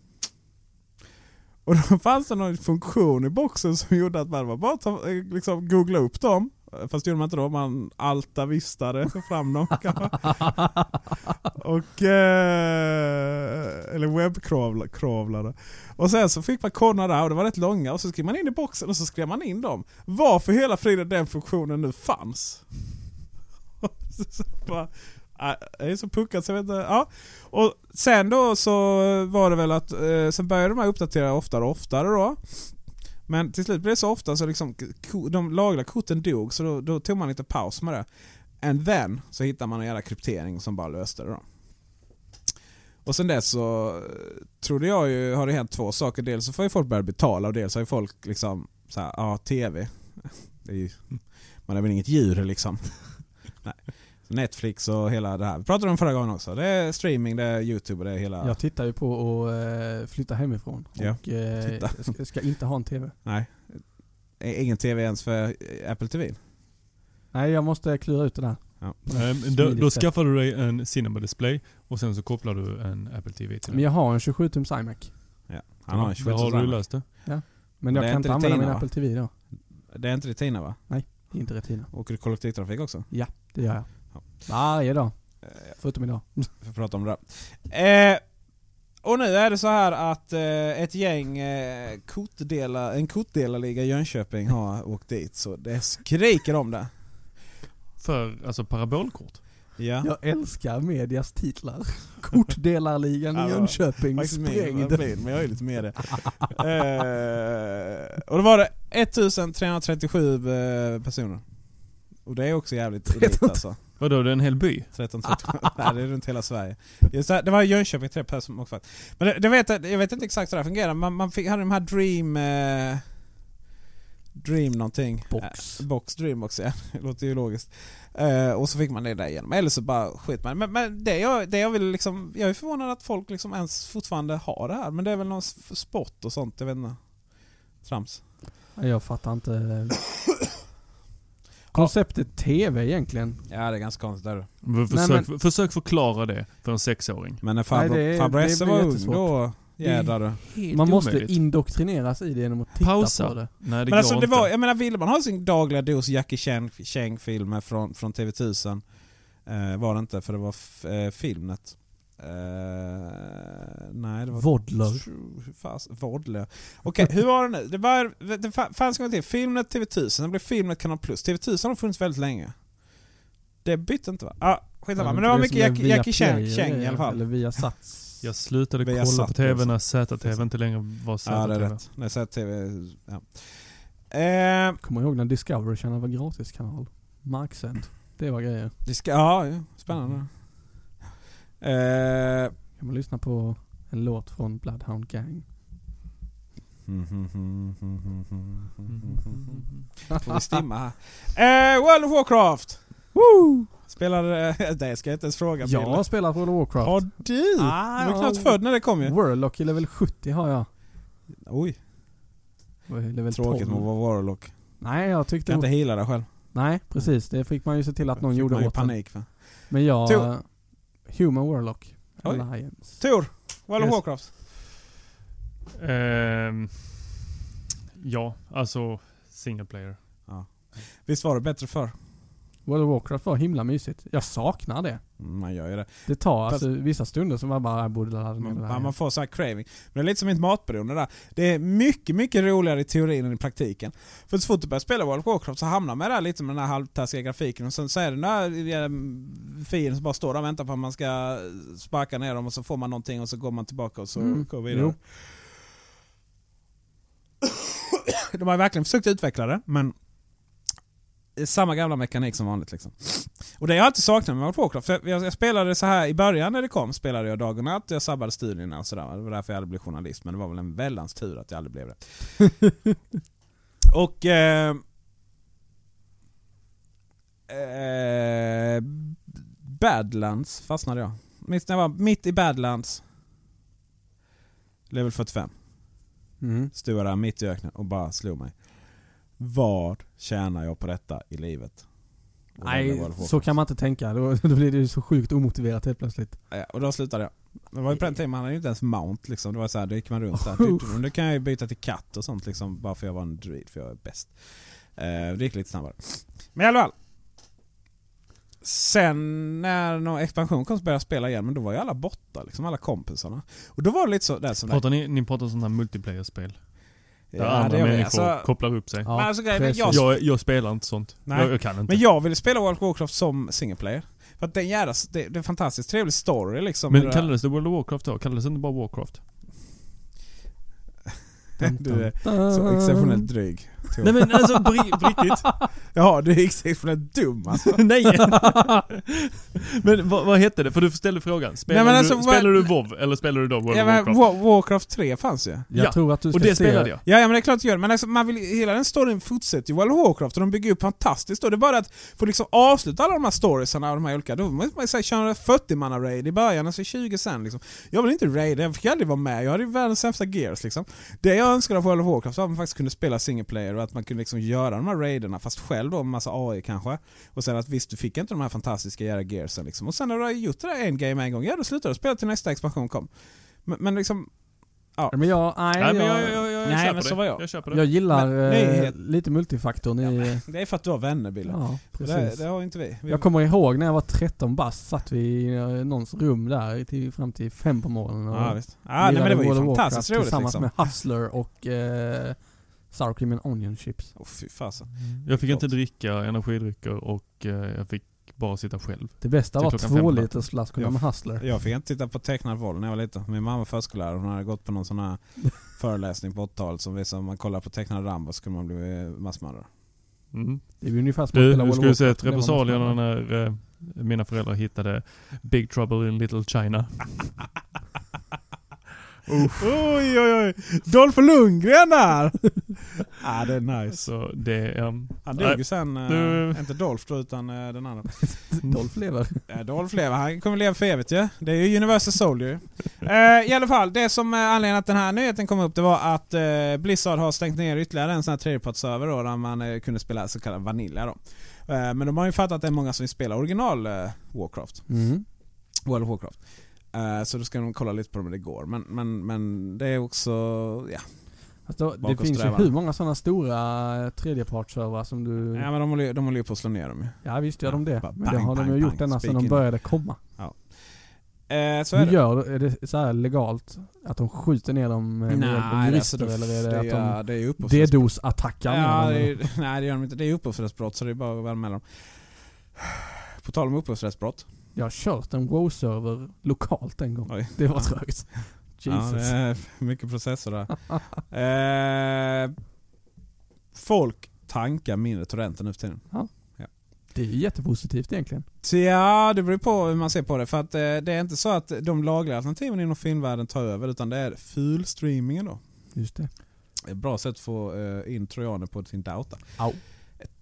Speaker 1: Och då fanns det någon funktion i boxen som gjorde att man var bara ta, eh, liksom googla upp dem. Eh, Fast det gjorde man inte då, man altavistade fram dem. kan man. Och, eh, eller webbkravlade. Och sen så fick man koderna där och det var rätt långa och så skrev man in i boxen och så skrev man in dem. Varför hela friden den funktionen nu fanns. Och så- så bara, äh, jag är så puckad så jag vet inte. Ja. Och sen då så var det väl att eh, sen började de här uppdatera oftare och oftare då. Men till slut blev det så ofta så liksom ko- de lagliga korten dog så då, då tog man lite paus med det. And then så hittade man en jävla kryptering som bara löste det då. Och sen dess så eh, trodde jag ju har det hänt två saker. Dels så får ju folk börja betala och dels har ju folk liksom så här, ja TV. Det är ju, man är väl inget djur liksom. Nej. Så Netflix och hela det här. Vi pratade om förra gången också. Det är streaming, det är YouTube och det är hela...
Speaker 2: Jag tittar ju på att eh, flytta hemifrån.
Speaker 1: Ja,
Speaker 2: Och eh,
Speaker 1: titta.
Speaker 2: jag ska, ska inte ha en TV.
Speaker 1: Nej. E- Ingen TV ens för eh, Apple TV.
Speaker 2: Nej, jag måste klura ut det där.
Speaker 1: Ja.
Speaker 2: På något
Speaker 3: Eh, Då,
Speaker 2: smidigt
Speaker 3: då
Speaker 2: sätt.
Speaker 3: skaffar du dig en Cinema Display och sen så kopplar du en Apple TV till
Speaker 2: Men
Speaker 3: den.
Speaker 2: jag har en 27 tums iMac.
Speaker 1: Han har en
Speaker 3: Då har du
Speaker 1: 26
Speaker 3: löst det.
Speaker 2: Men jag
Speaker 1: Det är
Speaker 2: kan
Speaker 1: inte
Speaker 2: inte använda
Speaker 1: Retina,
Speaker 2: min
Speaker 1: va?
Speaker 2: Apple TV då.
Speaker 1: Det är inte Retina va?
Speaker 2: Inte Retina.
Speaker 1: Åker du kollektivtrafik också?
Speaker 2: Det gör jag.
Speaker 1: Ja.
Speaker 2: Varje dag.
Speaker 1: Eh,
Speaker 2: Förutom idag.
Speaker 1: Vi får prata om det där. Eh, och nu är det så här att eh, ett gäng eh, kortdela, en kortdelarliga i Jönköping har åkt dit så det skriker om det.
Speaker 3: För, alltså parabolkort.
Speaker 1: Ja.
Speaker 2: Jag älskar medias titlar. Kortdelarligan
Speaker 1: Ja,
Speaker 2: i
Speaker 1: det var
Speaker 2: Jönköping
Speaker 1: Faktiskt min,
Speaker 2: sprängd.
Speaker 1: vad fin, men jag är lite med det. eh, och då var det 1337 eh, personer. Och det är också jävligt
Speaker 2: Det är
Speaker 1: elit
Speaker 2: inte-
Speaker 1: alltså.
Speaker 3: Vadå, det är en hel by?
Speaker 1: 13, 13. Nej, det är runt hela Sverige. Just det, här- det var i Jönköping tre personer också. Men det, det vet, jag jag vet inte exakt hur det här fungerar. Man, man fick, hade de här Dream... Eh, dream någonting.
Speaker 2: Box.
Speaker 1: Eh, box, Dream också ja. Det låter ju logiskt. Eh, och så fick man det där igenom. Eller så bara skit man i det. Men, men det, jag, det jag vill liksom... Jag är förvånad att folk liksom ens fortfarande har det här. Men det är väl någon s- sport och sånt, jag vet inte. Trams.
Speaker 2: Jag fattar inte. eh, Konceptet TV egentligen.
Speaker 1: Ja det är ganska konstigt. Där.
Speaker 3: Men Försök, försök förklara det för en sexåring.
Speaker 1: Men när farbror
Speaker 2: det är-
Speaker 1: farbror
Speaker 2: det
Speaker 1: Esse
Speaker 2: blir
Speaker 1: var ung
Speaker 2: jättesvårt.
Speaker 1: då jädrar du.
Speaker 3: Helt
Speaker 2: Man måste
Speaker 3: omöjligt.
Speaker 2: indoktrineras i det genom att titta
Speaker 3: Pausa.
Speaker 2: på det.
Speaker 3: Nej, det
Speaker 1: Men
Speaker 3: går
Speaker 1: alltså det
Speaker 3: inte.
Speaker 1: var, jag menar ville man ha sin dagliga dos Jackie Chan- Chang-filmer från, från TV1000 eh, var det inte för det var f- eh, Filmnet. Eh, nej det var...
Speaker 2: Vodler.
Speaker 1: Fas- Vodler. Okej, hur var det nu? Det, var, det fa- fanns en gång till. Filmnet, TV1000, sen blev Filmnet Kanal Plus. TV1000 har funnits väldigt länge. Det bytte inte va? Ah, skitsamma. men det var
Speaker 2: som
Speaker 1: mycket
Speaker 2: är
Speaker 1: Jackie, Jackie Chan,
Speaker 2: Viaplay eller-
Speaker 1: Chang i alla fall.
Speaker 2: Eller via Sats.
Speaker 3: Jag slutade
Speaker 1: Vi har
Speaker 3: kolla
Speaker 1: satt
Speaker 3: på
Speaker 1: det
Speaker 3: TV när
Speaker 1: också.
Speaker 3: ZTV inte längre var ZTV.
Speaker 1: Ja, det är rätt. Nej, så här TV... Ja. Eh,
Speaker 2: Kommer ihåg när Discovery Channel var gratiskanal? Marksänd. Det var grejer.
Speaker 1: det ska, ja, ja,
Speaker 2: Mm.
Speaker 1: spännande. Eh,
Speaker 2: Kan man lyssna på en låt från Bloodhound Gang?
Speaker 1: Får vi stimma här. Eh, World of Warcraft!
Speaker 2: Woo!
Speaker 1: Spelar... Eh, det ska jag inte ens fråga
Speaker 2: Jag
Speaker 1: Pelle.
Speaker 2: har spelat World of Warcraft.
Speaker 1: Har du?
Speaker 2: Ah,
Speaker 1: du var
Speaker 2: ja.
Speaker 1: knappt född när det kom ju.
Speaker 2: Warlock i level 70 har jag.
Speaker 1: Oj,
Speaker 2: Och i Level
Speaker 1: tråkigt med att
Speaker 2: 12.
Speaker 1: vara Warlock.
Speaker 2: Nej, jag
Speaker 1: Kan
Speaker 2: tyckte...
Speaker 1: inte heala dig själv.
Speaker 2: Nej, precis. Det fick man ju se till att någon
Speaker 1: Fick
Speaker 2: gjorde
Speaker 1: man ju
Speaker 2: åt en.
Speaker 1: panik för.
Speaker 2: Men jag...
Speaker 1: Tor.
Speaker 2: Human Warlock.
Speaker 1: Oj.
Speaker 2: Alliance.
Speaker 1: Tor! World of
Speaker 2: Yes.
Speaker 1: Warcraft.
Speaker 3: Ehm, ja, alltså single player.
Speaker 1: Visst var det bättre förr?
Speaker 2: World of Warcraft var himla mysigt. Jag saknar det.
Speaker 1: Mm, Man gör ju det.
Speaker 2: Det tar
Speaker 1: Fast-
Speaker 2: alltså vissa stunder som man bara, jag borde ladda ner det
Speaker 1: Man,
Speaker 2: här.
Speaker 1: man får så här craving. Men det är lite som mitt matberoende där. Det är mycket, mycket roligare i teorin än i praktiken. För så fort du börjar spela World of Warcraft så hamnar man där lite med den här halvtaskiga grafiken och sen så är det den där eh, fienden som bara står där och väntar på att man ska sparka ner dem och så får man någonting och så går man tillbaka och så
Speaker 2: Mm.
Speaker 1: går vi vidare. De har verkligen försökt utveckla det men det är samma gamla mekanik som vanligt liksom. Och det har jag alltid saknat med World of Warcraft. För jag, jag spelade så här i början när det kom, spelade jag dag och natt. Jag sabbade studierna och sådär. Det var därför jag aldrig blev journalist. Men det var väl en väldans tur att jag aldrig blev det. och... Eh, eh, Badlands fastnade jag. Mitt, när jag var mitt i Badlands. Level 45.
Speaker 2: Mm.
Speaker 1: Stod jag där mitt i öknen och bara slog mig. Vad tjänar jag på detta i livet? Och det var
Speaker 2: Nej,
Speaker 1: World of Warcraft.
Speaker 2: så kan man inte tänka. Då, då blir det ju så sjukt omotiverat helt plötsligt.
Speaker 1: Ja, Eh, och då slutade jag. Det var ju på den tiden man hade ju inte ens mount liksom. Det var så här, då gick man runt där. Nu kan jag ju byta till katt och sånt liksom. Bara för jag var en druid, för jag är bäst. Eh, det gick lite snabbare. Men i alla fall. Sen när någon expansion kom så började jag spela igen, men då var ju alla borta liksom. Alla kompisarna. Och då var det lite så där som...
Speaker 3: Pratar ni, ni pratar sådana här multiplayer-spel? Där
Speaker 1: Ja,
Speaker 3: andra
Speaker 1: gör vi.
Speaker 3: människor
Speaker 1: Alltså,
Speaker 3: kopplar upp sig.
Speaker 2: Ja,
Speaker 1: Men alltså grejen är, jag-
Speaker 3: Jag, jag spelar inte sånt.
Speaker 1: Nej.
Speaker 3: Jag, jag kan inte.
Speaker 1: men jag ville spela World of Warcraft som single player. För att den jävla, det, det är en fantastiskt trevlig story liksom.
Speaker 3: Men
Speaker 1: Hur det-
Speaker 3: kallades det World of Warcraft då? Kallades det inte bara Warcraft?
Speaker 1: Du är så exceptionellt dryg. Tor.
Speaker 3: Nej men alltså på ri- på riktigt.
Speaker 1: Ja, du är exceptionellt dum alltså.
Speaker 3: Nej! men vad, vad hette det? För du ställde frågan.
Speaker 1: Nej,
Speaker 3: Spelar,
Speaker 1: men alltså,
Speaker 3: du,
Speaker 1: vad-
Speaker 3: spelar du WoW eller spelar du då World
Speaker 1: Ja,
Speaker 3: of
Speaker 1: men
Speaker 3: Warcraft?
Speaker 1: Warcraft. Warcraft 3 fanns ju.
Speaker 2: Jag
Speaker 3: Ja,
Speaker 2: tror att du ska
Speaker 3: Och det
Speaker 2: se...
Speaker 3: spelade jag.
Speaker 1: Ja, ja men det är klart att göra. Men alltså, man vill, hela den storyn fortsätter ju i World of Warcraft och de bygger upp fantastiskt. Och det är bara att få liksom avsluta alla de här storiesarna och de här olika... Då måste man ju säga, köra 40 manna raid i början, alltså 20 sen liksom. Jag vill inte raida, jag fick aldrig vara med. Jag hade ju världens sämsta gears liksom. Det jag önskade av World of Warcraft var att man faktiskt kunde spela single player och att man kunde liksom göra de här raiderna fast själv då med massa AI kanske. Och sen att visst, du fick inte de här fantastiska jävla gearsen liksom. Och sen när du har gjort det där en game en gång, ja då slutar du spela till nästa expansion kom. Men, men liksom... Ja.
Speaker 2: Men jag, nej,
Speaker 3: Nej men jag,
Speaker 2: jag,
Speaker 3: jag, jag, jag
Speaker 1: Nej,
Speaker 3: köper
Speaker 1: men
Speaker 3: det.
Speaker 1: så var jag.
Speaker 3: Jag köper det.
Speaker 2: jag gillar
Speaker 1: Men-
Speaker 2: eh,
Speaker 1: nej.
Speaker 2: lite multifaktorn i...
Speaker 1: Det är för att du har vänner, Bille.
Speaker 2: Ja,
Speaker 1: Och
Speaker 2: precis.
Speaker 1: Det, det har ju inte vi. vi
Speaker 2: Jag kommer ihåg när jag var 13 bast satt vi i eh, någons rum där till, fram till fem på morgonen och
Speaker 1: ja, visst. Ja, nej, men det
Speaker 2: lirade
Speaker 1: var ju
Speaker 2: World of Warcraft
Speaker 1: fantastiskt roligt
Speaker 2: Tillsammans
Speaker 1: liksom.
Speaker 2: med Hustler och eh, Sour Cream and Onion Chips.
Speaker 1: Åh fy fasen.
Speaker 3: Jag fick inte dricka energidrycker och eh, jag fick bara sitta själv.
Speaker 2: Det bästa
Speaker 3: Till
Speaker 2: var
Speaker 3: klockan
Speaker 2: två
Speaker 3: fem på
Speaker 2: liters flaskorna
Speaker 1: Ja.
Speaker 2: med Hustler.
Speaker 1: Jag fick inte titta på tecknad våld när jag var liten. Min mamma var förskollärare hon hade gått på någon sån här föreläsning på 80-talet som visade om man kollar på tecknad Rambo så kunde man bli massmördare.
Speaker 3: Mm.
Speaker 2: Det är ju ungefär som att
Speaker 3: Du,
Speaker 2: spela
Speaker 3: du
Speaker 2: World
Speaker 3: skulle
Speaker 2: of
Speaker 3: sett
Speaker 2: Warcraft, men det var
Speaker 3: repressalierna
Speaker 2: något annat.
Speaker 3: när eh, Mina föräldrar hittade Big Trouble in Little China.
Speaker 1: Oj, oj, oj. Dolph Lundgren där! ah, det är nice.
Speaker 3: Så det... Um,
Speaker 1: Han dog ju sen. eh,
Speaker 3: Nu-
Speaker 1: Inte Dolph då, utan eh, den andra.
Speaker 2: Dolph lever.
Speaker 1: Eh, Dolph lever. Han kommer leva för evigt ju. Det är ju Universal Soldier. Eh, I alla fall, det som eh, anledningen att den här nyheten kom upp det var att eh, Blizzard har stängt ner ytterligare en sån här tredjepartsserver då, där man eh, kunde spela så kallad Vanilla då. Eh, men de har ju fattat att det är många som vill spela original eh, Warcraft.
Speaker 2: Mm.
Speaker 1: World of Warcraft. Eh, så då ska de kolla lite på dem om det går. Men, men, men det är också... Ja.
Speaker 2: Fast då, Alltså, det
Speaker 1: Bakåt
Speaker 2: finns ju
Speaker 1: strävan.
Speaker 2: hur många sådana stora eh, tredjepartsservrar som du...
Speaker 1: ja men de håller, ju- de håller ju på att slå ner dem ju.
Speaker 2: Ja visst gör de det.
Speaker 1: Bara
Speaker 2: Men det
Speaker 1: bang,
Speaker 2: har de
Speaker 1: bang,
Speaker 2: ju
Speaker 1: bang,
Speaker 2: gjort ända sedan
Speaker 1: spiken.
Speaker 2: de började komma.
Speaker 1: Eh, så är
Speaker 2: Hur
Speaker 1: det.
Speaker 2: gör, är det så här legalt att de skjuter ner dem eh, med hjälp av
Speaker 1: alltså,
Speaker 2: jurister eller
Speaker 1: det,
Speaker 2: är det
Speaker 1: är-
Speaker 2: att
Speaker 1: det är ju
Speaker 2: de
Speaker 1: upphovsrättsbrott.
Speaker 2: DDoS-attackar
Speaker 1: Ja,
Speaker 2: med
Speaker 1: det
Speaker 2: dem?
Speaker 1: är,
Speaker 2: eller?
Speaker 1: ju- nej det gör de inte. Det är upphovsrättsbrott så det är bara att anmäla dem. På tal om upphovsrättsbrott.
Speaker 2: Jag har kört en wow-server lokalt en gång.
Speaker 1: Oj.
Speaker 2: Det var trögt.
Speaker 1: Ja, det
Speaker 2: Jesus.
Speaker 1: är mycket processer där. eh, folk tankar mindre torrenter nu för tiden.
Speaker 2: Det är ju jättepositivt egentligen.
Speaker 1: Tja, det beror på hur man ser på det. För att eh, det är inte så att de lagliga alternativen inom filmvärlden tar över utan det är fulstreamingen då.
Speaker 2: Just det.
Speaker 1: Ett bra sätt att få eh, in trojaner på sin dator.
Speaker 2: Au.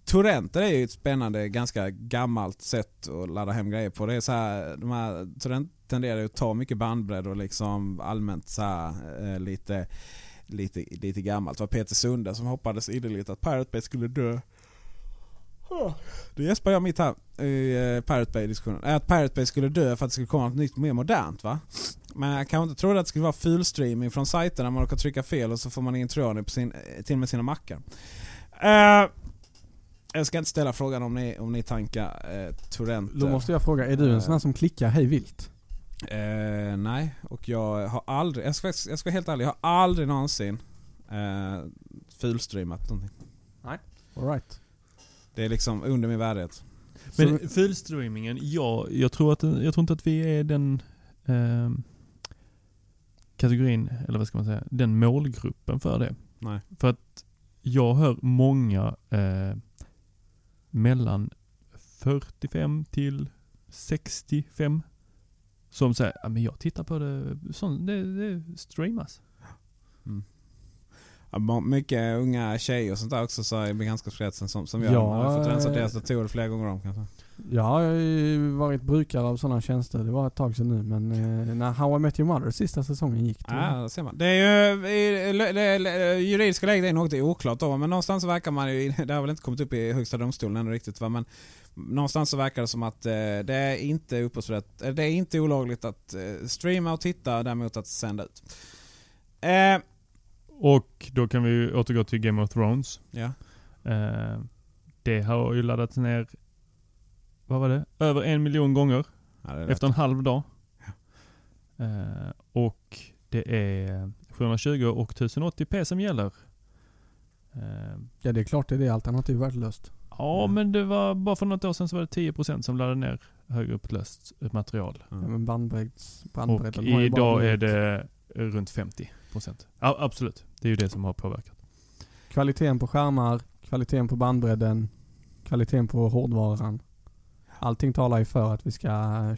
Speaker 1: Torrenter är ju ett spännande, ganska gammalt sätt att ladda hem grejer på. Det är så här, de här torrent tenderar ju att ta mycket bandbredd och liksom allmänt så här, eh, lite, lite, lite gammalt. Det var Peter Sunde som hoppades ideligen att Pirate Bay skulle dö. Huh. Det gäspar jag mitt här i eh, Pirate Bay-diskussionen. Att Pirate Bay skulle dö för att det skulle komma något nytt mer modernt va? Men jag kanske inte trodde att det skulle vara filstreaming från sajterna. Man råkar trycka fel och så får man in trojaner på sin, eh, till och med sina mackar. Eh, jag ska inte ställa frågan om ni, om ni tankar eh, torrenter.
Speaker 2: Då måste jag fråga, är du en sån här som klickar hej vilt?
Speaker 1: Eh, nej, och jag har aldrig, jag ska, jag ska vara helt ärlig, jag har aldrig någonsin eh, fulstreamat någonting.
Speaker 2: Alright.
Speaker 1: Det är liksom under min värdighet.
Speaker 3: Men fulstreamingen, ja, jag, tror att, jag tror inte att vi är den ehm, kategorin, eller vad ska man säga, den målgruppen för det.
Speaker 1: Nej.
Speaker 3: För att jag hör många eh, mellan 45 till 65 som säger ja men jag tittar på det, sånt, det, det streamas.
Speaker 1: Ja, ma- Mycket unga tjejer och sånt där också så i bekantskapskretsen som, som jag
Speaker 2: Ja,
Speaker 1: har fått rensa
Speaker 2: eh.
Speaker 1: deras datorer flera gånger om kanske.
Speaker 2: Jag har ju varit brukare av sådana tjänster, det var ett tag sedan nu men eh, när How I Met Your Mother sista säsongen gick det.
Speaker 3: Ah.
Speaker 1: Ja, det ser man. Det är ju, i- i- det- det- juridiska läget är något oklart då, men någonstans verkar man ju, det har väl inte kommit upp i högsta domstolen ännu riktigt va, men någonstans så verkar det som att eh, det är inte upphovsrätt, eh, det är inte olagligt att eh, streama och titta, däremot att sända ut. Eh,
Speaker 3: Och då kan vi ju återgå till Game of Thrones.
Speaker 1: ja.
Speaker 3: Eh, det har ju laddats ner, vad var det? Över en miljon gånger
Speaker 1: Ja, det är
Speaker 3: efter en halv dag. Eh, och det är 720 och 1080p som gäller. Eh,
Speaker 2: Ja det är klart det är det, alternativ är värdelöst.
Speaker 3: ja,
Speaker 2: Mm.
Speaker 3: men det var bara för något år sedan så var det 10% som laddade ner högupplöst material.
Speaker 1: Mm.
Speaker 2: Ja, men bandbredds,
Speaker 3: Och
Speaker 2: bandbredden har ju bara
Speaker 3: idag är
Speaker 2: blivit-
Speaker 3: det runt 50%. Ja, absolut. Det är ju det som har påverkat.
Speaker 2: Kvaliteten på skärmar, kvaliteten på bandbredden, kvaliteten på hårdvaran. Allting talar ju för att vi ska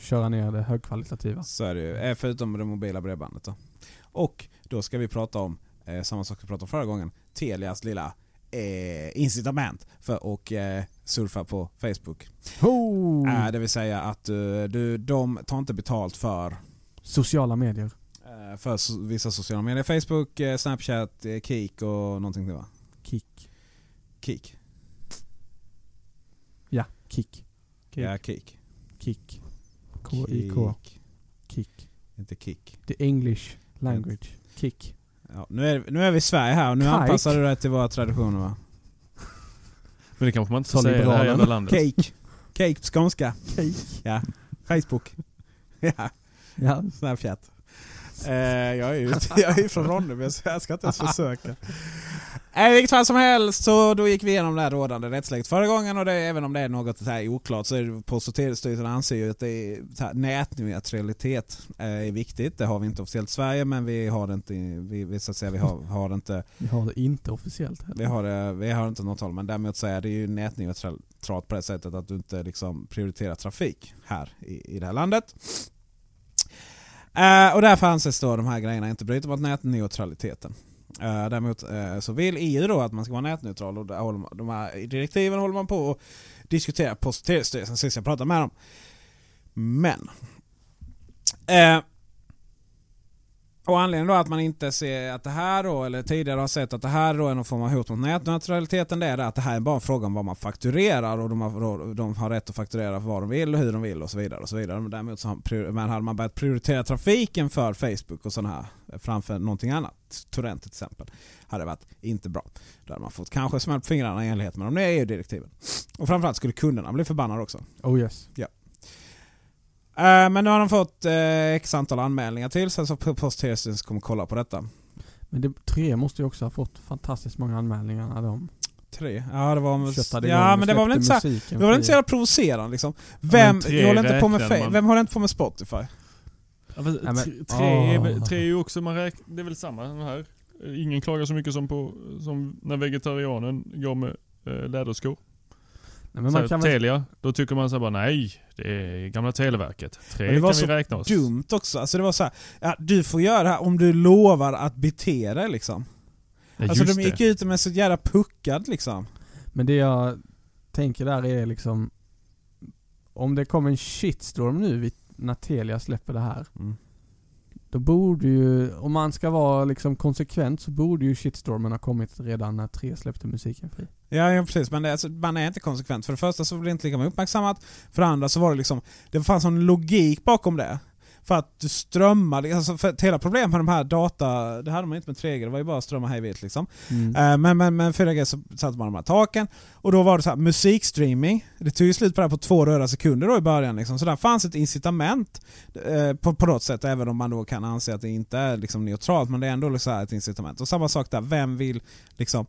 Speaker 2: köra ner det högkvalitativa.
Speaker 1: Så är det ju. Eh, Förutom det mobila bredbandet då. Och då ska vi prata om eh, samma sak vi pratade om förra gången. Telias lilla eh, incitament för att eh, surfa på Facebook.
Speaker 2: Ho!
Speaker 3: Ah.
Speaker 1: Eh, det vill säga att eh, du, de tar inte betalt för,
Speaker 2: Sociala medier.
Speaker 1: eh, för so- vissa sociala medier. Facebook, eh, Snapchat, eh, Kik och någonting det va?
Speaker 2: Kick.
Speaker 1: Kik?
Speaker 2: Ja, kick. Kik.
Speaker 1: Ja, Kik.
Speaker 2: Kick. K-I-K.
Speaker 1: Kik.
Speaker 2: Kick.
Speaker 1: Inte Kik.
Speaker 2: The English language. Kick.
Speaker 1: Ja, nu, är, nu är vi i Sverige här och nu
Speaker 2: Kike.
Speaker 1: anpassar du dig till våra traditioner va?
Speaker 3: Men det kanske man inte
Speaker 2: Sa
Speaker 3: får säga i det här
Speaker 2: liberalen.
Speaker 3: jävla landet.
Speaker 1: Cake. Cake på skånska.
Speaker 2: Kick.
Speaker 1: Ja. Facebook. Ja.
Speaker 2: Ja.
Speaker 1: Snapchat. Eh, jag, är ju, jag är ju från Ronneby så jag ska inte ens försöka. I vilket fall som helst så då gick vi igenom det här rådande rättsläget förra gången och det, även om det är något så här oklart så är det Post och telestyrelsen anser ju att det är, så här, nätneutralitet eh, är viktigt. Det har vi inte officiellt i Sverige men vi har det inte, vi, vi, så att säga, vi har, har det inte
Speaker 2: Vi har det inte officiellt heller.
Speaker 1: vi har, det- vi har inte något håll, men däremot så är det ju nätneutralt på det sättet att du inte liksom prioriterar trafik här i, i det här landet. Eh, och därför anses då de här grejerna inte bryta mot nätneutraliteten. Eh, däremot eh, så vill EU då att man ska vara nätneutral och där håller man, de här direktiven håller man på och diskuterar på Post- och telestyrelsen sist jag pratade med dem. Men eh, och anledningen då att man inte ser att det här då, eller tidigare har sett att det här då är någon form av hot mot nätneutraliteten, det är det att det här är bara en fråga om vad man fakturerar och de har, de har rätt att fakturera vad de vill och hur de vill och så vidare. Och så vidare. Men däremot så har, prior- men hade man börjat prioritera trafiken för Facebook och sådana här eh, framför någonting annat, Torrent till exempel, hade det varit inte bra. Då hade man fått kanske smält på fingrarna i enlighet med de nya EU-direktiven. Och framförallt skulle kunderna bli förbannade också.
Speaker 2: Oh yes.
Speaker 1: Eh, men nu har de fått eh, x antal anmälningar till sig så Post och telestyrelsen kommer kolla på detta.
Speaker 2: Men det, tre måste ju också ha fått fantastiskt många anmälningar när de
Speaker 1: Tre? Ja det var väl...
Speaker 2: köttade igång
Speaker 1: Ja
Speaker 2: och
Speaker 1: men det var väl inte så
Speaker 2: släppte
Speaker 1: här,
Speaker 2: musiken
Speaker 1: det var väl
Speaker 2: fri.
Speaker 1: inte så jävla provocerande liksom. Vem,
Speaker 3: tre
Speaker 1: jag håller inte på med
Speaker 3: räknade
Speaker 1: fa-
Speaker 3: man.
Speaker 1: vem håller inte på med Spotify?
Speaker 3: Ja, fast
Speaker 2: Nej, men-
Speaker 3: tre, tre, är, väl-
Speaker 2: Åh.
Speaker 3: tre är ju också, man räk, det är väl samma här. Ingen klagar så mycket som, på, som när vegetarianen går med eh, läderskor.
Speaker 2: Nej, men
Speaker 3: så
Speaker 2: man
Speaker 3: här,
Speaker 2: kan väl,
Speaker 3: Telia, då tycker man så här bara nej, det är gamla Televerket. Tre
Speaker 1: Men det var
Speaker 3: kan
Speaker 1: så
Speaker 3: vi räkna oss.
Speaker 1: Dumt också, alltså det var så här, ja, du får göra det här om du lovar att bete dig liksom.
Speaker 3: Ja,
Speaker 1: alltså
Speaker 3: just
Speaker 1: de
Speaker 3: det.
Speaker 1: gick ut med så jävla puckad liksom.
Speaker 2: men det jag tänker där är liksom om det kommer en shitstorm nu vid, när Telia släpper det här.
Speaker 1: Mm.
Speaker 2: Då borde ju, om man ska vara liksom konsekvent så borde ju shitstormen ha kommit redan när tre släppte musiken fri.
Speaker 1: Ja, ja precis, men det, alltså, man är inte konsekvent. För det första så blir det inte lika mycket uppmärksammat. För det andra så var det liksom, det fanns en logik bakom det. För att du strömmade, alltså för att hela problemet med de här data, det hade man inte med 3G, det var ju bara att strömma hej vilt liksom. Eh, Men, men, men 4G så satte man de här taken och då var det så här, musikstreaming, det tog ju slut på det här på två röda sekunder då i början liksom. Så där fanns ett incitament eh, på, på något sätt, även om man då kan anse att det inte är liksom neutralt, men det är ändå så här ett incitament. Och samma sak där, vem vill liksom,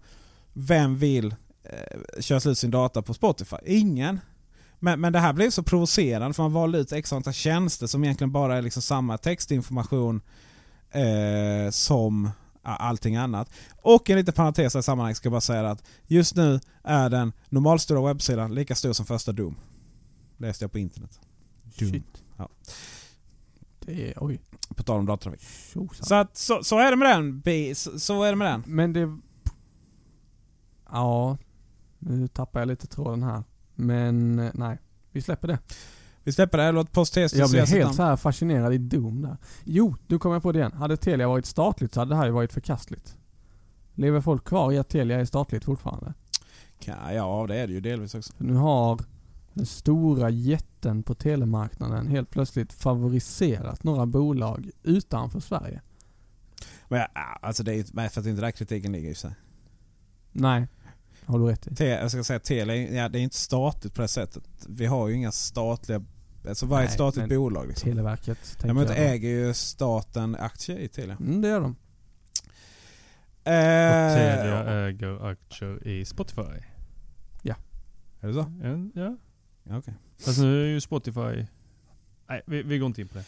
Speaker 1: vem vill eh, köra slut sin data på Spotify? Ingen. Men, men det här blev så provocerande för man valde ut x antal tjänster som egentligen bara är liksom samma textinformation eh, som ja, allting annat. Och en liten parentes i sammanhanget ska jag bara säga att just nu är den normalstora webbsidan lika stor som första Doom. Läste jag på internet. Dumt.
Speaker 2: Shit.
Speaker 1: Ja.
Speaker 2: Det är, oj.
Speaker 1: På tal om datatrafik.
Speaker 2: Tjosan.
Speaker 1: Så, att, så, så är det med den. Bi- Så, så är det med den.
Speaker 2: Men det... Ja, nu tappar jag lite tråden här. Men eh, nej, vi släpper det.
Speaker 1: Vi släpper det här. Låt post
Speaker 2: Jag blev helt så här fascinerad i Doom där. Jo, nu kommer jag på det igen. Hade Telia varit statligt så hade det här ju varit förkastligt. Lever folk kvar i att Telia är statligt fortfarande?
Speaker 1: Ja, det är det ju delvis också.
Speaker 2: För nu har den stora jätten på telemarknaden helt plötsligt favoriserat några bolag utanför Sverige.
Speaker 1: Men ja, alltså det är ju nej, för att det är inte där kritiken ligger i sig.
Speaker 2: Nej, har du rätt i.
Speaker 1: Te, jag ska säga Telia, ja, det är inte statligt på det sättet. Vi har ju inga statliga... Alltså varje
Speaker 2: Nej,
Speaker 1: statligt
Speaker 2: men
Speaker 1: bolag liksom.
Speaker 2: Televerket,
Speaker 1: Ja,
Speaker 2: tänker
Speaker 1: men
Speaker 2: jag.
Speaker 1: det
Speaker 2: då.
Speaker 1: äger ju staten aktier i Telia.
Speaker 2: Mm, det gör de.
Speaker 1: Eh,
Speaker 3: Och Telia
Speaker 2: eh.
Speaker 3: äger aktier i Spotify.
Speaker 1: Är det så?
Speaker 3: Ja, ja.
Speaker 1: Ja, okej.
Speaker 3: Fast nu är ju Spotify... Nej, vi, vi går inte in på det.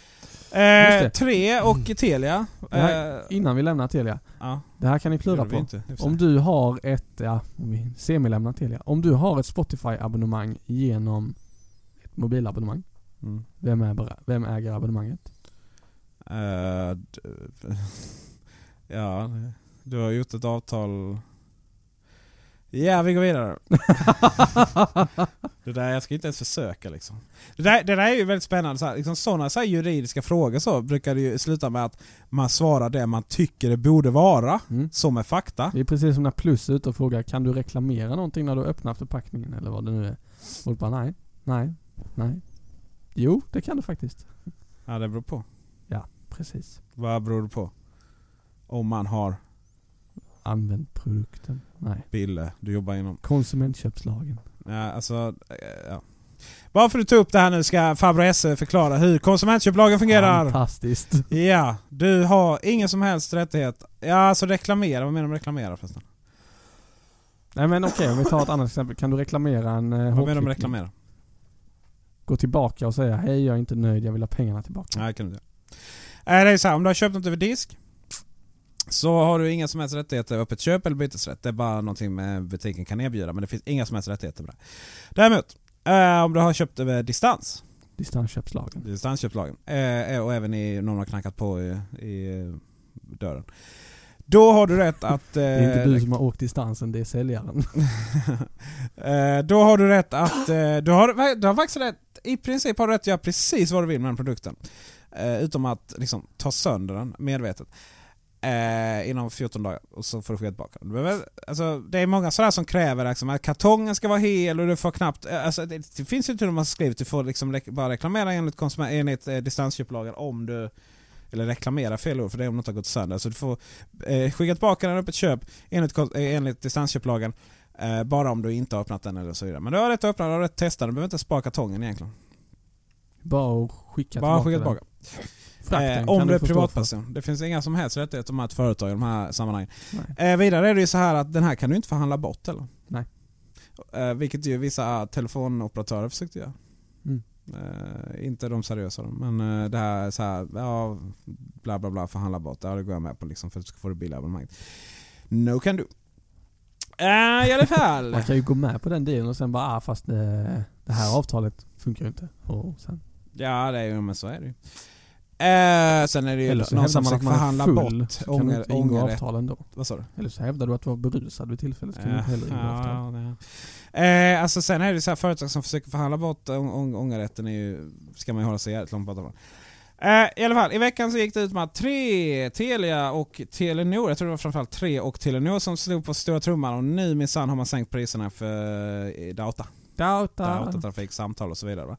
Speaker 1: Eh,
Speaker 2: Just Mm.
Speaker 1: tre och Telia.
Speaker 2: Det här-
Speaker 1: Eh,
Speaker 2: Innan vi lämnar Telia.
Speaker 1: ja,
Speaker 2: Det här kan ni klura
Speaker 1: gjorde vi
Speaker 2: på.
Speaker 1: inte. Det är för
Speaker 2: Om du har ett, ja, om vi semilämnar Telia. Om du har ett Spotify-abonnemang genom ett mobilabonnemang.
Speaker 1: Mm.
Speaker 2: Vem, är, bara- vem äger abonnemanget?
Speaker 1: Eh, d- ja, du har gjort ett avtal. Ja, vi går vidare. det där, jag ska inte ens försöka liksom. Det där, det där är ju väldigt spännande. Sådana liksom, såna så här juridiska frågor så brukar det ju sluta med att man svarar det man tycker det borde vara,
Speaker 2: Mm.
Speaker 1: som är fakta.
Speaker 2: Det är precis som när Plus är ute och frågar kan du reklamera någonting när du öppnar förpackningen eller vad det nu är. Folk bara nej, nej, nej. Jo, det kan du faktiskt.
Speaker 1: Ja, det beror på.
Speaker 2: Precis.
Speaker 1: Vad beror det på? Om man har
Speaker 2: Använd produkten. Nej.
Speaker 1: Bille, du jobbar inom
Speaker 2: Konsumentköpslagen.
Speaker 1: Ja, alltså, eh, ja. Bara för att ta upp det här nu ska Fabro Esse förklara hur konsumentköplagen fungerar.
Speaker 2: Fantastiskt.
Speaker 1: Ja, du har ingen som helst rättighet. Ja, alltså reklamera. Vad menar du med reklamera förresten?
Speaker 2: Nej men okej, om vi tar ett annat exempel. Kan du reklamera en eh,
Speaker 1: Vad menar du
Speaker 2: hårklippning?
Speaker 1: med reklamera?
Speaker 2: Gå tillbaka och säga hej jag är inte nöjd, jag vill ha pengarna tillbaka.
Speaker 1: Nej, det kan du inte göra. Eh, Det är så här, om du har köpt något över disk så har du inga som helst rättigheter öppet köp eller bytesrätt. Det är bara någonting med butiken kan erbjuda men det finns inga som helst rättigheter med det. Däremot, eh, om du har köpt över distans
Speaker 2: Distansköpslagen.
Speaker 1: Distansköpslagen. Eh, eh, och även i, någon har knackat på i, i eh, dörren. Då har du rätt att... Eh,
Speaker 2: Det är inte du som har åkt distansen, det är säljaren.
Speaker 1: eh, då har du rätt att... Eh, du, har, du har faktiskt rätt, i princip har du rätt att göra precis vad du vill med den produkten. Eh, utom att liksom, ta sönder den medvetet. Eh, inom 14 dagar och så får du skicka tillbaka den. Du behöver- Alltså, det är många sådana som kräver liksom, att kartongen ska vara hel och du får knappt... eh, Alltså, det, det finns ju till och med skrivet att du får liksom, rek- bara reklamera enligt, konsument, enligt eh, distansköplagen om du eller reklamera fel ord för det är om något har gått sönder. Så du får eh, skicka tillbaka den upp ett köp enligt, kon- eh, enligt distansköplagen eh, bara om du inte har öppnat den eller så vidare. Men du har rätt att öppna den, du har rätt att testa den, du behöver inte spara kartongen egentligen.
Speaker 2: Bara att skicka
Speaker 1: bara skicka
Speaker 2: tillbaka
Speaker 1: tillbaka.
Speaker 2: den. Frakten
Speaker 1: Eh,
Speaker 2: kan
Speaker 1: om du är
Speaker 2: få stå för.
Speaker 1: privatperson. Det finns inga som helst rättigheter om att företag i de här sammanhangen.
Speaker 2: Nej.
Speaker 1: Eh, vidare är det ju så här att den här kan du inte förhandla bort eller?
Speaker 2: Nej.
Speaker 1: Eh, vilket ju vissa telefonoperatörer försökte göra.
Speaker 2: Mm.
Speaker 1: Eh, inte de seriösa då, men eh, det här är så här, ja, bla bla bla, förhandla bort, ja, det går jag med på liksom för att du ska få det billigare abonnemanget. No can do. Eh, I alla fall.
Speaker 2: Man kan ju gå med på den dealen och sen bara ah, fast eh, det här avtalet funkar ju inte. Och sen,
Speaker 1: Ja, det är ju, men så är det ju. Eh, sen är det ju
Speaker 2: eller så
Speaker 1: någon
Speaker 2: hävdar
Speaker 1: som
Speaker 2: man
Speaker 1: försöker
Speaker 2: att man
Speaker 1: förhandla
Speaker 2: är full,
Speaker 1: bort
Speaker 2: så kan du
Speaker 1: ånger,
Speaker 2: inte ingå
Speaker 1: ångerrätt.
Speaker 2: avtal ändå.
Speaker 1: Vad sa du?
Speaker 2: Eller så hävdar du att du var berusad vid tillfället, så kan du
Speaker 1: Ja,
Speaker 2: inte heller ingå avtal.
Speaker 1: ja, ja, ja. Eh, alltså sen är det så här företag som försöker förhandla bort ång- ång- ångerrätten är ju, ska man ju hålla sig jävligt långt borta från. Eh, I alla fall, i veckan så gick det ut med att tre, Telia och Telenor, jag tror det var framförallt tre och Telenor som slog på stora trumman och nu minsann har man sänkt priserna för eh, data.
Speaker 2: Dauta.
Speaker 1: Datatrafik, samtal och så vidare. Va?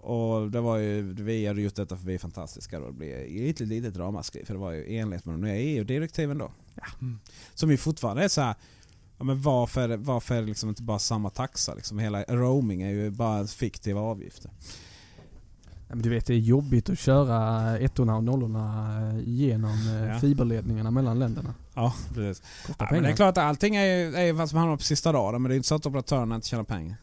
Speaker 1: Och det var ju, vi hade gjort detta för vi är fantastiska. Då. Det blev ett litet, litet ramaskri för det var ju i enlighet med de nya EU-direktiven då. Mm. Som ju fortfarande är så här. Ja, men varför, varför är det liksom inte bara samma taxa? Liksom hela roaming är ju bara fiktiva avgifter.
Speaker 2: Ja, men du vet det är jobbigt att köra ettorna och nollorna eh, genom eh,
Speaker 1: Ja.
Speaker 2: fiberledningarna mellan länderderna.
Speaker 1: Ja, precis.
Speaker 2: Kostar
Speaker 1: Ja, men
Speaker 2: pengar.
Speaker 1: det är klart att allting är ju är ju vad som hamnar på sista raden men det är ju inte så att operatörerna inte tjänar pengar.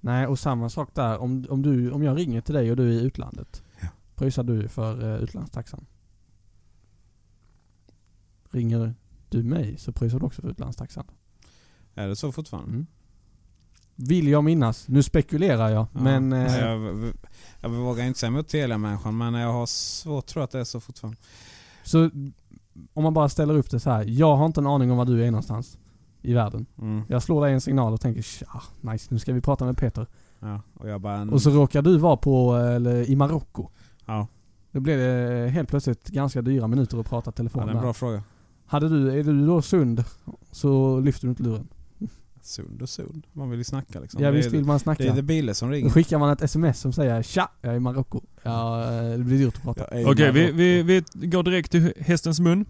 Speaker 2: Nej och samma sak där. Om, om, du, om jag ringer till dig och du är i utlandet.
Speaker 1: Ja.
Speaker 2: Pröjsar du för eh, utlandstaxan? Ringer du mig så pröjsar du också för utlandstaxan.
Speaker 1: Är det så fortfarande?
Speaker 2: Mm. Vill jag minnas. Nu spekulerar jag
Speaker 1: Ja.
Speaker 2: men... eh,
Speaker 1: Nej, jag, jag vågar inte säga emot Telia-människan men jag har svårt att tro att det är så fortfarande.
Speaker 2: Så om man bara ställer upp det så här. Jag har inte en aning om var du är någonstans i världen.
Speaker 1: Mm.
Speaker 2: Jag slår dig en signal och tänker "Tja, nice nu ska vi prata med Peter.
Speaker 1: Ja, och jag bara... "Mm,
Speaker 2: Och så råkar du vara på, eller, i Marocko.
Speaker 1: ja,
Speaker 2: Då blir det eh, helt plötsligt ganska dyra minuter att prata
Speaker 1: ja,
Speaker 2: telefon
Speaker 1: det är
Speaker 2: där.
Speaker 1: en bra fråga.
Speaker 2: Hade du, är du då sund så lyfter du inte luren.
Speaker 1: Sund och sund. Man vill ju snacka liksom.
Speaker 2: ja
Speaker 1: det,
Speaker 2: visst
Speaker 1: är,
Speaker 2: vill man
Speaker 1: det är The
Speaker 2: snacka.
Speaker 1: Bille som
Speaker 2: Då
Speaker 1: ringer.
Speaker 2: skickar man ett sms som säger tja, jag är i Marocko. Ja, eh, det blir dyrt att prata.
Speaker 1: Jag är ju
Speaker 3: Okej, vi,
Speaker 1: Marocko.
Speaker 3: vi, vi går direkt till hästens mun.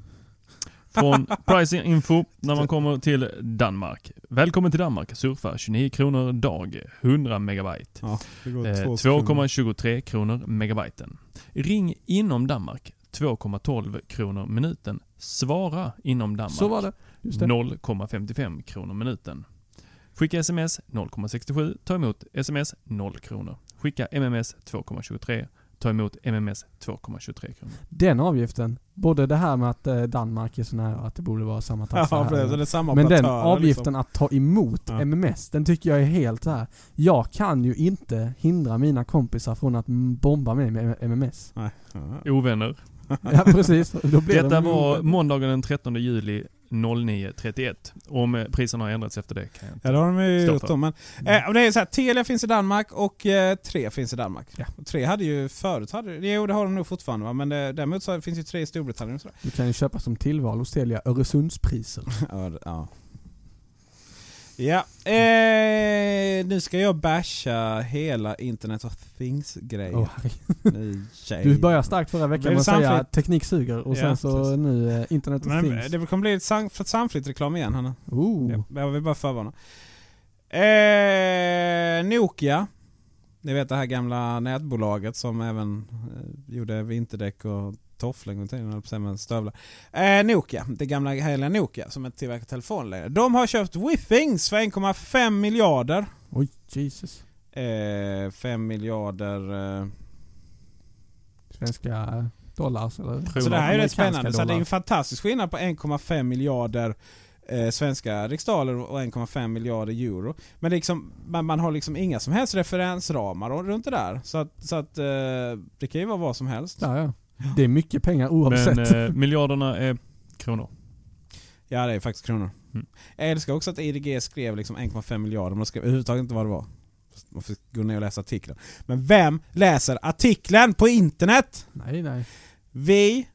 Speaker 3: Från Price Info när man kommer till Danmark. Välkommen till Danmark. Surfa 29 kronor dag, 100 megabyte.
Speaker 1: Ja, det går
Speaker 3: Eh,
Speaker 1: två sekunder.
Speaker 3: 2,23 kronor megabyten. Ring inom Danmark 2,12 kronor minuten. Svara inom Danmark
Speaker 2: Så var det. Just det.
Speaker 3: 0,55 kronor minuten. Skicka sms 0,67. Ta emot sms 0 kronor. Skicka MMS 2,23. Ta emot MMS 2,23 kronor.
Speaker 2: Den avgiften, både det här med att eh, Danmark är så nära att det borde vara samma taxa
Speaker 1: Ja,
Speaker 2: här.
Speaker 1: precis. Det är samma
Speaker 2: Men den
Speaker 1: operatörer,
Speaker 2: avgiften
Speaker 1: Liksom.
Speaker 2: att ta emot
Speaker 1: Ja.
Speaker 2: MMS, den tycker jag är helt så här. Jag kan ju inte hindra mina kompisar från att m- bomba mig med MMS.
Speaker 1: Nej. Ja.
Speaker 3: Ovänner.
Speaker 2: Ja precis, då blir
Speaker 3: Detta
Speaker 2: de
Speaker 3: var måndagen den 13 juli 09.31. Om eh, priserna har ändrats efter det kan jag inte.
Speaker 1: Ja det har de ju
Speaker 3: Stoppa.
Speaker 1: gjort då, men,
Speaker 2: Mm.
Speaker 1: eh, och det är så här, Telia finns i Danmark och eh, Tre finns i Danmark.
Speaker 2: Ja.
Speaker 1: Och Tre hade ju förut, hade, jo det har de nog fortfarande va? men det, däremot så finns ju Tre i Storbritannien och sådär.
Speaker 2: Du kan ju köpa som tillval hos Telia Öresundspriser.
Speaker 1: Ja, det- ja. Ja, eh, nu ska jag basha hela Internet of Things-grejen.
Speaker 2: Åh, herregud.
Speaker 1: Nu, tjej.
Speaker 2: du började starkt förra veckan
Speaker 1: Men
Speaker 2: med att säga
Speaker 1: samtidigt-
Speaker 2: teknik suger och
Speaker 1: Ja,
Speaker 2: sen så
Speaker 1: precis.
Speaker 2: nu eh, internet of
Speaker 1: Men
Speaker 2: things.
Speaker 1: det kommer bli ett sam- för ett samflytt reklam igen Hanna.
Speaker 2: Oh.
Speaker 1: Ja, Jag vill bara förvarna. Eh, Nokia. Ni vet det här gamla nätbolaget som även eh, gjorde vinterdäck och tofflor en gång i tiden, höll jag på att säga, men stövlar. Eh, Nokia, det gamla härliga Nokia som inte tillverkar telefon längre. De har köpt Withings för 1,5 miljarder.
Speaker 2: Oj, Jesus.
Speaker 1: Eh, 5 miljarder... Eh,
Speaker 2: Svenska dollars eller?
Speaker 1: Så det här är ju rätt
Speaker 2: Amerikanska
Speaker 1: spännande. Så det är
Speaker 2: dollar.
Speaker 1: en fantastisk skillnad på 1,5 miljarder eh, svenska riksdaler och 1,5 miljarder euro. Men liksom, man, man har liksom inga som helst referensramar och- runt det där. Så att, så att eh, det kan ju vara vad som helst.
Speaker 2: Ja, ja. Det är mycket pengar oavsett.
Speaker 3: Men eh, miljarderna är kronor.
Speaker 1: Ja, det är faktiskt kronor.
Speaker 3: Mm.
Speaker 1: Jag älskar också att IDG skrev liksom 1,5 miljarder, men de skrev överhuvudtaget inte vad det var. Man får gå ner och läsa artikeln. Men vem läser artikeln på internet?
Speaker 2: nej, nej.
Speaker 1: Vi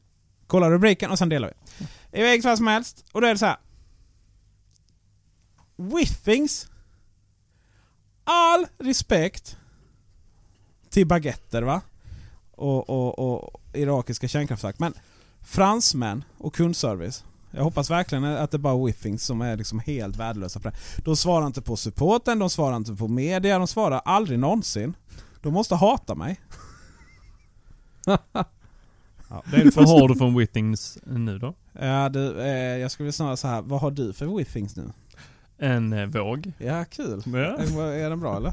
Speaker 1: kollar rubriken och sen delar vi. I vilket fall som helst. Och då är det så här. Whiffings. All respekt till baguetter va? Och, och, och irakiska kärnkraftverk. Men fransmän och kundservice. Jag hoppas verkligen att det bara är Whiffings som är liksom helt värdelösa på det. De svarar inte på supporten, de svarar inte på media, de svarar aldrig någonsin. De måste hata mig. Ja, det är
Speaker 3: Vad har du från Whittings nu då?
Speaker 1: Ja, du, eh, jag skulle vilja snarare så här. vad har du för Withings nu?
Speaker 3: En eh, våg.
Speaker 1: Ja, kul.
Speaker 3: Ja.
Speaker 1: Eh, vad- Är den bra eller?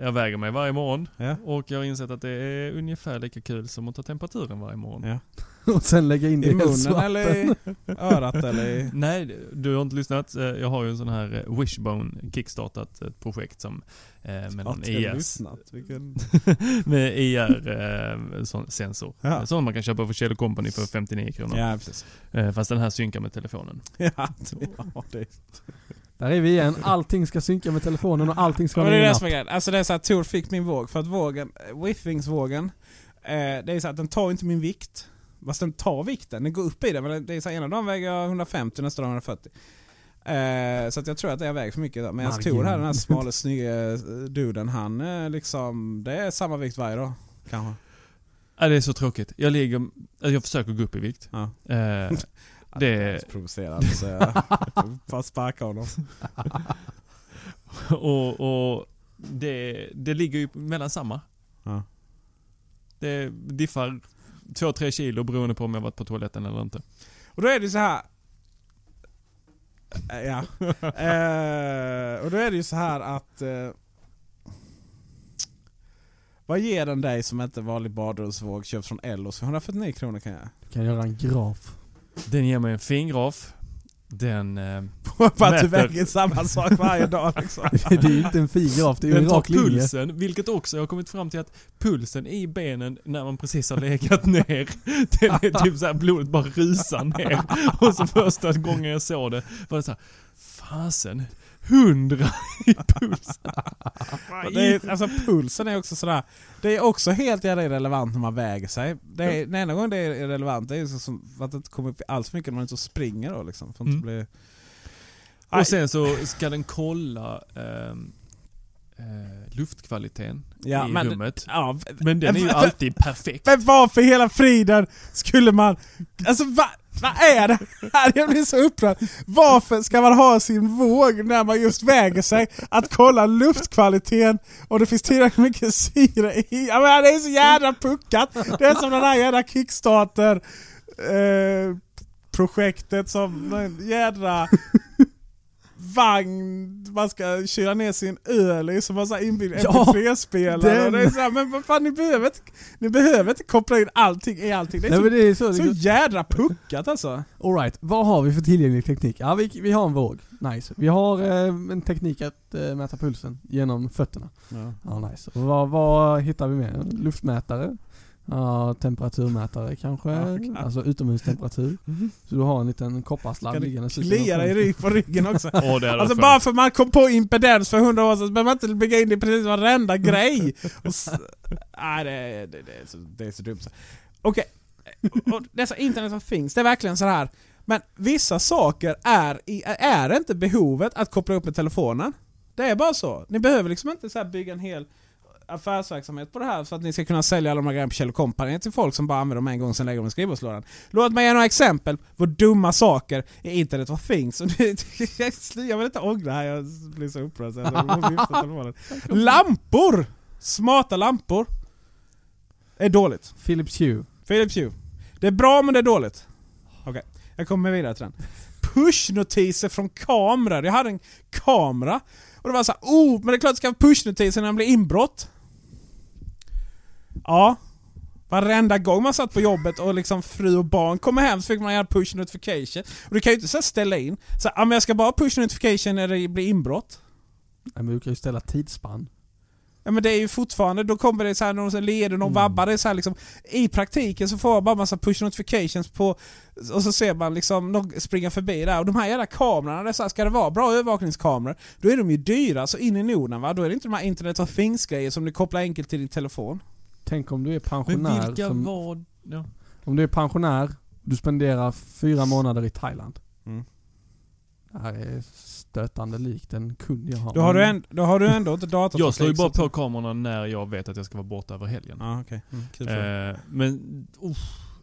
Speaker 3: Jag väger mig varje morgon.
Speaker 1: Ja.
Speaker 3: Och jag har insett att det är ungefär lika kul som att ta temperaturen varje morgon.
Speaker 1: Ja.
Speaker 2: Och sen lägga in det
Speaker 1: I
Speaker 2: helt
Speaker 1: munnen
Speaker 2: svart.
Speaker 1: eller i örat eller i...
Speaker 3: Nej, du har inte lyssnat. Eh, Jag har ju en sån här eh, Wishbone kickstartat ett projekt som eh, med någon
Speaker 1: Att jag
Speaker 3: IS.
Speaker 1: lyssnat. Vilken...
Speaker 3: med E eh, IR-sensor.
Speaker 1: Ja.
Speaker 3: Sån man kan köpa för Kjell Company för 59 kronor.
Speaker 1: Ja, precis.
Speaker 3: Eh, Fast den här synkar med telefonen.
Speaker 1: Ja, det, ja, det.
Speaker 2: Där är vi igen. Allting ska synka med telefonen och allting ska
Speaker 1: Men
Speaker 2: vara
Speaker 1: det är
Speaker 2: med
Speaker 1: det
Speaker 2: en
Speaker 1: som är
Speaker 2: app.
Speaker 1: grejen. Alltså det är så här, Tor fick min våg för att vågen, eh, Withings-vågen, eh, det är så att den tar inte min vikt. Fast den tar vikten, den går upp i den. Men det är så här, ena dagen väger jag 150, nästa dag 140. Eh, så att jag tror att jag väger för mycket. Men jag
Speaker 2: Marginal.
Speaker 1: Tor här, den här smala snygga eh, duden, han eh, liksom, det är samma vikt varje dag. Kanske.
Speaker 3: Ja, det är så tråkigt. Jag ligger, alltså, jag försöker gå upp i vikt.
Speaker 1: Ja.
Speaker 3: Eh, det,
Speaker 1: Så provocerande så jag bara sparka honom.
Speaker 3: och, och det, det ligger ju mellan samma.
Speaker 1: Ja.
Speaker 3: Det diffar 2-3 kilo beroende på om jag varit på toaletten eller inte.
Speaker 1: Och då är det så här. Eh, Ja. Eh, och då är det ju så här att... Eh, vad ger den dig som inte är vanlig badrumsvåg köpt från Ellos för 149 kronor kan jag?
Speaker 2: Du kan göra en graf.
Speaker 3: Den ger mig en fingraf. Den... Eh,
Speaker 1: På att du
Speaker 3: Mäter.
Speaker 1: väger samma sak varje dag liksom.
Speaker 2: Det är ju inte en fin graf, det är ju en
Speaker 3: den tar
Speaker 2: rak linje.
Speaker 3: pulsen, vilket också jag har kommit fram till att pulsen i benen när man precis har legat ner, den är typ såhär blodet bara rusar ner. Och så första gången jag såg det var det såhär, fasen, hundra i pulsen.
Speaker 1: Det är, alltså pulsen är också sådär. Det är också helt jävla irrelevant när man väger sig. Det är, den enda gången det är irrelevant det är ju så som att det inte kommer upp alls för mycket när man inte så springer då liksom. För att inte
Speaker 3: Mm.
Speaker 1: bli... Aj.
Speaker 3: Och sen så ska den kolla ehm, eh, luftkvaliteten
Speaker 1: Ja,
Speaker 3: i
Speaker 1: men-
Speaker 3: rummet.
Speaker 1: Ja,
Speaker 3: Men den är ju alltid perfekt.
Speaker 1: Men varför i hela friden skulle man... Alltså vad va är det här? Jag blir så upprörd. Varför ska man ha sin våg när man just väger sig? Att kolla luftkvaliteten och det finns tillräckligt mycket syre i. Ja, men det är så jävla puckat. Det är som den här jävla Kickstarter eh, projektet som en jädra vagn man ska kyla ner sin öl i som har så här inbyggd
Speaker 2: Ja,
Speaker 1: MP3-spelare.
Speaker 2: den.
Speaker 1: och det är så här, men vad fan ni behöver inte ni behöver inte koppla in allting i allting. Det är typ
Speaker 2: Nej men det är så.
Speaker 1: så, så jädra puckat alltså.
Speaker 2: Alright, vad har vi för tillgänglig teknik? Ja, vi, vi har en våg. Nice. Vi har eh, en teknik att eh, mäta pulsen genom fötterna. Ja, nice. Och vad, vad hittar vi mer? Luftmätare? Ja, temperaturmätare kanske?
Speaker 1: Ja, klart.
Speaker 2: alltså utomhustemperatur. Så du har en liten kopparsladd
Speaker 1: Kan
Speaker 2: liggande.
Speaker 1: du
Speaker 2: så sitter
Speaker 1: klia
Speaker 2: den-
Speaker 1: dig i rygg- på ryggen också?
Speaker 3: Åh, det hade
Speaker 1: Alltså
Speaker 3: varit
Speaker 1: bara
Speaker 3: skönt.
Speaker 1: för man kom på impedens för hundra år sedan så behöver man inte bygga in det i precis varenda grej. Och s- nej, det, det, det, är så, det är så dumt. så. Okej, och dessa internet som finns, det är verkligen så här. Men vissa saker är, i- är inte behovet att koppla upp med telefonen. Det är bara så. Ni behöver liksom inte så här bygga en hel affärsverksamhet på det här så att ni ska kunna sälja alla de här grejerna på Kjell Company till folk som bara använder dem en gång sen lägger de i skrivbordslådan. Låt mig ge några exempel på dumma saker i internet of things. Och det- jag vill inte ångra här, jag blir så upprörd så jag måste vifta telefonen. Lampor! Smarta lampor! Är dåligt.
Speaker 2: Philips Hue.
Speaker 1: Philips Hue. Det är bra men det är dåligt. Okej, jag kommer vidare till den. Pushnotiser från kameror. Jag hade en kamera. Och det var så här, oh, men det är klart jag ska ha pushnotiser när det blir inbrott. Ja. Varenda gång man satt på jobbet och liksom fru och barn kommer hem så fick man göra push notification. Och du kan ju inte så här ställa in. Så här, ah, men jag ska bara ha push notification när det blir inbrott.
Speaker 2: Nej, men du kan ju ställa tidsspann.
Speaker 1: Ja men det är ju fortfarande, då kommer det så här när de leder
Speaker 3: Mm.
Speaker 1: och vabbar. Det är så här liksom, I praktiken så får man bara massa push notifications på... Och så ser man liksom någon springa förbi där. Och de här jävla kamerorna, det är så här, ska det vara bra övervakningskameror, då är de ju dyra så in i Norden va. Då är det inte de här internet of things grejer som du kopplar enkelt till din telefon.
Speaker 2: Tänk om du är
Speaker 3: Men
Speaker 2: pensionär
Speaker 3: vilka
Speaker 2: som,
Speaker 3: var... Ja.
Speaker 2: Om du är pensionär, du spenderar fyra månader i Thailand.
Speaker 1: Mm.
Speaker 2: Det här är stötande likt en kund jag har.
Speaker 1: Då har du, en, då har du ändå inte datorn som
Speaker 3: Mm. Jag slår ju bara
Speaker 1: klicks, så
Speaker 3: på
Speaker 1: att-
Speaker 3: kamerorna när jag vet att jag ska vara borta över helgen.
Speaker 1: Ja okej. Mm, kul för dig.
Speaker 3: Eh, men uff,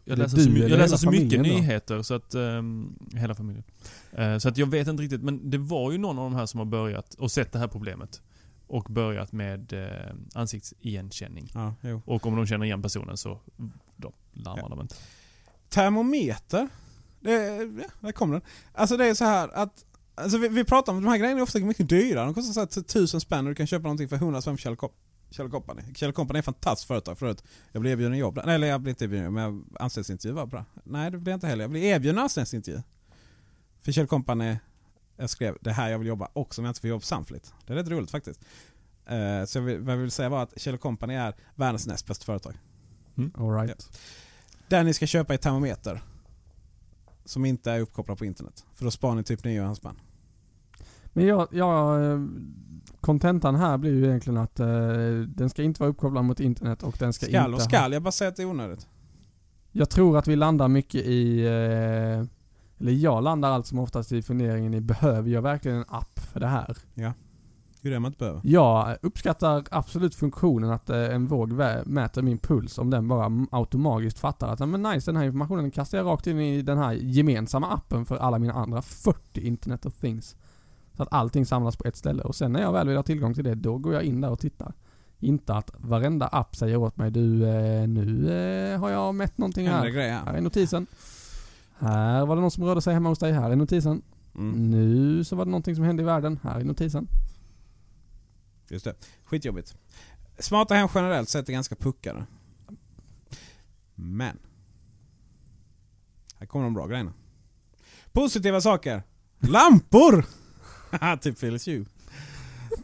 Speaker 3: jag
Speaker 2: Det är
Speaker 3: läser,
Speaker 2: du
Speaker 3: så, my-
Speaker 2: eller
Speaker 3: jag läser
Speaker 2: hela
Speaker 3: så mycket
Speaker 2: familjen då?
Speaker 3: nyheter så att... ehm, hela familjen. Eh, så att jag vet inte riktigt. Men det var ju någon av de här som har börjat och sett det här problemet. Och börjat med eh, ansiktsigenkänning.
Speaker 1: Ja, jo.
Speaker 3: Och om de känner igen personen så mm, då larmar de inte.
Speaker 1: Termometer. Det, ja, där kom den. Alltså det är så här att alltså vi, vi pratar om de här grejerna är ofta mycket dyra. De kostar så här 1000 spänn och du kan köpa någonting för 100 spänn på Kjell Co- Kjell Company. Kjell Company är ett fantastiskt företag förut. Jag blev erbjuden jobb där. Nej, eller jag blev inte erbjuden men jag anställningsintervju var bra. Nej, det blev jag inte heller. Jag blev erbjuden anställningsintervju. För Kjell Company, jag skrev det här jag vill jobba och som jag inte får jobb samtidigt. Det är rätt roligt faktiskt. Eh, så jag vill, vad jag vill säga var att Kjell Company är världens näst bästa företag.
Speaker 2: Alright.
Speaker 1: Där ni ska köpa ett termometer. Som inte är uppkopplad på internet. För då sparar ni typ 9 handspänn.
Speaker 2: Men jag, jag, eh, kontentan här blir ju egentligen att eh, den ska inte vara uppkopplad mot internet och den ska,
Speaker 1: Skall
Speaker 2: inte
Speaker 1: och skall, jag bara säger att det är onödigt.
Speaker 2: Jag tror att vi landar mycket i, eh, eller jag landar allt som oftast i funderingen i behöver jag verkligen en app för det här?
Speaker 1: Det är det man inte behöver.
Speaker 2: Jag uppskattar absolut funktionen att eh, en våg vä- mäter min puls om den bara m- automatiskt fattar att "Ja, men nice, den här informationen kastar jag rakt in i den här gemensamma appen för alla mina andra 40 internet of things. Så att allting samlas på ett ställe och sen när jag väl vill ha tillgång till det, då går jag in där och tittar. Inte att varenda app säger åt mig du, eh, nu eh, har jag mätt någonting
Speaker 1: Ändra
Speaker 2: här.
Speaker 1: grejer.
Speaker 2: Här är notisen. Här var det någon som rörde sig hemma hos dig. Här är notisen.
Speaker 1: Mm,
Speaker 2: Nu så var det någonting som hände i världen. Här är notisen.
Speaker 1: just det. Skitjobbigt. Smarta hem generellt sett är ganska puckade. Men. Här kommer de bra grejerna. Positiva saker. Lampor! Haha, typ Philips Hue.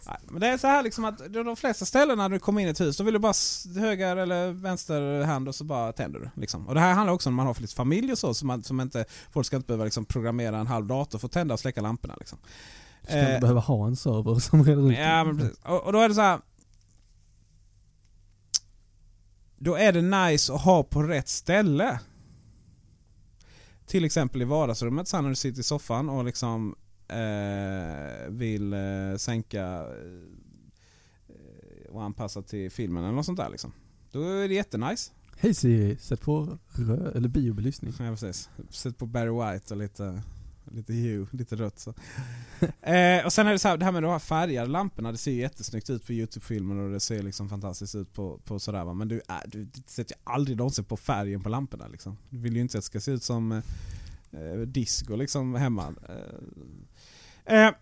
Speaker 1: Nej, Men det är så här liksom att de de flesta ställen när du kommer in i ett hus, då vill du bara s- höger eller vänster hand och så bara tänder du. Liksom. Och det här handlar också om när man har för lite familj och så, så man, som inte, folk ska inte behöva liksom programmera en halv dator för att tända och släcka lamporna. Liksom.
Speaker 2: Du ska inte
Speaker 1: Eh,
Speaker 2: behöva ha en server som reder ut
Speaker 1: Ja, men precis. Och, och då är det så här. Då är det nice att ha på rätt ställe. Till exempel i vardagsrummet sen när du sitter i soffan och liksom eh, vill eh, sänka eh, och anpassa till filmen eller något sånt där liksom. Då är det jättenice.
Speaker 2: Hej Siri, sätt på rö- eller biobelysning.
Speaker 1: Ja, precis. Sätt på Barry White och lite, lite hue, lite rött. Så. eh, och sen är det så här, det här med de här färgade lamporna, det ser ju jättesnyggt ut på Youtube-filmer och det ser liksom fantastiskt ut på, på sådär va. Men du, äh, du sätter ju aldrig någonsin på färgen på lamporna liksom. Du vill ju inte att det ska se ut som eh, eh, disco liksom hemma. Eh, eh,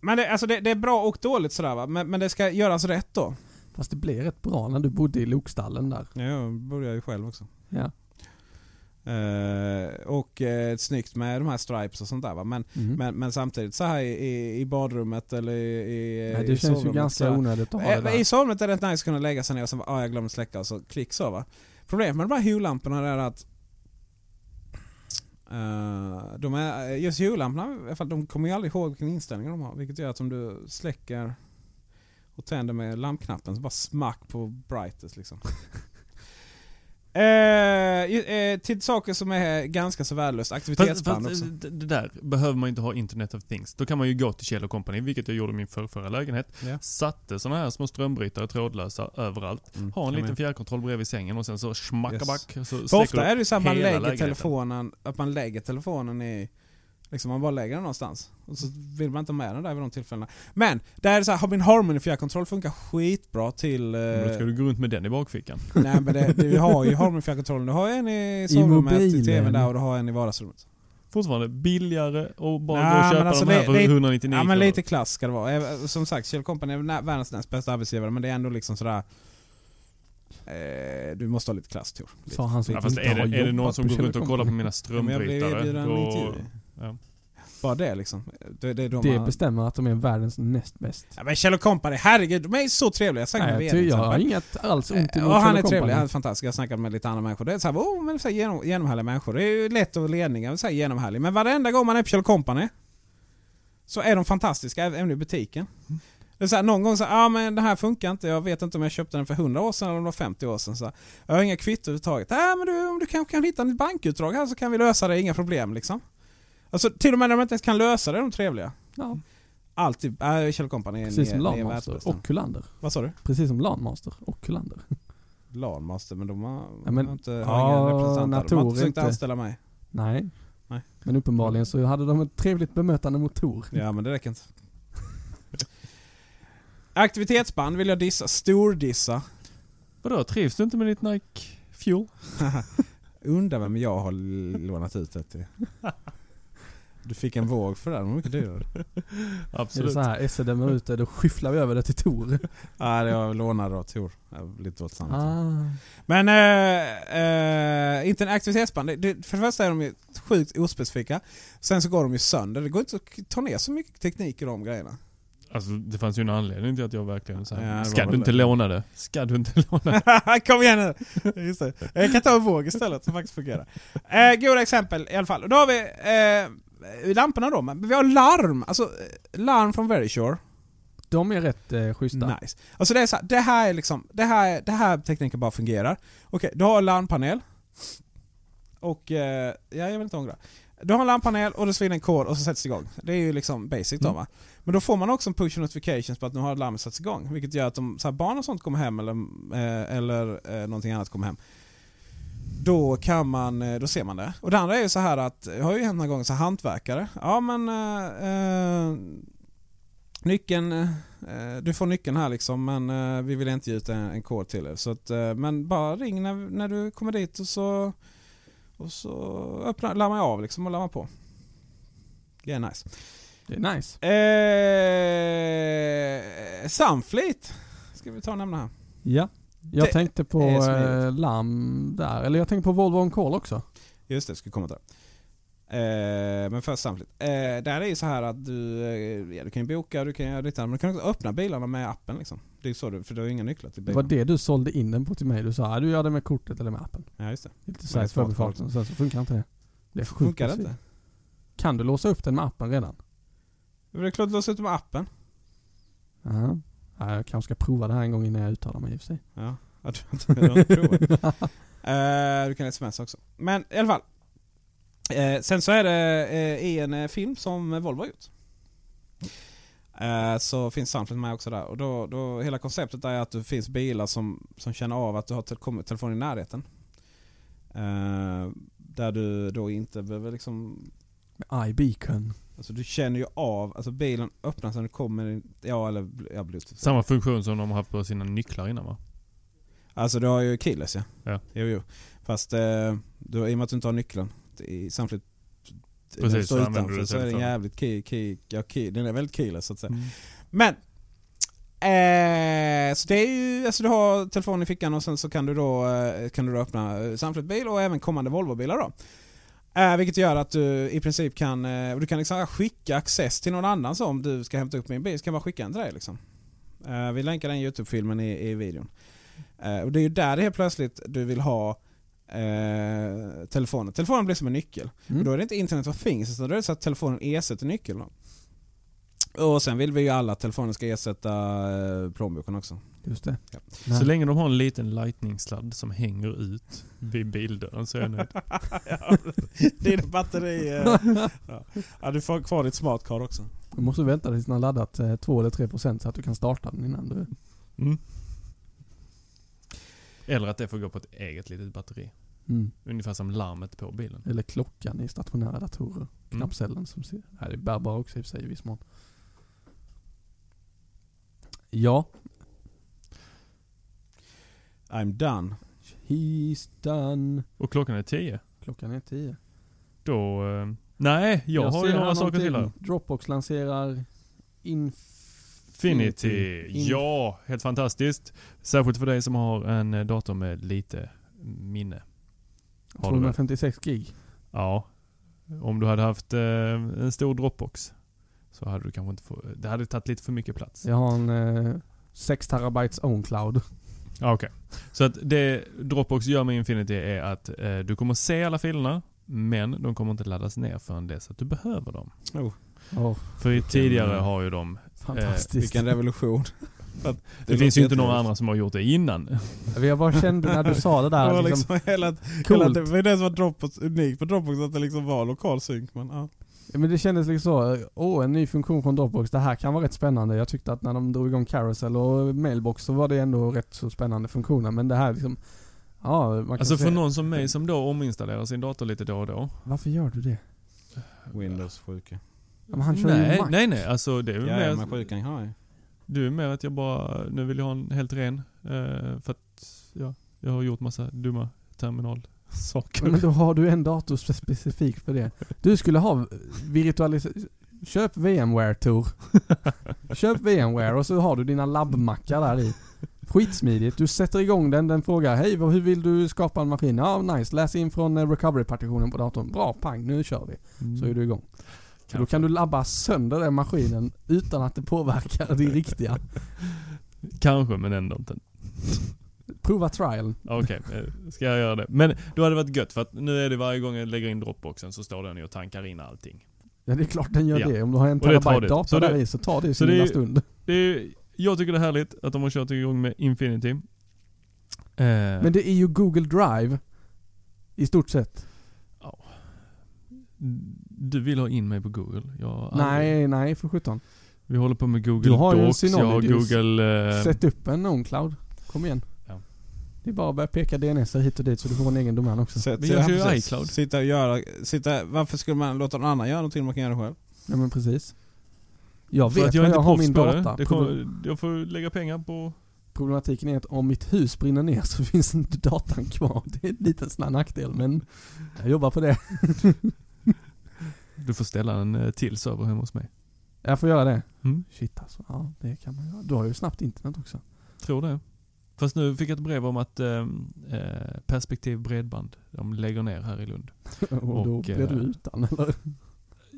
Speaker 1: men det, alltså det, det är bra och dåligt sådär va, men, men det ska göras rätt då.
Speaker 2: Fast det blev rätt bra när du bodde i lokstallen där.
Speaker 1: Ja, jag borde jag ju själv också.
Speaker 2: Ja.
Speaker 1: Eh, och eh, snyggt med de här stripes och sånt där va. Men
Speaker 2: Mm.
Speaker 1: men, men samtidigt så här i, i, i badrummet eller i, i,
Speaker 2: Nej,
Speaker 1: i
Speaker 2: det känns ju
Speaker 1: eh, sovrummet så
Speaker 2: ganska
Speaker 1: här.
Speaker 2: onödigt att ha det
Speaker 1: Eh, I
Speaker 2: där.
Speaker 1: sovrummet är det rätt nice att kunna lägga sig ner och sen bara, ah, jag glömde släcka och så klick så va. Problemet med de här Hue-lamporna är att eh, de är, just Hue-lamporna, i alla fall, de kommer ju aldrig ihåg vilken inställning de har. Vilket gör att om du släcker och tänder med lampknappen så bara smack på brightest liksom. Eh, ju- eh, till saker som är ganska så värdelöst.
Speaker 3: Fast,
Speaker 1: Aktivitetsband också.
Speaker 3: fast eh, det det där behöver man ju inte ha internet of things. Då kan man ju gå till Kjell Company, vilket jag gjorde i min förrförra lägenhet.
Speaker 1: Ja.
Speaker 3: Satte såna här små strömbrytare, trådlösa, överallt.
Speaker 1: Mm,
Speaker 3: Ha en
Speaker 1: jag
Speaker 3: liten
Speaker 1: med.
Speaker 3: fjärrkontroll bredvid sängen och sen så
Speaker 1: Yes.
Speaker 3: schmackaback.
Speaker 1: För
Speaker 3: Så släcker
Speaker 1: ofta
Speaker 3: du
Speaker 1: är det ju så att man
Speaker 3: hela
Speaker 1: lägger
Speaker 3: lägenheten.
Speaker 1: telefonen, att man lägger telefonen i Liksom man bara lägger den någonstans. Och så vill man inte ha med den där vid de tillfällena. Men, där är det så här, har min Harmony fjärrkontroll funkar skitbra till... eh,
Speaker 3: Men Då ska du gå runt med den i bakfickan.
Speaker 1: nej men det, det, vi har ju Harmony fjärrkontrollen. Du har en i sovrummet, i,
Speaker 2: mobilen.
Speaker 1: tvn där och du har en i vardagsrummet.
Speaker 3: Fortfarande billigare och bara
Speaker 1: Nej,
Speaker 3: gå och
Speaker 1: men
Speaker 3: köpa
Speaker 1: alltså
Speaker 3: den här
Speaker 1: li-
Speaker 3: för
Speaker 1: li- Ja
Speaker 3: 199
Speaker 1: men
Speaker 3: kronor.
Speaker 1: lite klass ska det vara. Eh, Som sagt, Kjell Company är nä- världens näst bästa arbetsgivare men det är ändå liksom sådär... Eh, du måste ha lite klass Tor. Lite.
Speaker 2: Sa han som
Speaker 3: Ja, fast
Speaker 2: inte
Speaker 3: är
Speaker 2: har
Speaker 3: det, är det någon
Speaker 2: jobbat
Speaker 3: som
Speaker 2: på
Speaker 3: går runt och
Speaker 2: Kjell
Speaker 3: kollar på mina
Speaker 1: Ja, men jag blev
Speaker 3: strömvrittare?
Speaker 1: erbjuden en
Speaker 3: Då,
Speaker 1: intervju.
Speaker 3: ja.
Speaker 1: Bara det liksom. Det, det är då
Speaker 2: Det
Speaker 1: man...
Speaker 2: bestämmer att de är världens näst bäst.
Speaker 1: Ja, men Kjell Company, herregud de är ju så trevliga. Jag snackade med
Speaker 2: Nej, jag,
Speaker 1: VD
Speaker 2: tror-
Speaker 1: till
Speaker 2: jag har
Speaker 1: exempel.
Speaker 2: inget alls ont
Speaker 1: Eh,
Speaker 2: emot
Speaker 1: Och han är
Speaker 2: Kjell
Speaker 1: trevlig, han är
Speaker 2: Company.
Speaker 1: fantastisk. Jag har snackat med lite andra människor. Det är såhär, oh, men så här genom, genomhärliga människor. Det är ju lätt att ledningen är genomhärlig. Men varenda gång man är på Kjell Company så är de fantastiska, även i butiken. Det är så här, någon gång så ja ah, men den här funkar inte. Jag vet inte om jag köpte den för 100 år sedan eller om det var 50 år sedan. Så här, jag har inga kvitton överhuvudtaget. Nej men du, om du kanske kan hitta ett bankutdrag här så kan vi lösa det, inga problem liksom. Alltså till och med när de inte ens kan lösa det, de trevliga.
Speaker 2: Ja,
Speaker 1: Alltid, äh, Kjell Company är
Speaker 2: precis som
Speaker 1: ni- ni är
Speaker 2: Lan Master
Speaker 1: världsbästa.
Speaker 2: och Kullander.
Speaker 1: Vad sa du?
Speaker 2: Precis som Lan Master och Kullander.
Speaker 1: LAN-master men de har,
Speaker 2: Ja, men-
Speaker 1: har inte
Speaker 2: Ja,
Speaker 1: har ingen representant där. De har
Speaker 2: Nator
Speaker 1: inte försökt
Speaker 2: inte.
Speaker 1: anställa mig.
Speaker 2: Nej.
Speaker 1: Nej.
Speaker 2: Men uppenbarligen så hade de ett trevligt bemötande mot Tor.
Speaker 1: Ja men det räcker inte. Aktivitetsband vill jag dissa, stordissa.
Speaker 3: Vadå, trivs du inte med ditt Nike Fuel?
Speaker 1: Undrar vem jag har l- lånat ut det till. Du fick en våg för det, den var mycket dyrare.
Speaker 2: Är det
Speaker 3: Absolut.
Speaker 2: så här, Esse dömer ut det, då skyfflar vi över det till Tor.
Speaker 1: Nej, det jag lånade av Tor. Lite dåligt samvete.
Speaker 2: Ah.
Speaker 1: Men eh, eh, inte en aktivitetsband. Det- det- För det första är de ju sjukt ospecifika. Sen så går de ju sönder. Det går inte att ta ner så mycket teknik i de grejerna.
Speaker 3: Alltså, det fanns ju en anledning till att jag verkligen så
Speaker 1: Ja, det
Speaker 3: här,
Speaker 1: var
Speaker 3: Ska
Speaker 1: väl
Speaker 3: du inte
Speaker 1: det."
Speaker 3: låna det? Ska du inte låna det?
Speaker 1: Kom igen nu! Just det. Jag kan ta en våg istället som faktiskt fungerar. Eh, goda exempel i alla fall. Då har vi eh, lamporna då, men vi har larm. Alltså eh, larm från Verisure.
Speaker 2: De är rätt eh, schyssta.
Speaker 1: Nice. Alltså det är så här, det här är liksom, det här, det här tekniken bara fungerar. Okej, du har en larmpanel. Och, eh, ja, jag vill inte ångra. Du har en larmpanel och det svinner en kod och så sätts det igång. Det är ju liksom basic då va. Men då får man också en push notifications på att nu har larmet satts igång. Vilket gör att de, så här, barn och sånt kommer hem eller, eh, eller eh, någonting annat kommer hem. Då kan man, eh, då ser man det. Och det andra är ju så här att, jag har ju hänt några gånger så här, hantverkare. Ja men eh, eh, Nyckeln, eh, du får nyckeln här liksom men eh, vi vill inte ge ut en, en kod till er. Så att, eh, men bara ring när, när du kommer dit och så, och så öppnar, lammar jag av liksom och lammar på. Det är nice.
Speaker 2: Det är nice.
Speaker 1: Eh, Sunfleet ska vi ta och nämna här.
Speaker 2: Ja. Jag
Speaker 1: Det
Speaker 2: tänkte på
Speaker 1: är smidigt.
Speaker 2: eh, larm där, eller jag tänkte på Volvo On Call också.
Speaker 1: Just det, ska komma till det. Eh, men först Sunfleet. Eh, där är ju så här att du, eh, ja, du kan ju boka, du kan göra ditt annat, men du kan också öppna bilarna med appen liksom. Det är så du, för du har ju inga nycklar till
Speaker 2: Det var
Speaker 1: bilarna.
Speaker 2: det du sålde in den på till mig. Du sa att du gör det med kortet eller med appen.
Speaker 1: Ja, just det.
Speaker 2: Lite
Speaker 1: det är
Speaker 2: såhär i
Speaker 1: smart
Speaker 2: förbifarten, sen så funkar inte det. Det är sjukt
Speaker 1: Funkar det
Speaker 2: besviken.
Speaker 1: inte?
Speaker 2: Kan du låsa upp den med appen redan?
Speaker 1: Det är klart att låsa ut med appen.
Speaker 2: Ja. Ja, jag kanske ska prova det här en gång innan jag uttalar mig i och för sig.
Speaker 1: Ja, jag tror inte jag har inte provat. Eh, Du kan sms också. Men i alla fall. Eh, sen så är det eh, i en eh, film som Volvo har gjort. Eh, så finns Sunflit med också där. Och då, då, hela konceptet är att det finns bilar som, som känner av att du har te- kommit telefonen i närheten. Eh, där du då inte behöver liksom...
Speaker 2: Med iBeacon.
Speaker 1: Alltså du känner ju av, alltså bilen öppnas när du kommer in, ja eller ja, bluetooth.
Speaker 3: Samma funktion som de har haft på sina nycklar innan va?
Speaker 1: Alltså du har ju keyless ja.
Speaker 3: Ja.
Speaker 1: Jo, jo. Fast eh, du, i och med att du inte har nyckeln i samtidigt
Speaker 3: Precis,
Speaker 1: den står
Speaker 3: så använder
Speaker 1: utanför
Speaker 3: du
Speaker 1: så är den
Speaker 3: telefonen.
Speaker 1: jävligt key, key, ja, key, den är väldigt keyless så att säga. Men! Eh, så det är ju, alltså du har telefonen i fickan och sen så kan du då, eh, kan du då öppna eh, samtidigt bil och även kommande Volvo-bilar då. Eh, vilket gör att du i princip kan, eh, och du kan liksom skicka access till någon annan så om du ska hämta upp min bil så kan jag bara skicka den till dig liksom. Eh, vi länkar den Youtube-filmen i, i videon. Eh, och det är ju där det helt plötsligt du vill ha eh, telefonen. Telefonen blir som en nyckel.
Speaker 2: Mm.
Speaker 1: Och då är det inte internet of things utan då är det så att telefonen ersätter nyckeln. Då. Och sen vill vi ju alla att telefonen ska ersätta eh, plånboken också.
Speaker 2: Just det.
Speaker 1: Ja.
Speaker 2: Nej.
Speaker 3: Så länge de har en liten lightning-sladd som hänger ut vid bildörren så är jag nöjd.
Speaker 1: Dina batteri... eh. ja. du får kvar ditt smartcard också.
Speaker 2: Du måste vänta tills den har laddat eh, 2 eller 3 procent så att du kan starta den innan du...
Speaker 3: Eller att det får gå på ett eget litet batteri.
Speaker 2: Mm.
Speaker 3: Ungefär som larmet på bilen.
Speaker 2: Eller klockan i stationära datorer.
Speaker 3: Mm.
Speaker 2: Knappcellen som ser... Nej, det är bärbara också i och för sig i viss mån. Ja.
Speaker 1: I'm done.
Speaker 2: He's done.
Speaker 3: Och klockan är tio.
Speaker 2: Klockan är tio.
Speaker 3: Då... Eh, nej, jag, har ju
Speaker 2: ser
Speaker 3: några
Speaker 2: här
Speaker 3: saker till här.
Speaker 2: någonting. Dropbox lanserar Infinity.
Speaker 3: Finity. Ja, helt fantastiskt. Särskilt för dig som har en eh, dator med lite minne. Har du väl?
Speaker 2: 256 gig.
Speaker 3: Ja. Om du hade haft eh, en stor Dropbox så hade du kanske inte få, Det hade tagit lite för mycket plats.
Speaker 2: Jag har en eh, 6 terabytes OwnCloud.
Speaker 3: Ja, okej. Så att det Dropbox gör med Infinity är att eh, du kommer se alla filerna, men de kommer inte laddas ner förrän dess att du behöver dem.
Speaker 2: Oh,
Speaker 3: För i tidigare har ju de... Eh,
Speaker 2: fantastiskt.
Speaker 1: Vilken revolution. det
Speaker 3: Det, finns ju inte några andra som har gjort det innan.
Speaker 2: Jag bara kände när du sa det
Speaker 1: Det
Speaker 2: där.
Speaker 1: var
Speaker 2: Liksom,
Speaker 1: liksom hela, hela,
Speaker 2: coolt.
Speaker 1: det var det som var Dropbox, unikt på Dropbox, att det liksom var lokal synk. Men, ja.
Speaker 2: Ja, men det kändes liksom så, åh en ny funktion från Dropbox, det här kan vara rätt spännande. Jag tyckte att när de drog igång Carousel och Mailbox så var det ändå rätt så spännande funktioner. Men det här liksom, ja man kan
Speaker 3: Alltså för
Speaker 2: säga,
Speaker 3: någon som mig som då ominstallerar sin dator lite då och då.
Speaker 2: varför gör du det?
Speaker 1: Windows-sjuka.
Speaker 2: Ja, men han kör
Speaker 3: Nej,
Speaker 2: ju Mac.
Speaker 3: nej, nej. Alltså det är ju
Speaker 1: Ja,
Speaker 3: mer...
Speaker 1: ja, men sjukan har jag.
Speaker 3: Du är med att jag bara, nu vill jag ha en helt ren. Eh, för att, ja, jag har gjort massa dumma terminalsaker.
Speaker 2: Men då har du en dator spe- specifikt för det. Du skulle ha virtualisering, köp VMware Tor. Köp VMware och så har du dina labbmackar där i. Skitsmidigt. Du sätter igång den, den frågar hej vad- hur vill du skapa en maskin? Ja, nice. Läs in från eh, recovery-partitionen på datorn. Bra, pang, nu kör vi.
Speaker 3: Mm.
Speaker 2: Så är du igång. Så då kan du labba sönder den maskinen utan att det påverkar din riktiga.
Speaker 3: Kanske, men ändå inte.
Speaker 2: Prova trial.
Speaker 3: Okej, eh, ska jag göra det. Men då hade det varit gött för att nu är det varje gång jag lägger in Dropboxen så står den ju och tankar in allting.
Speaker 2: Ja, det är klart den gör
Speaker 3: Ja.
Speaker 2: det. Om du har en
Speaker 3: Och det tar
Speaker 2: terabyte
Speaker 3: det.
Speaker 2: dator
Speaker 3: Så det-
Speaker 2: där i så tar det ju
Speaker 3: så
Speaker 2: sin
Speaker 3: det är
Speaker 2: lilla
Speaker 3: ju-
Speaker 2: stund.
Speaker 3: Det är, ju- jag tycker det är härligt att de har kört igång med Infinity. Eh,
Speaker 2: Men det är ju Google Drive. I stort sett.
Speaker 3: Du vill ha in mig på Google? Jag har aldrig-
Speaker 2: Nej, nej för sjutton.
Speaker 3: Vi håller på med Google
Speaker 2: Du har ju en
Speaker 3: Docs, jag har
Speaker 2: Synology.
Speaker 3: Google... Eh,
Speaker 2: Sätt upp en OwnCloud. Kom igen.
Speaker 3: Ja.
Speaker 2: Det är bara att börja peka DNS hit och dit så du får en egen domän också.
Speaker 1: Så,
Speaker 3: Vi
Speaker 1: så
Speaker 3: gör ju
Speaker 1: precis.
Speaker 3: iCloud.
Speaker 1: Sitta och göra, sitta, varför skulle man låta någon annan göra någonting man kan göra själv?
Speaker 2: Ja men precis. Jag
Speaker 3: för
Speaker 2: vet
Speaker 3: att
Speaker 2: jag
Speaker 3: jag är
Speaker 2: var
Speaker 3: inte
Speaker 2: jag har min
Speaker 3: proffs på
Speaker 2: data.
Speaker 3: Det. Det
Speaker 2: Proble-
Speaker 3: kommer, jag får lägga pengar på...
Speaker 2: Problematiken är att om mitt hus brinner ner så finns inte datan kvar. Det är en liten sån här nackdel men jag jobbar på det.
Speaker 3: Du får ställa en eh, till server hemma hos mig.
Speaker 2: Jag får göra det.
Speaker 3: Mm.
Speaker 2: Shit alltså. Ja det kan man göra. Du har ju snabbt internet också.
Speaker 3: Tror det. Fast nu fick jag ett brev om att eh, eh, Perspektiv Bredband, de lägger ner här i Lund.
Speaker 2: Och, då
Speaker 3: Och,
Speaker 2: blir du
Speaker 3: eh,
Speaker 2: utan eller?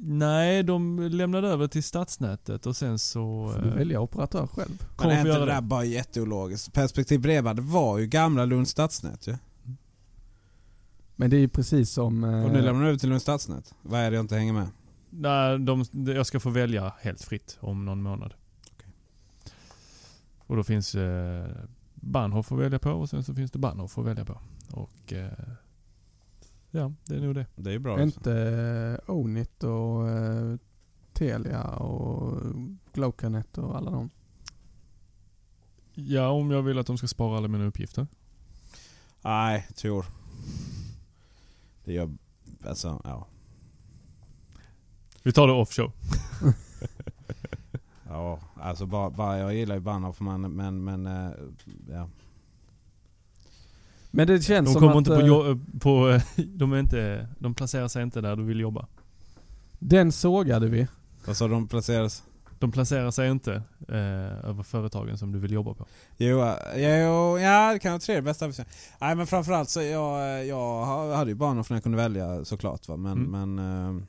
Speaker 3: Nej, de lämnade över till stadsnätet och sen så...
Speaker 2: Får du
Speaker 3: eh,
Speaker 2: välja operatör själv?
Speaker 3: Kommer
Speaker 1: Men är inte
Speaker 3: få göra
Speaker 1: det där
Speaker 3: det.
Speaker 1: bara jätteologiskt? Perspektiv bredband, det var ju gamla Lunds stadsnät ju.
Speaker 2: Men det är ju precis som... eh,
Speaker 1: Och nu lämnar du över till Lunds stadsnät. Vad är det jag inte hänger med?
Speaker 3: Nej, de, jag ska få välja helt fritt om någon månad.
Speaker 1: Okej.
Speaker 3: Och då finns eh, Bahnhof att välja på och sen så finns det Bahnhof att välja på. Och... Eh, ja, det är nog det.
Speaker 1: Det är ju bra. liksom.
Speaker 2: Är
Speaker 1: också.
Speaker 2: inte eh, Ownit och eh, Telia och Glocanet och alla de?
Speaker 3: Ja, om jag vill att de ska spara alla mina uppgifter.
Speaker 1: Nej, Tor. Det gör... Alltså, ja.
Speaker 3: Vi tar det offshore.
Speaker 1: Ja, alltså bara, bara jag gillar ju Bahnhof men, men, men eh, ja.
Speaker 2: Men det känns
Speaker 3: De
Speaker 2: som
Speaker 3: kommer
Speaker 2: att
Speaker 3: inte på,
Speaker 2: eh,
Speaker 3: jo- på eh, de, är inte, de placerar sig inte där du vill jobba.
Speaker 2: den sågade vi.
Speaker 1: Vad sa de placeras?
Speaker 3: De placerar sig inte eh, över företagen som du vill jobba på.
Speaker 1: Jo, eh, jo ja det kan vara tre bästa arbetsgivare. Nej men framförallt så jag, eh, jag hade ju Bahnhof när jag kunde välja såklart va. Men,
Speaker 3: Mm.
Speaker 1: men, eh,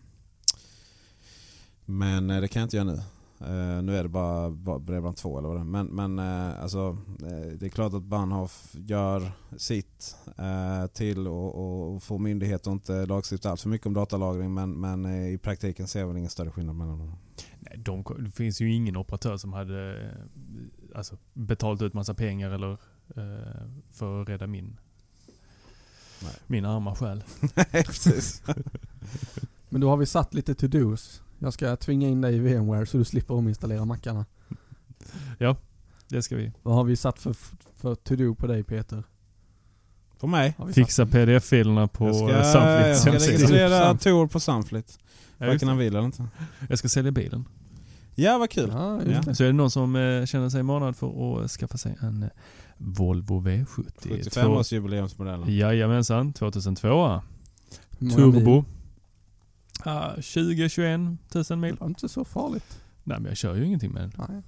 Speaker 1: men eh, det kan jag inte göra nu. Eh, nu är det bara, bara Bredband 2 eller vad det är. Men, men eh, alltså, eh, det är klart att Bahnhof gör sitt eh, till och, och, och får myndigheter att inte lagstifta allt för mycket om datalagring. Men, men eh, i praktiken ser jag väl ingen större skillnad mellan dem.
Speaker 3: Nej, de, ko- det finns ju ingen operatör som hade eh, alltså, betalt ut massa pengar eller eh, för att rädda min,
Speaker 1: Nej.
Speaker 3: min arma själ.
Speaker 1: Nej, precis.
Speaker 2: Men då har vi satt lite to-dos. Jag ska tvinga in dig i VMware så du slipper ominstallera mackarna.
Speaker 3: Det ska vi.
Speaker 2: Vad har vi satt för, för to-do på dig Peter?
Speaker 1: På mig.
Speaker 2: Har vi sagt.
Speaker 3: Fixa pdf-filerna på
Speaker 1: jag ska,
Speaker 3: eh,
Speaker 1: jag
Speaker 3: Sunflits
Speaker 1: ska
Speaker 3: hemsida.
Speaker 1: registrera Tor på Sunflit.
Speaker 3: Ja, just
Speaker 1: Varken han
Speaker 3: det.
Speaker 1: vill eller inte.
Speaker 3: Jag ska sälja bilen.
Speaker 1: Ja, vad kul.
Speaker 2: Ja,
Speaker 1: Ja.
Speaker 2: just det.
Speaker 3: Så är det någon som eh, känner sig manad för att skaffa sig en eh, Volvo V70.
Speaker 1: 75 års jubileumsmodellen.
Speaker 3: Jajamensan, 2002
Speaker 2: Hur många mil?
Speaker 3: Turbo. Ah, 20-21 tusen mil.
Speaker 2: Det var inte så farligt.
Speaker 3: Nej men jag kör ju ingenting med den.
Speaker 2: Nej.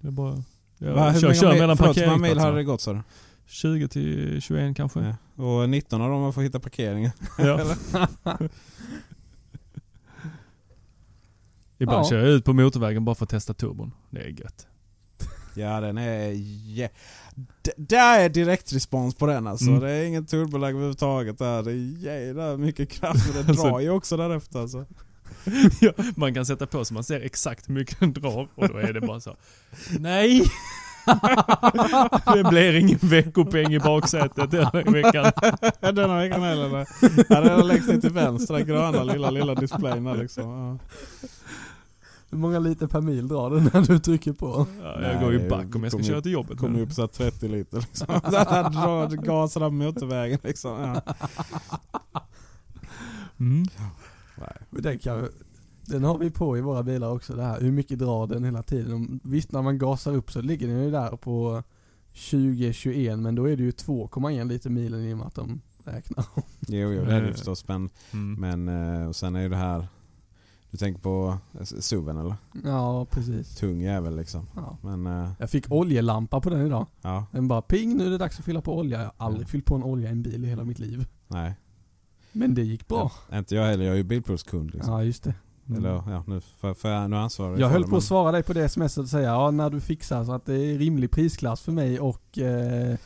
Speaker 3: Jag bara... Jag
Speaker 1: Va, hur
Speaker 3: kör,
Speaker 1: många
Speaker 3: kör
Speaker 1: mil-
Speaker 3: mellan
Speaker 1: förlåt, hur många mil har det
Speaker 3: parkeringsplatserna.
Speaker 1: gått sa du?
Speaker 3: 20 till 21 kanske.
Speaker 1: Ja. Och 19 av dem har fått hitta parkeringar.
Speaker 3: Ja. Ibland
Speaker 2: Ja.
Speaker 3: kör jag ut på motorvägen bara för att testa turbon. Det är gött.
Speaker 1: Ja den är... jä- D- där är direktrespons på den alltså.
Speaker 3: Mm.
Speaker 1: Det är inget turbolag överhuvudtaget där. Det är jävla mycket kraft men det drar ju också därefter alltså.
Speaker 3: Ja, man kan sätta på så man ser exakt hur mycket den drar och då är det bara så. Nej! det blir ingen veckopeng i baksätet den här veckan.
Speaker 1: den har ingen heller där. Ja, den längst ner till vänstra gröna lilla lilla displayen där liksom. Ja.
Speaker 2: Hur många liter per mil drar den när du trycker på?
Speaker 3: Ja,
Speaker 1: Nej,
Speaker 3: jag går
Speaker 1: det
Speaker 3: ju back om jag ska
Speaker 1: kommer
Speaker 3: köra
Speaker 1: ju-
Speaker 3: till jobbet.
Speaker 1: Kommer upp så här 30 liter liksom. Den här drar gasen av motorvägen liksom. Ja.
Speaker 3: Mm.
Speaker 2: Den, kan, den har vi på i våra bilar också, det här hur mycket drar den hela tiden. Om- Visst när man gasar upp så ligger den ju där på 20-21 men då är det ju 2,1 liter milen i och med att de räknar.
Speaker 1: Jo, jo det är det ju förstås. Men,
Speaker 3: Mm.
Speaker 1: men eh, och sen är ju det här... Du tänker på eh, SUVen eller?
Speaker 2: Ja precis.
Speaker 1: Tung jävel liksom.
Speaker 2: Ja.
Speaker 1: Men eh,
Speaker 2: Jag fick oljelampa på den idag.
Speaker 1: ja,
Speaker 2: Den bara ping, nu är det dags att fylla på olja. Jag har aldrig fyllt på en olja i en bil i hela mitt liv.
Speaker 1: nej.
Speaker 2: Men det gick bra.
Speaker 1: Inte jag heller. Jag är ju bilprovskund liksom.
Speaker 2: Ja just det.
Speaker 1: Eller ja, nu för, för jag, nu ansvarar
Speaker 2: Jag höll på att
Speaker 1: att
Speaker 2: svara dig på det smset och säga ja, när du fixar så att det är rimlig prisklass för mig och... Eh,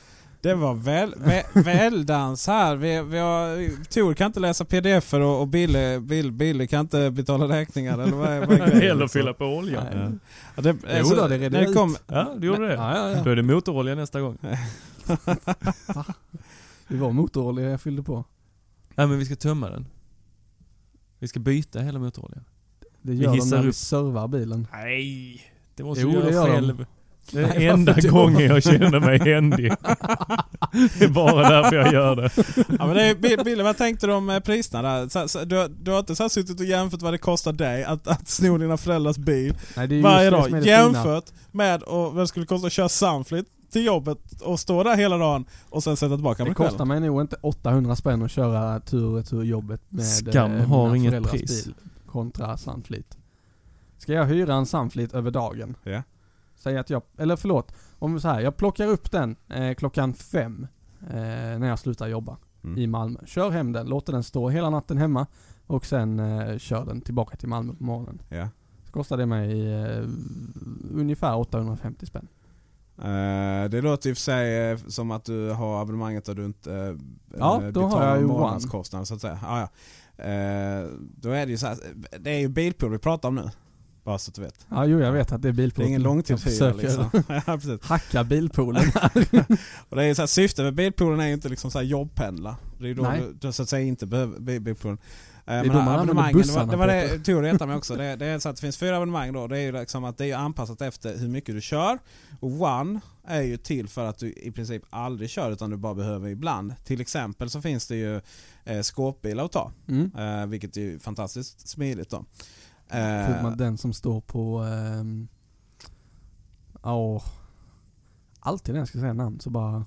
Speaker 1: Det var väl, vä, väldans här. Vi, vi har, Tor kan inte läsa pdf och, och Bille, Bill, Bille kan inte betala räkningar eller vad är, vad är grejen,
Speaker 3: Eller
Speaker 1: liksom?
Speaker 3: fylla på olja. Mm.
Speaker 2: nej.
Speaker 1: Ja, det, alltså,
Speaker 2: då, det redde
Speaker 1: när det
Speaker 2: ut.
Speaker 1: kom,
Speaker 3: Ja, du gjorde det.
Speaker 2: Ja, ja, ja.
Speaker 3: Då är det motorolja nästa gång.
Speaker 2: Det var motorolja jag fyllde på.
Speaker 3: Nej men vi ska tömma den. Vi ska byta hela motoroljan.
Speaker 2: Det
Speaker 3: Vi
Speaker 2: gör de
Speaker 3: hissar
Speaker 2: när vi
Speaker 3: upp.
Speaker 2: servar bilen.
Speaker 3: Nej! Det måste
Speaker 2: Jo,
Speaker 3: du
Speaker 2: det gör
Speaker 3: göra
Speaker 2: de.
Speaker 3: själv. Det är
Speaker 2: Nej,
Speaker 3: enda
Speaker 2: varför då?
Speaker 3: gången jag känner mig händig. Det är bara därför jag gör det.
Speaker 1: ja, men det är, Bill- Bille, vad tänkte du om eh, priserna där? Så, så, du, har- du har inte så här suttit och jämfört vad det kostar dig att, att sno dina föräldrars bil
Speaker 2: Nej, det är
Speaker 1: varje
Speaker 2: just det som är
Speaker 1: dag
Speaker 2: det fina.
Speaker 1: jämfört med och, vad det skulle kosta att köra Sunflit till jobbet och stå där hela dagen och sen sätta tillbaka
Speaker 2: Det
Speaker 1: på kvällen.
Speaker 2: kostar mig nog inte 800 spänn att köra tur och retur jobbet med
Speaker 3: Skam
Speaker 2: eh,
Speaker 3: har
Speaker 2: mina
Speaker 3: inget
Speaker 2: föräldrars
Speaker 3: pris.
Speaker 2: bil kontra Sandflit. Ska jag hyra en Sandflit över dagen?
Speaker 1: Ja.
Speaker 2: Säg att jag, eller förlåt, om så här, jag plockar upp den eh, klockan fem eh, när jag slutar jobba
Speaker 1: Mm.
Speaker 2: i Malmö. Kör hem den, låter den stå hela natten hemma och sen eh, kör den tillbaka till Malmö på morgonen.
Speaker 1: Ja.
Speaker 2: Så kostar det mig eh, ungefär 850 spänn.
Speaker 1: Eh, det låter i och för sig eh, som att du har abonnemanget och du inte eh,
Speaker 2: Ja,
Speaker 1: eh,
Speaker 2: då
Speaker 1: betalar
Speaker 2: har jag ju One.
Speaker 1: månadskostnaden så att säga. Ah, ja. Eh, då är det ju så här, eh, det är ju bilpool vi pratar om nu. Bara så att du vet.
Speaker 2: Ja, jo jag vet att det är
Speaker 1: Det
Speaker 2: bilpoolen.
Speaker 1: är ingen långtidshyra
Speaker 2: Jag försöker
Speaker 1: liksom. ja, precis.
Speaker 2: Hacka bilpoolen.
Speaker 1: och det är ju så här, syftet med bilpoolen är ju inte liksom så här jobbpendla. Det är ju då
Speaker 2: Nej.
Speaker 1: du, du så att säga inte behöver bi- bilpoolen. Det
Speaker 2: är då man använder
Speaker 1: det var
Speaker 2: bussarna,
Speaker 1: det, var det
Speaker 2: Peter.
Speaker 1: Tor retade mig också. Det, det är så att det finns fyra abonnemang då. Det är ju liksom att det är ju anpassat efter hur mycket du kör. Och One är ju till för att du i princip aldrig kör utan du bara behöver ibland. Till exempel så finns det ju eh, skåpbilar att ta.
Speaker 2: Mm.
Speaker 1: Eh, vilket är ju fantastiskt smidigt då.
Speaker 2: Tog man
Speaker 1: Eh,
Speaker 2: den som står på... ehm, Ja... alltid när jag ska säga namn så bara...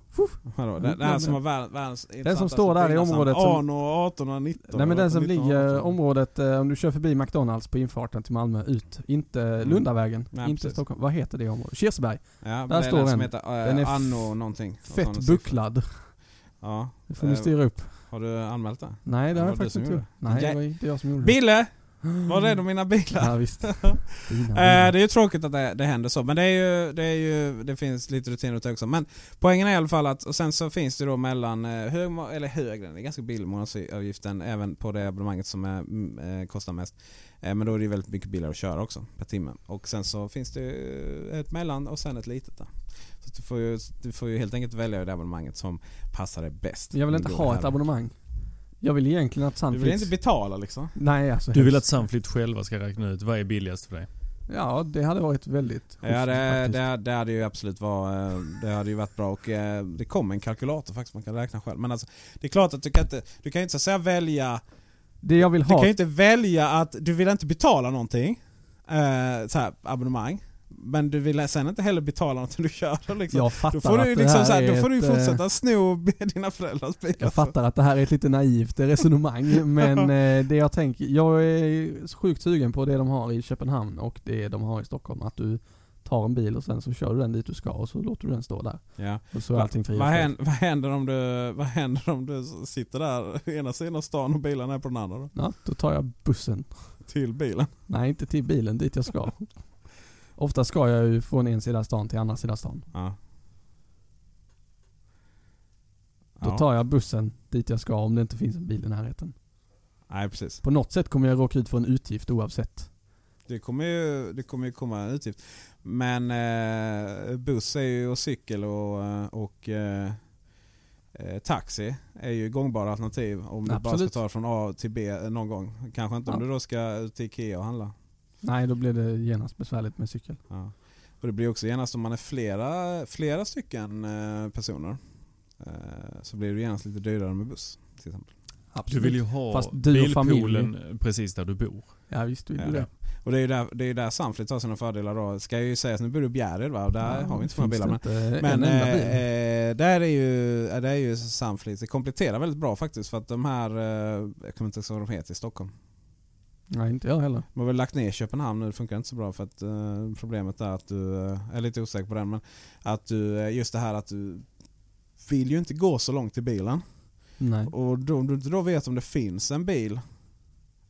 Speaker 1: vadå? Den, den här som har världens, världens
Speaker 2: Mm, som står där i området som-
Speaker 1: som... Ano 18 och 19.
Speaker 2: Nej men den som
Speaker 1: 19,
Speaker 2: ligger
Speaker 1: 18.
Speaker 2: området, eh, om du kör förbi McDonalds på infarten till Malmö ut, inte Lundavägen,
Speaker 1: Mm. Nej,
Speaker 2: inte
Speaker 1: precis.
Speaker 2: Stockholm. Vad heter det området? Kirseberg.
Speaker 1: Ja, men
Speaker 2: Där
Speaker 1: det är
Speaker 2: står
Speaker 1: den. Som
Speaker 2: den.
Speaker 1: heter, eh,
Speaker 2: Den är f-
Speaker 1: Anno någonting. Sån
Speaker 2: Fett
Speaker 1: siffra.
Speaker 2: bucklad.
Speaker 1: Ja.
Speaker 2: Det får ni
Speaker 1: Eh,
Speaker 2: styra upp.
Speaker 1: Har du anmält det?
Speaker 2: Nej det har
Speaker 1: var
Speaker 2: jag
Speaker 1: du
Speaker 2: faktiskt
Speaker 1: som
Speaker 2: inte
Speaker 1: gjorde
Speaker 2: gjort. Nej det
Speaker 1: Jag-
Speaker 2: var inte jag som gjorde det.
Speaker 1: Bille! Var rädd om mina bilar.
Speaker 2: Ja visst. Dina,
Speaker 1: Eh,
Speaker 2: dina.
Speaker 1: det är ju tråkigt att det, det händer så, men det, är ju, det, är ju, det finns lite rutiner åt det också. Men poängen är i alla fall att, och sen så finns det då mellan, eh, hög, må- eller högre, det är ganska billig månadsavgiften även på det abonnemanget som är, mm, eh, kostar mest. Eh, men då är det ju väldigt mycket bilar att köra också per timme. Och sen så finns det ju ett mellan och sen ett litet där. Så att du, får ju, du får ju helt enkelt välja det abonnemanget som passar dig bäst.
Speaker 2: Jag vill inte
Speaker 1: Det
Speaker 2: ha
Speaker 1: här.
Speaker 2: ett abonnemang. Jag vill egentligen att
Speaker 1: Du vill inte
Speaker 2: Sandflits...
Speaker 1: betala liksom?
Speaker 2: Nej alltså
Speaker 3: Du vill att
Speaker 2: helst-
Speaker 3: Sunflit själva ska räkna ut vad är billigast för dig?
Speaker 2: Ja, det hade varit väldigt schysst
Speaker 1: Ja, det,
Speaker 2: faktiskt.
Speaker 1: det, det hade ju absolut var, det hade ju varit bra och eh, det kom en kalkylator faktiskt man kan räkna själv. Men alltså, det är klart att du kan inte, du kan ju inte så att säga välja,
Speaker 2: Det jag vill
Speaker 1: du kan
Speaker 2: ha,
Speaker 1: ju inte välja att du vill inte betala någonting, eh, så här, abonnemang. Men du vill sen inte heller betala något när du kör den, liksom.
Speaker 2: jag fattar
Speaker 1: Då får
Speaker 2: att
Speaker 1: du ju
Speaker 2: det
Speaker 1: liksom
Speaker 2: här
Speaker 1: så här,
Speaker 2: är
Speaker 1: då får du ju
Speaker 2: ett, eh,
Speaker 1: fortsätta sno dina föräldrars bil.
Speaker 2: Jag fattar att det här är ett lite naivt resonemang men eh, det jag tänker, jag är sjukt sugen på det de har i Köpenhamn och det de har i Stockholm. Att du tar en bil och sen så kör du den dit du ska och så låter du den stå där.
Speaker 1: Ja.
Speaker 2: Och så är allting frid och
Speaker 1: vad,
Speaker 2: fröjd.
Speaker 1: händer, vad, händer om du, vad händer om du sitter där ena sidan av stan och bilen är på den andra då?
Speaker 2: Ja, då tar jag bussen.
Speaker 1: Till bilen.
Speaker 2: Nej, inte till bilen dit jag ska. Ofta ska jag ju från en sida av stan till andra sidan stan.
Speaker 1: Ja.
Speaker 2: Då
Speaker 1: Ja.
Speaker 2: tar jag bussen dit jag ska om det inte finns en bil i närheten.
Speaker 1: Nej precis.
Speaker 2: På något sätt kommer jag råka ut för en utgift oavsett.
Speaker 1: Det kommer ju, det kommer ju komma en utgift. Men eh, buss är ju, och cykel och, eh, och eh, eh, taxi är ju gångbara alternativ om du bara ska
Speaker 2: Absolut.
Speaker 1: ta från A till B någon gång. Kanske inte om
Speaker 2: Ja.
Speaker 1: du då ska ut till Ikea och handla.
Speaker 2: Nej, då blir det genast besvärligt med cykel.
Speaker 1: Ja. Och det blir också genast om man är flera, flera stycken eh, personer eh, så blir det genast lite dyrare med buss. Till exempel.
Speaker 3: Du
Speaker 2: Absolut.
Speaker 3: vill ju ha
Speaker 2: Fast du och familjen.
Speaker 3: bilpoolen precis där du bor.
Speaker 2: Ja, visst vill
Speaker 1: Ja,
Speaker 2: du det.
Speaker 1: det. Och det är ju där, det är ju där Sunfleet har sina fördelar då. Ska ju sägas, nu bor du i Bjärred va? Och där
Speaker 2: Ja,
Speaker 1: har vi inte så många
Speaker 2: finns
Speaker 1: bilar.
Speaker 2: det
Speaker 1: Men
Speaker 2: inte
Speaker 1: Men
Speaker 2: en enda
Speaker 1: eh,
Speaker 2: bil.
Speaker 1: eh, där är ju, ja, där är ju Sunfleet, det kompletterar väldigt bra faktiskt för att de här, eh, jag kommer inte ihåg vad de heter i Stockholm.
Speaker 2: Nej, inte jag heller.
Speaker 1: De har väl lagt ner Köpenhamn nu, det funkar inte så bra för att eh, problemet är att du, eh, jag är lite osäker på den men, att du, eh, just det här att du vill ju inte gå så långt till bilen.
Speaker 2: Nej.
Speaker 1: Och då, om du inte då vet om det finns en bil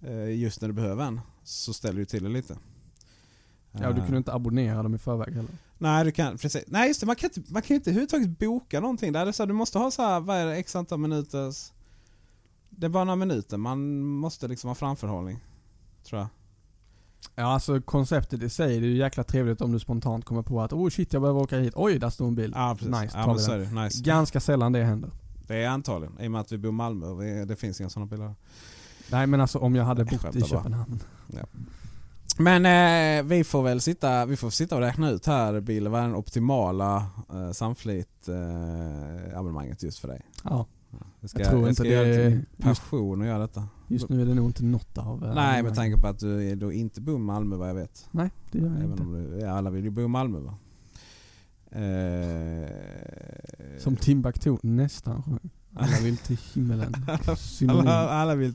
Speaker 1: eh, just när du behöver en så ställer du till det lite.
Speaker 2: Ja, och du
Speaker 1: Eh,
Speaker 2: kunde inte abonnera dem i förväg heller.
Speaker 1: Nej, du kan, precis. Nej just det, man kan, inte, man kan ju inte överhuvudtaget boka någonting där. Det är så här, du måste ha så här, vad är det, x antal minuters... Det är bara några minuter, man måste liksom ha framförhållning. Tror jag.
Speaker 2: Ja, alltså konceptet i sig, det är ju jäkla trevligt om du spontant kommer på att oh shit, jag behöver åka hit. Oj, där står en bil.
Speaker 1: Ja precis.
Speaker 2: Nice,
Speaker 1: ja,
Speaker 2: tar
Speaker 1: men
Speaker 2: vi
Speaker 1: så är
Speaker 2: den.
Speaker 1: det. Nice.
Speaker 2: Ganska sällan det händer.
Speaker 1: Det är antagligen, i och med att vi bor i Malmö och vi, det finns inga sådana bilar.
Speaker 2: Nej men alltså om jag hade
Speaker 1: Jag
Speaker 2: bott
Speaker 1: skämtar
Speaker 2: i
Speaker 1: bara.
Speaker 2: Köpenhamn.
Speaker 1: Men eh, vi får väl sitta, vi får sitta och räkna ut här Bill, vad är den optimala eh, Sunfleet eh, abonnemanget just för dig?
Speaker 2: Ja,
Speaker 1: Jag ska,
Speaker 2: Jag tror inte
Speaker 1: ska göra
Speaker 2: det-
Speaker 1: det till min passion att göra detta.
Speaker 2: just nu är det nog inte något av... eh,
Speaker 1: Nej med tanke på att du är då inte bor i Malmö vad jag vet.
Speaker 2: Nej, det gör jag
Speaker 1: Även
Speaker 2: inte.
Speaker 1: om du, ja, alla vill ju bo i Malmö va? Eh,
Speaker 2: Som Timbuktu nästan sjöng. Alla vill till himmelen. Synonym.
Speaker 1: alla, alla, vill,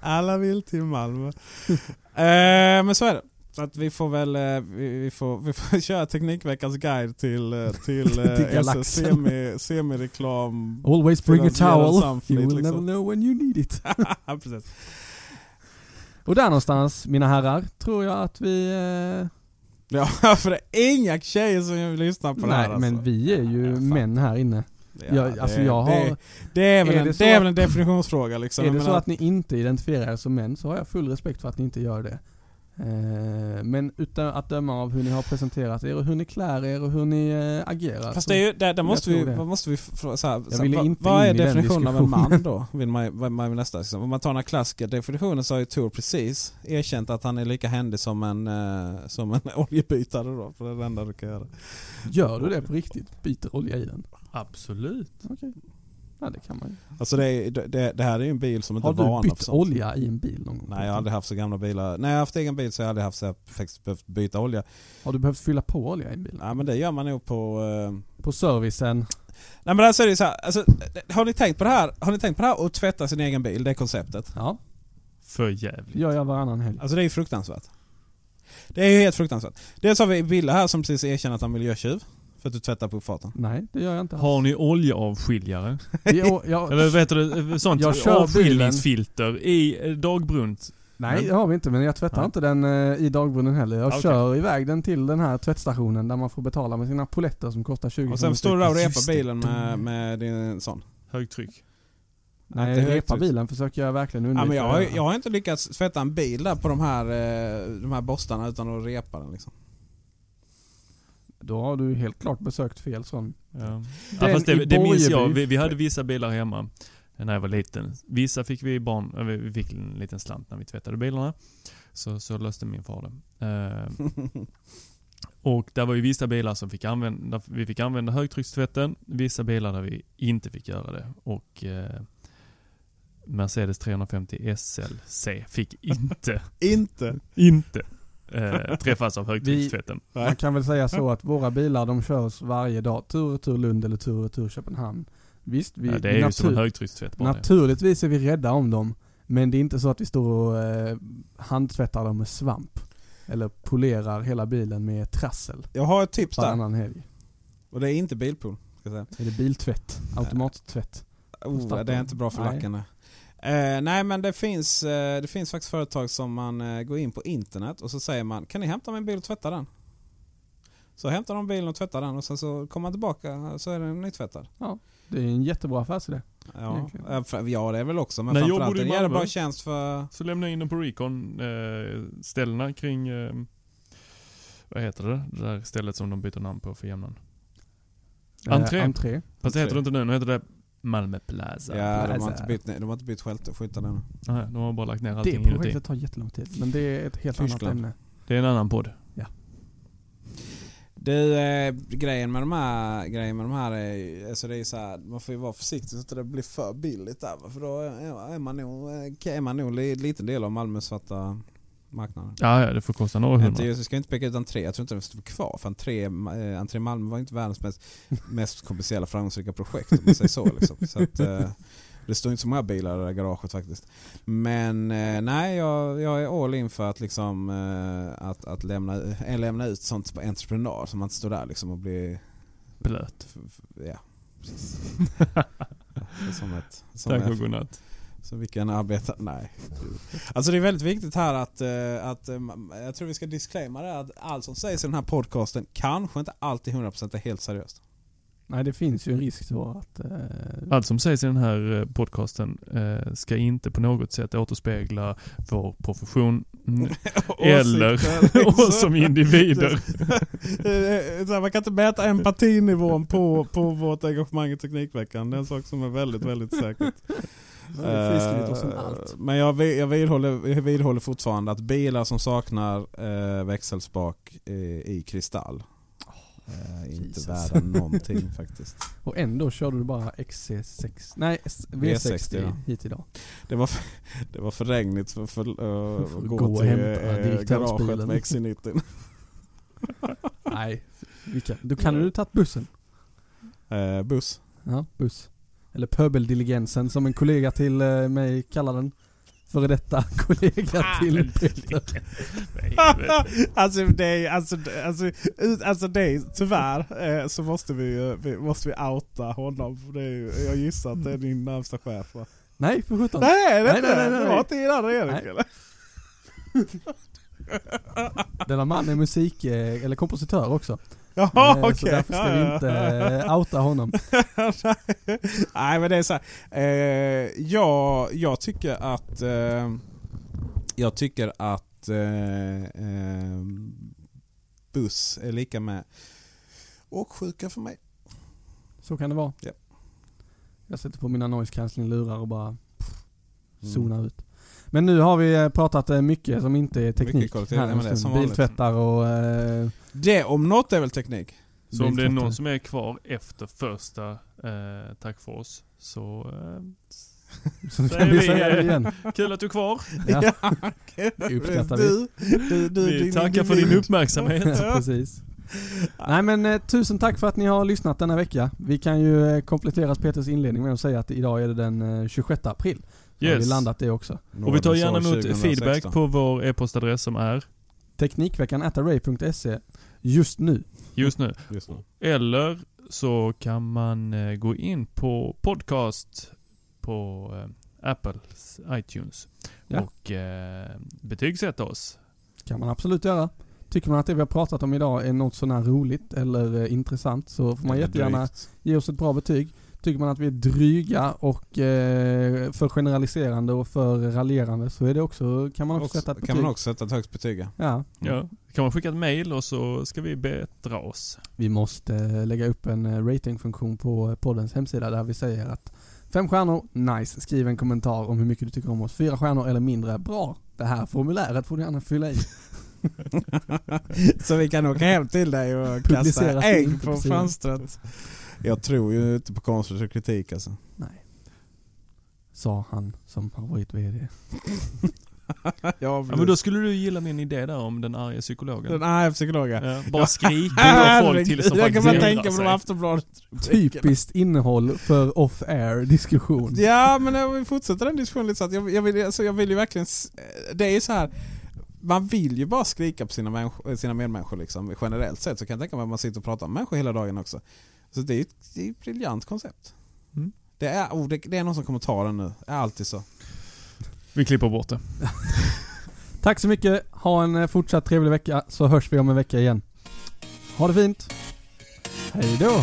Speaker 1: alla vill till Malmö. eh, men så är det. Så att vi får väl eh, vi, vi får, vi får köra Teknikveckans guide till, eh, till, eh,
Speaker 2: Till galaxen.
Speaker 1: SS semi, semireklam.
Speaker 2: Always bring a
Speaker 1: Finansiera
Speaker 2: towel.
Speaker 1: samflit,
Speaker 2: You will
Speaker 1: liksom.
Speaker 2: never know when you need it.
Speaker 1: Ja, precis.
Speaker 2: Och där någonstans, mina herrar, tror jag att vi... Eh,
Speaker 1: Ja, för det är inga tjejer som vill lyssna på det här.
Speaker 2: nej, men
Speaker 1: alltså.
Speaker 2: vi är ju
Speaker 1: Ja, fan.
Speaker 2: män här inne.
Speaker 1: Ja,
Speaker 2: jag, alltså jag har,
Speaker 1: det, det, är väl
Speaker 2: är
Speaker 1: en,
Speaker 2: det
Speaker 1: det,
Speaker 2: så
Speaker 1: är
Speaker 2: att-
Speaker 1: väl en definitionsfråga liksom.
Speaker 2: är
Speaker 1: Jag
Speaker 2: det så
Speaker 1: menar-
Speaker 2: att ni inte identifierar er som män så har jag full respekt för att ni inte gör det. Eh, men utan att döma av hur ni har presenterat er och hur ni klär er och hur ni eh, agerar.
Speaker 1: Fast det är ju, där, där
Speaker 2: jag
Speaker 1: måste,
Speaker 2: tror
Speaker 1: vi,
Speaker 2: det.
Speaker 1: vad måste vi fråga så här, så här,
Speaker 2: ville
Speaker 1: vad,
Speaker 2: inte
Speaker 1: vad
Speaker 2: in
Speaker 1: är
Speaker 2: i den
Speaker 1: definitionen av en man
Speaker 2: diskussionen.
Speaker 1: då? Vill man, vad man vill nästa, liksom. Om man tar den här klassiska definitionen så har ju Tor precis erkänt att han är lika händig som en, eh, som en oljebytare då. För det är det enda du kan göra.
Speaker 2: Gör du det på riktigt? Byter olja i den?
Speaker 3: Absolut.
Speaker 2: Ja det kan man ju.
Speaker 1: Alltså det, är, det, det här är ju en bil som inte
Speaker 2: Har
Speaker 1: är van
Speaker 2: du
Speaker 1: för
Speaker 2: bytt
Speaker 1: sånt.
Speaker 2: olja i en bil någon gång?
Speaker 1: Nej jag har aldrig haft så gamla bilar. Nej jag har haft egen bil så jag har aldrig haft så här, faktiskt behövt byta olja.
Speaker 2: Har du behövt fylla på olja i en bil?
Speaker 1: Nej men det gör man nog på eh,
Speaker 2: På servicen?
Speaker 1: Nej men alltså är det ju så här, alltså, har ni tänkt på det här? Har ni tänkt på det här att tvätta sin egen bil? Det är konceptet.
Speaker 2: Ja,
Speaker 3: För jävligt.
Speaker 2: det gör jag varannan helg.
Speaker 1: Alltså det är ju fruktansvärt. Det är ju helt fruktansvärt. Dels har vi Bille här som precis erkänner att han är miljötjuv. För att du tvättar på uppfarten.
Speaker 2: Nej, det alltså- gör jag inte.
Speaker 3: Har ni oljeavskiljare?
Speaker 2: Jo, jag,
Speaker 3: Eller vad heter det? Sånt
Speaker 2: Jag kör
Speaker 3: avskiljningsfilter i eh, dagbrunt.
Speaker 2: Nej det har vi inte men jag tvättar
Speaker 3: Nej.
Speaker 2: inte den eh, i dagbrunnen heller. Jag
Speaker 3: Ah, okej.
Speaker 2: kör iväg den till den här tvättstationen där man får betala med sina poletter som kostar 20
Speaker 1: Och sen
Speaker 2: kronor
Speaker 1: står du där och
Speaker 2: styck.
Speaker 1: repar bilen med, med din sån.
Speaker 3: Högtryck.
Speaker 2: Nej
Speaker 1: Inte
Speaker 2: repa
Speaker 1: högt.
Speaker 2: bilen försöker jag verkligen undvika.
Speaker 1: Ja, men jag, har,
Speaker 2: att göra.
Speaker 1: jag har inte lyckats tvätta en bil där på de här, eh, de här borstarna utan att repa den liksom.
Speaker 2: Då har du helt klart besökt fel sån.
Speaker 3: Ja. Ja,
Speaker 2: Den
Speaker 3: fast
Speaker 2: i
Speaker 3: det, det minns jag.
Speaker 2: Borgeby.
Speaker 3: Vi, vi hade vissa bilar hemma. när jag var liten. Vissa fick vi barn, eh, vi fick en liten slant när vi tvättade bilarna. Så, så löste min far det. Eh, och där var ju vissa bilar som fick använda, där vi fick använda högtryckstvätten. Vissa bilar där vi inte fick göra det. Och eh, Mercedes 350 SLC fick inte,
Speaker 1: Inte?
Speaker 3: inte eh, träffas av högtryckstvätten.
Speaker 2: Man kan väl säga så att våra bilar de körs varje dag, tur och tur Lund eller tur och tur Köpenhamn. Visst, vi,
Speaker 3: ja, det är ju som en
Speaker 2: natur-
Speaker 3: högtryckstvätt bara. det.
Speaker 2: naturligtvis är vi rädda om dem. Men det är inte så att vi står och eh, handtvättar dem med svamp. Eller polerar hela bilen med trassel
Speaker 1: Jag har ett tips där.
Speaker 2: varannan helg.
Speaker 1: Och det är inte bilpool. Ska jag säga.
Speaker 2: Är det biltvätt? Automattvätt?
Speaker 1: Oh, det är inte bra för
Speaker 2: Nej.
Speaker 1: lackarna. Eh, nej men det finns, eh, det finns faktiskt företag som man eh, går in på internet och så säger man kan ni hämta min bil och tvätta den? Så hämtar de bilen och tvättar den och sen så kommer man tillbaka så är den nytvättad.
Speaker 2: Det är en jättebra affärsidé.
Speaker 1: Ja,
Speaker 2: Egentligen.
Speaker 1: eh, för- ja det är väl också men
Speaker 3: När jag
Speaker 1: framförallt
Speaker 3: bodde
Speaker 1: är
Speaker 3: i
Speaker 1: det en jävla
Speaker 3: Malmö-
Speaker 1: bra tjänst för...
Speaker 3: Så lämnade jag in dem på recon-ställena kring, eh, vad heter det, det där stället som de byter namn på för jämnan. Entré.
Speaker 2: Eh, entré.
Speaker 3: Fast det heter det inte nu, nu heter det Malmö Plaza.
Speaker 1: Ja, de har
Speaker 2: Plaza.
Speaker 1: inte bytt, de har inte bytt skylt- skyltarna än.
Speaker 3: Nej, de har bara lagt ner
Speaker 2: Det
Speaker 3: allting inuti.
Speaker 2: projektet tar jättelång tid. Men det är ett helt
Speaker 1: Tyskland.
Speaker 2: annat ämne.
Speaker 3: Det är en annan podd.
Speaker 1: Du, eh, grejen med de här, grejen med de här är, ju- alltså det är så här, man får ju vara försiktig så att det inte blir för billigt där va? för då är är man nog, eh, är man nog li- liten del av Malmös svarta marknaden.
Speaker 3: Ja, ja, det får kosta några
Speaker 1: Inte,
Speaker 3: hundra.
Speaker 1: just- jag ska inte peka ut entré, jag tror inte den står kvar för entré, eh, entré Malmö var inte världens mest, mest kommersiella framgångsrika projekt om man säger så. Liksom. så att, eh, det står inte så många bilar i det där garaget faktiskt. Men eh, nej, jag, jag är all in för att, liksom, eh, att, att lämna, eh, lämna ut sånt på entreprenad så man inte står där liksom, och blir...
Speaker 3: Blöt.
Speaker 1: f- f- Ja, precis. som ett, som
Speaker 3: Tack och
Speaker 1: ett,
Speaker 3: godnatt.
Speaker 1: så vilken arbetar... Nej. Alltså det är väldigt viktigt här att, eh, att eh, jag tror vi ska disclaima det att allt som sägs i den här podcasten kanske inte alltid 100% är helt seriöst.
Speaker 2: Nej det finns ju en risk så att... Eh,
Speaker 3: Allt som sägs i den här eh, podcasten eh, ska inte på något sätt återspegla vår profession mm, eller
Speaker 1: Åsikter,
Speaker 3: oss som individer.
Speaker 1: Eh, så här, Man kan inte mäta empatinivån på, på vårt engagemang i Teknikveckan. Det är en sak som är väldigt, väldigt säker.
Speaker 2: det är friskrivit oss från allt.
Speaker 1: Eh, Men jag, vi- jag, vidhåller, jag vidhåller fortfarande att bilar som saknar eh, växelspak eh, i kristall eh, är inte
Speaker 2: Jesus.
Speaker 1: värda någonting faktiskt.
Speaker 2: Och ändå körde du bara XC6, nej S- V60,
Speaker 1: V60, ja.
Speaker 2: hit idag.
Speaker 1: Det var för, det var för regnigt för, för, eh,
Speaker 2: För
Speaker 1: att
Speaker 2: att
Speaker 1: gå,
Speaker 2: gå och
Speaker 1: till
Speaker 2: hämta
Speaker 1: eh,
Speaker 2: direktörsbilen.
Speaker 1: garaget med XC90.
Speaker 2: Nej, vilka? Då kan du tagit bussen.
Speaker 1: Eh, buss.
Speaker 2: Ja, buss. Eller pöbeldiligensen som en kollega till eh, mig kallar den. Före detta kollega
Speaker 1: Ah,
Speaker 2: till Peter.
Speaker 1: alltså, det är, alltså, det- alltså, ut- alltså det är, tyvärr eh, så måste vi, eh, vi, måste vi outa honom. Det är, ju- jag gissar att det är din närmsta chef va?
Speaker 2: Nej för sjutton.
Speaker 1: Nej, det, är
Speaker 2: Nej,
Speaker 1: inte
Speaker 2: nej,
Speaker 1: det.
Speaker 2: nej, nej.
Speaker 1: det var inte din andra Erik
Speaker 2: Nej.
Speaker 1: eller?
Speaker 2: Denna man är musik, eh, eller kompositör också.
Speaker 1: Jaha
Speaker 2: Eh,
Speaker 1: Ah, okej.
Speaker 2: Så därför ska
Speaker 1: Ja, ja,
Speaker 2: vi inte eh, outa honom.
Speaker 1: Nej men det är så här. Eh, jag, jag tycker att eh, Jag tycker att eh, eh, Buss är lika med åksjuka för mig.
Speaker 2: Så kan det vara.
Speaker 1: Ja.
Speaker 2: Jag sätter på mina noise cancelling-lurar och bara
Speaker 1: Mm.
Speaker 2: zonar ut. Men nu har vi eh, pratat eh, mycket som inte är teknik.
Speaker 1: Mycket kvalitet,
Speaker 2: här
Speaker 1: ja, men det är
Speaker 2: en
Speaker 1: som
Speaker 2: stund.
Speaker 1: vanligt.
Speaker 2: Biltvättar och... Eh,
Speaker 1: Det om något är väl teknik?
Speaker 3: Så om det är
Speaker 2: biltvättar.
Speaker 3: någon som är kvar efter första eh, Tack för oss, så
Speaker 2: Så
Speaker 3: Så
Speaker 2: kan
Speaker 3: är
Speaker 2: vi
Speaker 3: vi,
Speaker 2: säga det
Speaker 3: eh,
Speaker 2: igen.
Speaker 3: eh, kul att du är kvar.
Speaker 2: Ja,
Speaker 1: Det
Speaker 2: uppskattar vi.
Speaker 1: du, du, du,
Speaker 3: Vi
Speaker 1: din
Speaker 3: tackar för din
Speaker 1: individ.
Speaker 3: uppmärksamhet.
Speaker 2: Ja, precis. Nej men eh, tusen tack för att ni har lyssnat denna vecka. Vi kan ju eh, komplettera Peters inledning med att säga att idag är det den eh, 26 april. Yes. Har vi
Speaker 3: Yes.
Speaker 2: landat det också.
Speaker 3: Och vi tar
Speaker 1: Nådens
Speaker 3: gärna
Speaker 1: år
Speaker 3: emot
Speaker 1: 2016.
Speaker 3: feedback på vår e-postadress som är
Speaker 2: Teknikveckan ataray.se just nu.
Speaker 3: just nu.
Speaker 1: Just nu.
Speaker 3: Eller så kan man eh, gå in på podcast på eh, Apples iTunes
Speaker 2: Ja.
Speaker 3: och eh, betygsätta oss.
Speaker 2: kan man absolut göra. Tycker man att det vi har pratat om idag är något sån här roligt eller eh, intressant så får man
Speaker 1: Eller
Speaker 2: jättegärna
Speaker 1: drygt.
Speaker 2: ge oss ett bra betyg. Tycker man att vi är dryga och eh, för generaliserande och för raljerande så är det också, kan man också,
Speaker 1: Också-
Speaker 2: sätta ett betyg.
Speaker 1: Kan man också sätta ett högt betyg ja.
Speaker 2: Ja,
Speaker 3: Ja. Kan man skicka ett mail och så ska vi bättra oss.
Speaker 2: Vi måste eh, lägga upp en eh, ratingfunktion på eh, poddens hemsida där vi säger att
Speaker 8: Fem stjärnor, nice. Skriv en kommentar om hur mycket du tycker om oss. Fyra stjärnor eller mindre, bra. Det här formuläret får du gärna fylla i.
Speaker 1: Så vi kan åka hem till dig och
Speaker 8: Publiceras
Speaker 1: kasta
Speaker 8: det
Speaker 1: ägg
Speaker 8: inte
Speaker 1: på
Speaker 8: på sidan.
Speaker 1: fönstret. Jag tror ju inte på konstruktiv kritik alltså.
Speaker 8: Nej. Sa han som har varit VD.
Speaker 1: Jag
Speaker 3: Ja, men då skulle du gilla min idé där om den arga psykologen.
Speaker 1: Den arga psykologen.
Speaker 3: Ja, bara skriker åt folk till som
Speaker 1: Jag kan
Speaker 3: faktiskt alltså.
Speaker 1: bara
Speaker 3: ändrar
Speaker 1: tänka på de
Speaker 3: sig.
Speaker 1: Aftonbladet.
Speaker 8: Typiskt innehåll för off-air diskussion.
Speaker 1: Ja men om vi fortsätter den diskussionen lite så att jag, jag, vill, alltså jag vill ju verkligen... s- eh, Det är ju så här man vill ju bara skrika på sina, människo, sina medmänniskor liksom, generellt sett. Så kan jag tänka mig att man sitter och pratar om människor hela dagen också. Så det är ju ett, det är ett briljant koncept.
Speaker 3: Mm.
Speaker 1: Det, är, oh, det, det är någon som kommer ta den nu. Det är alltid så.
Speaker 3: Vi klipper bort det.
Speaker 8: Tack så mycket. Ha en eh, fortsatt trevlig vecka så hörs vi om en vecka igen. Ha det fint. Hej då.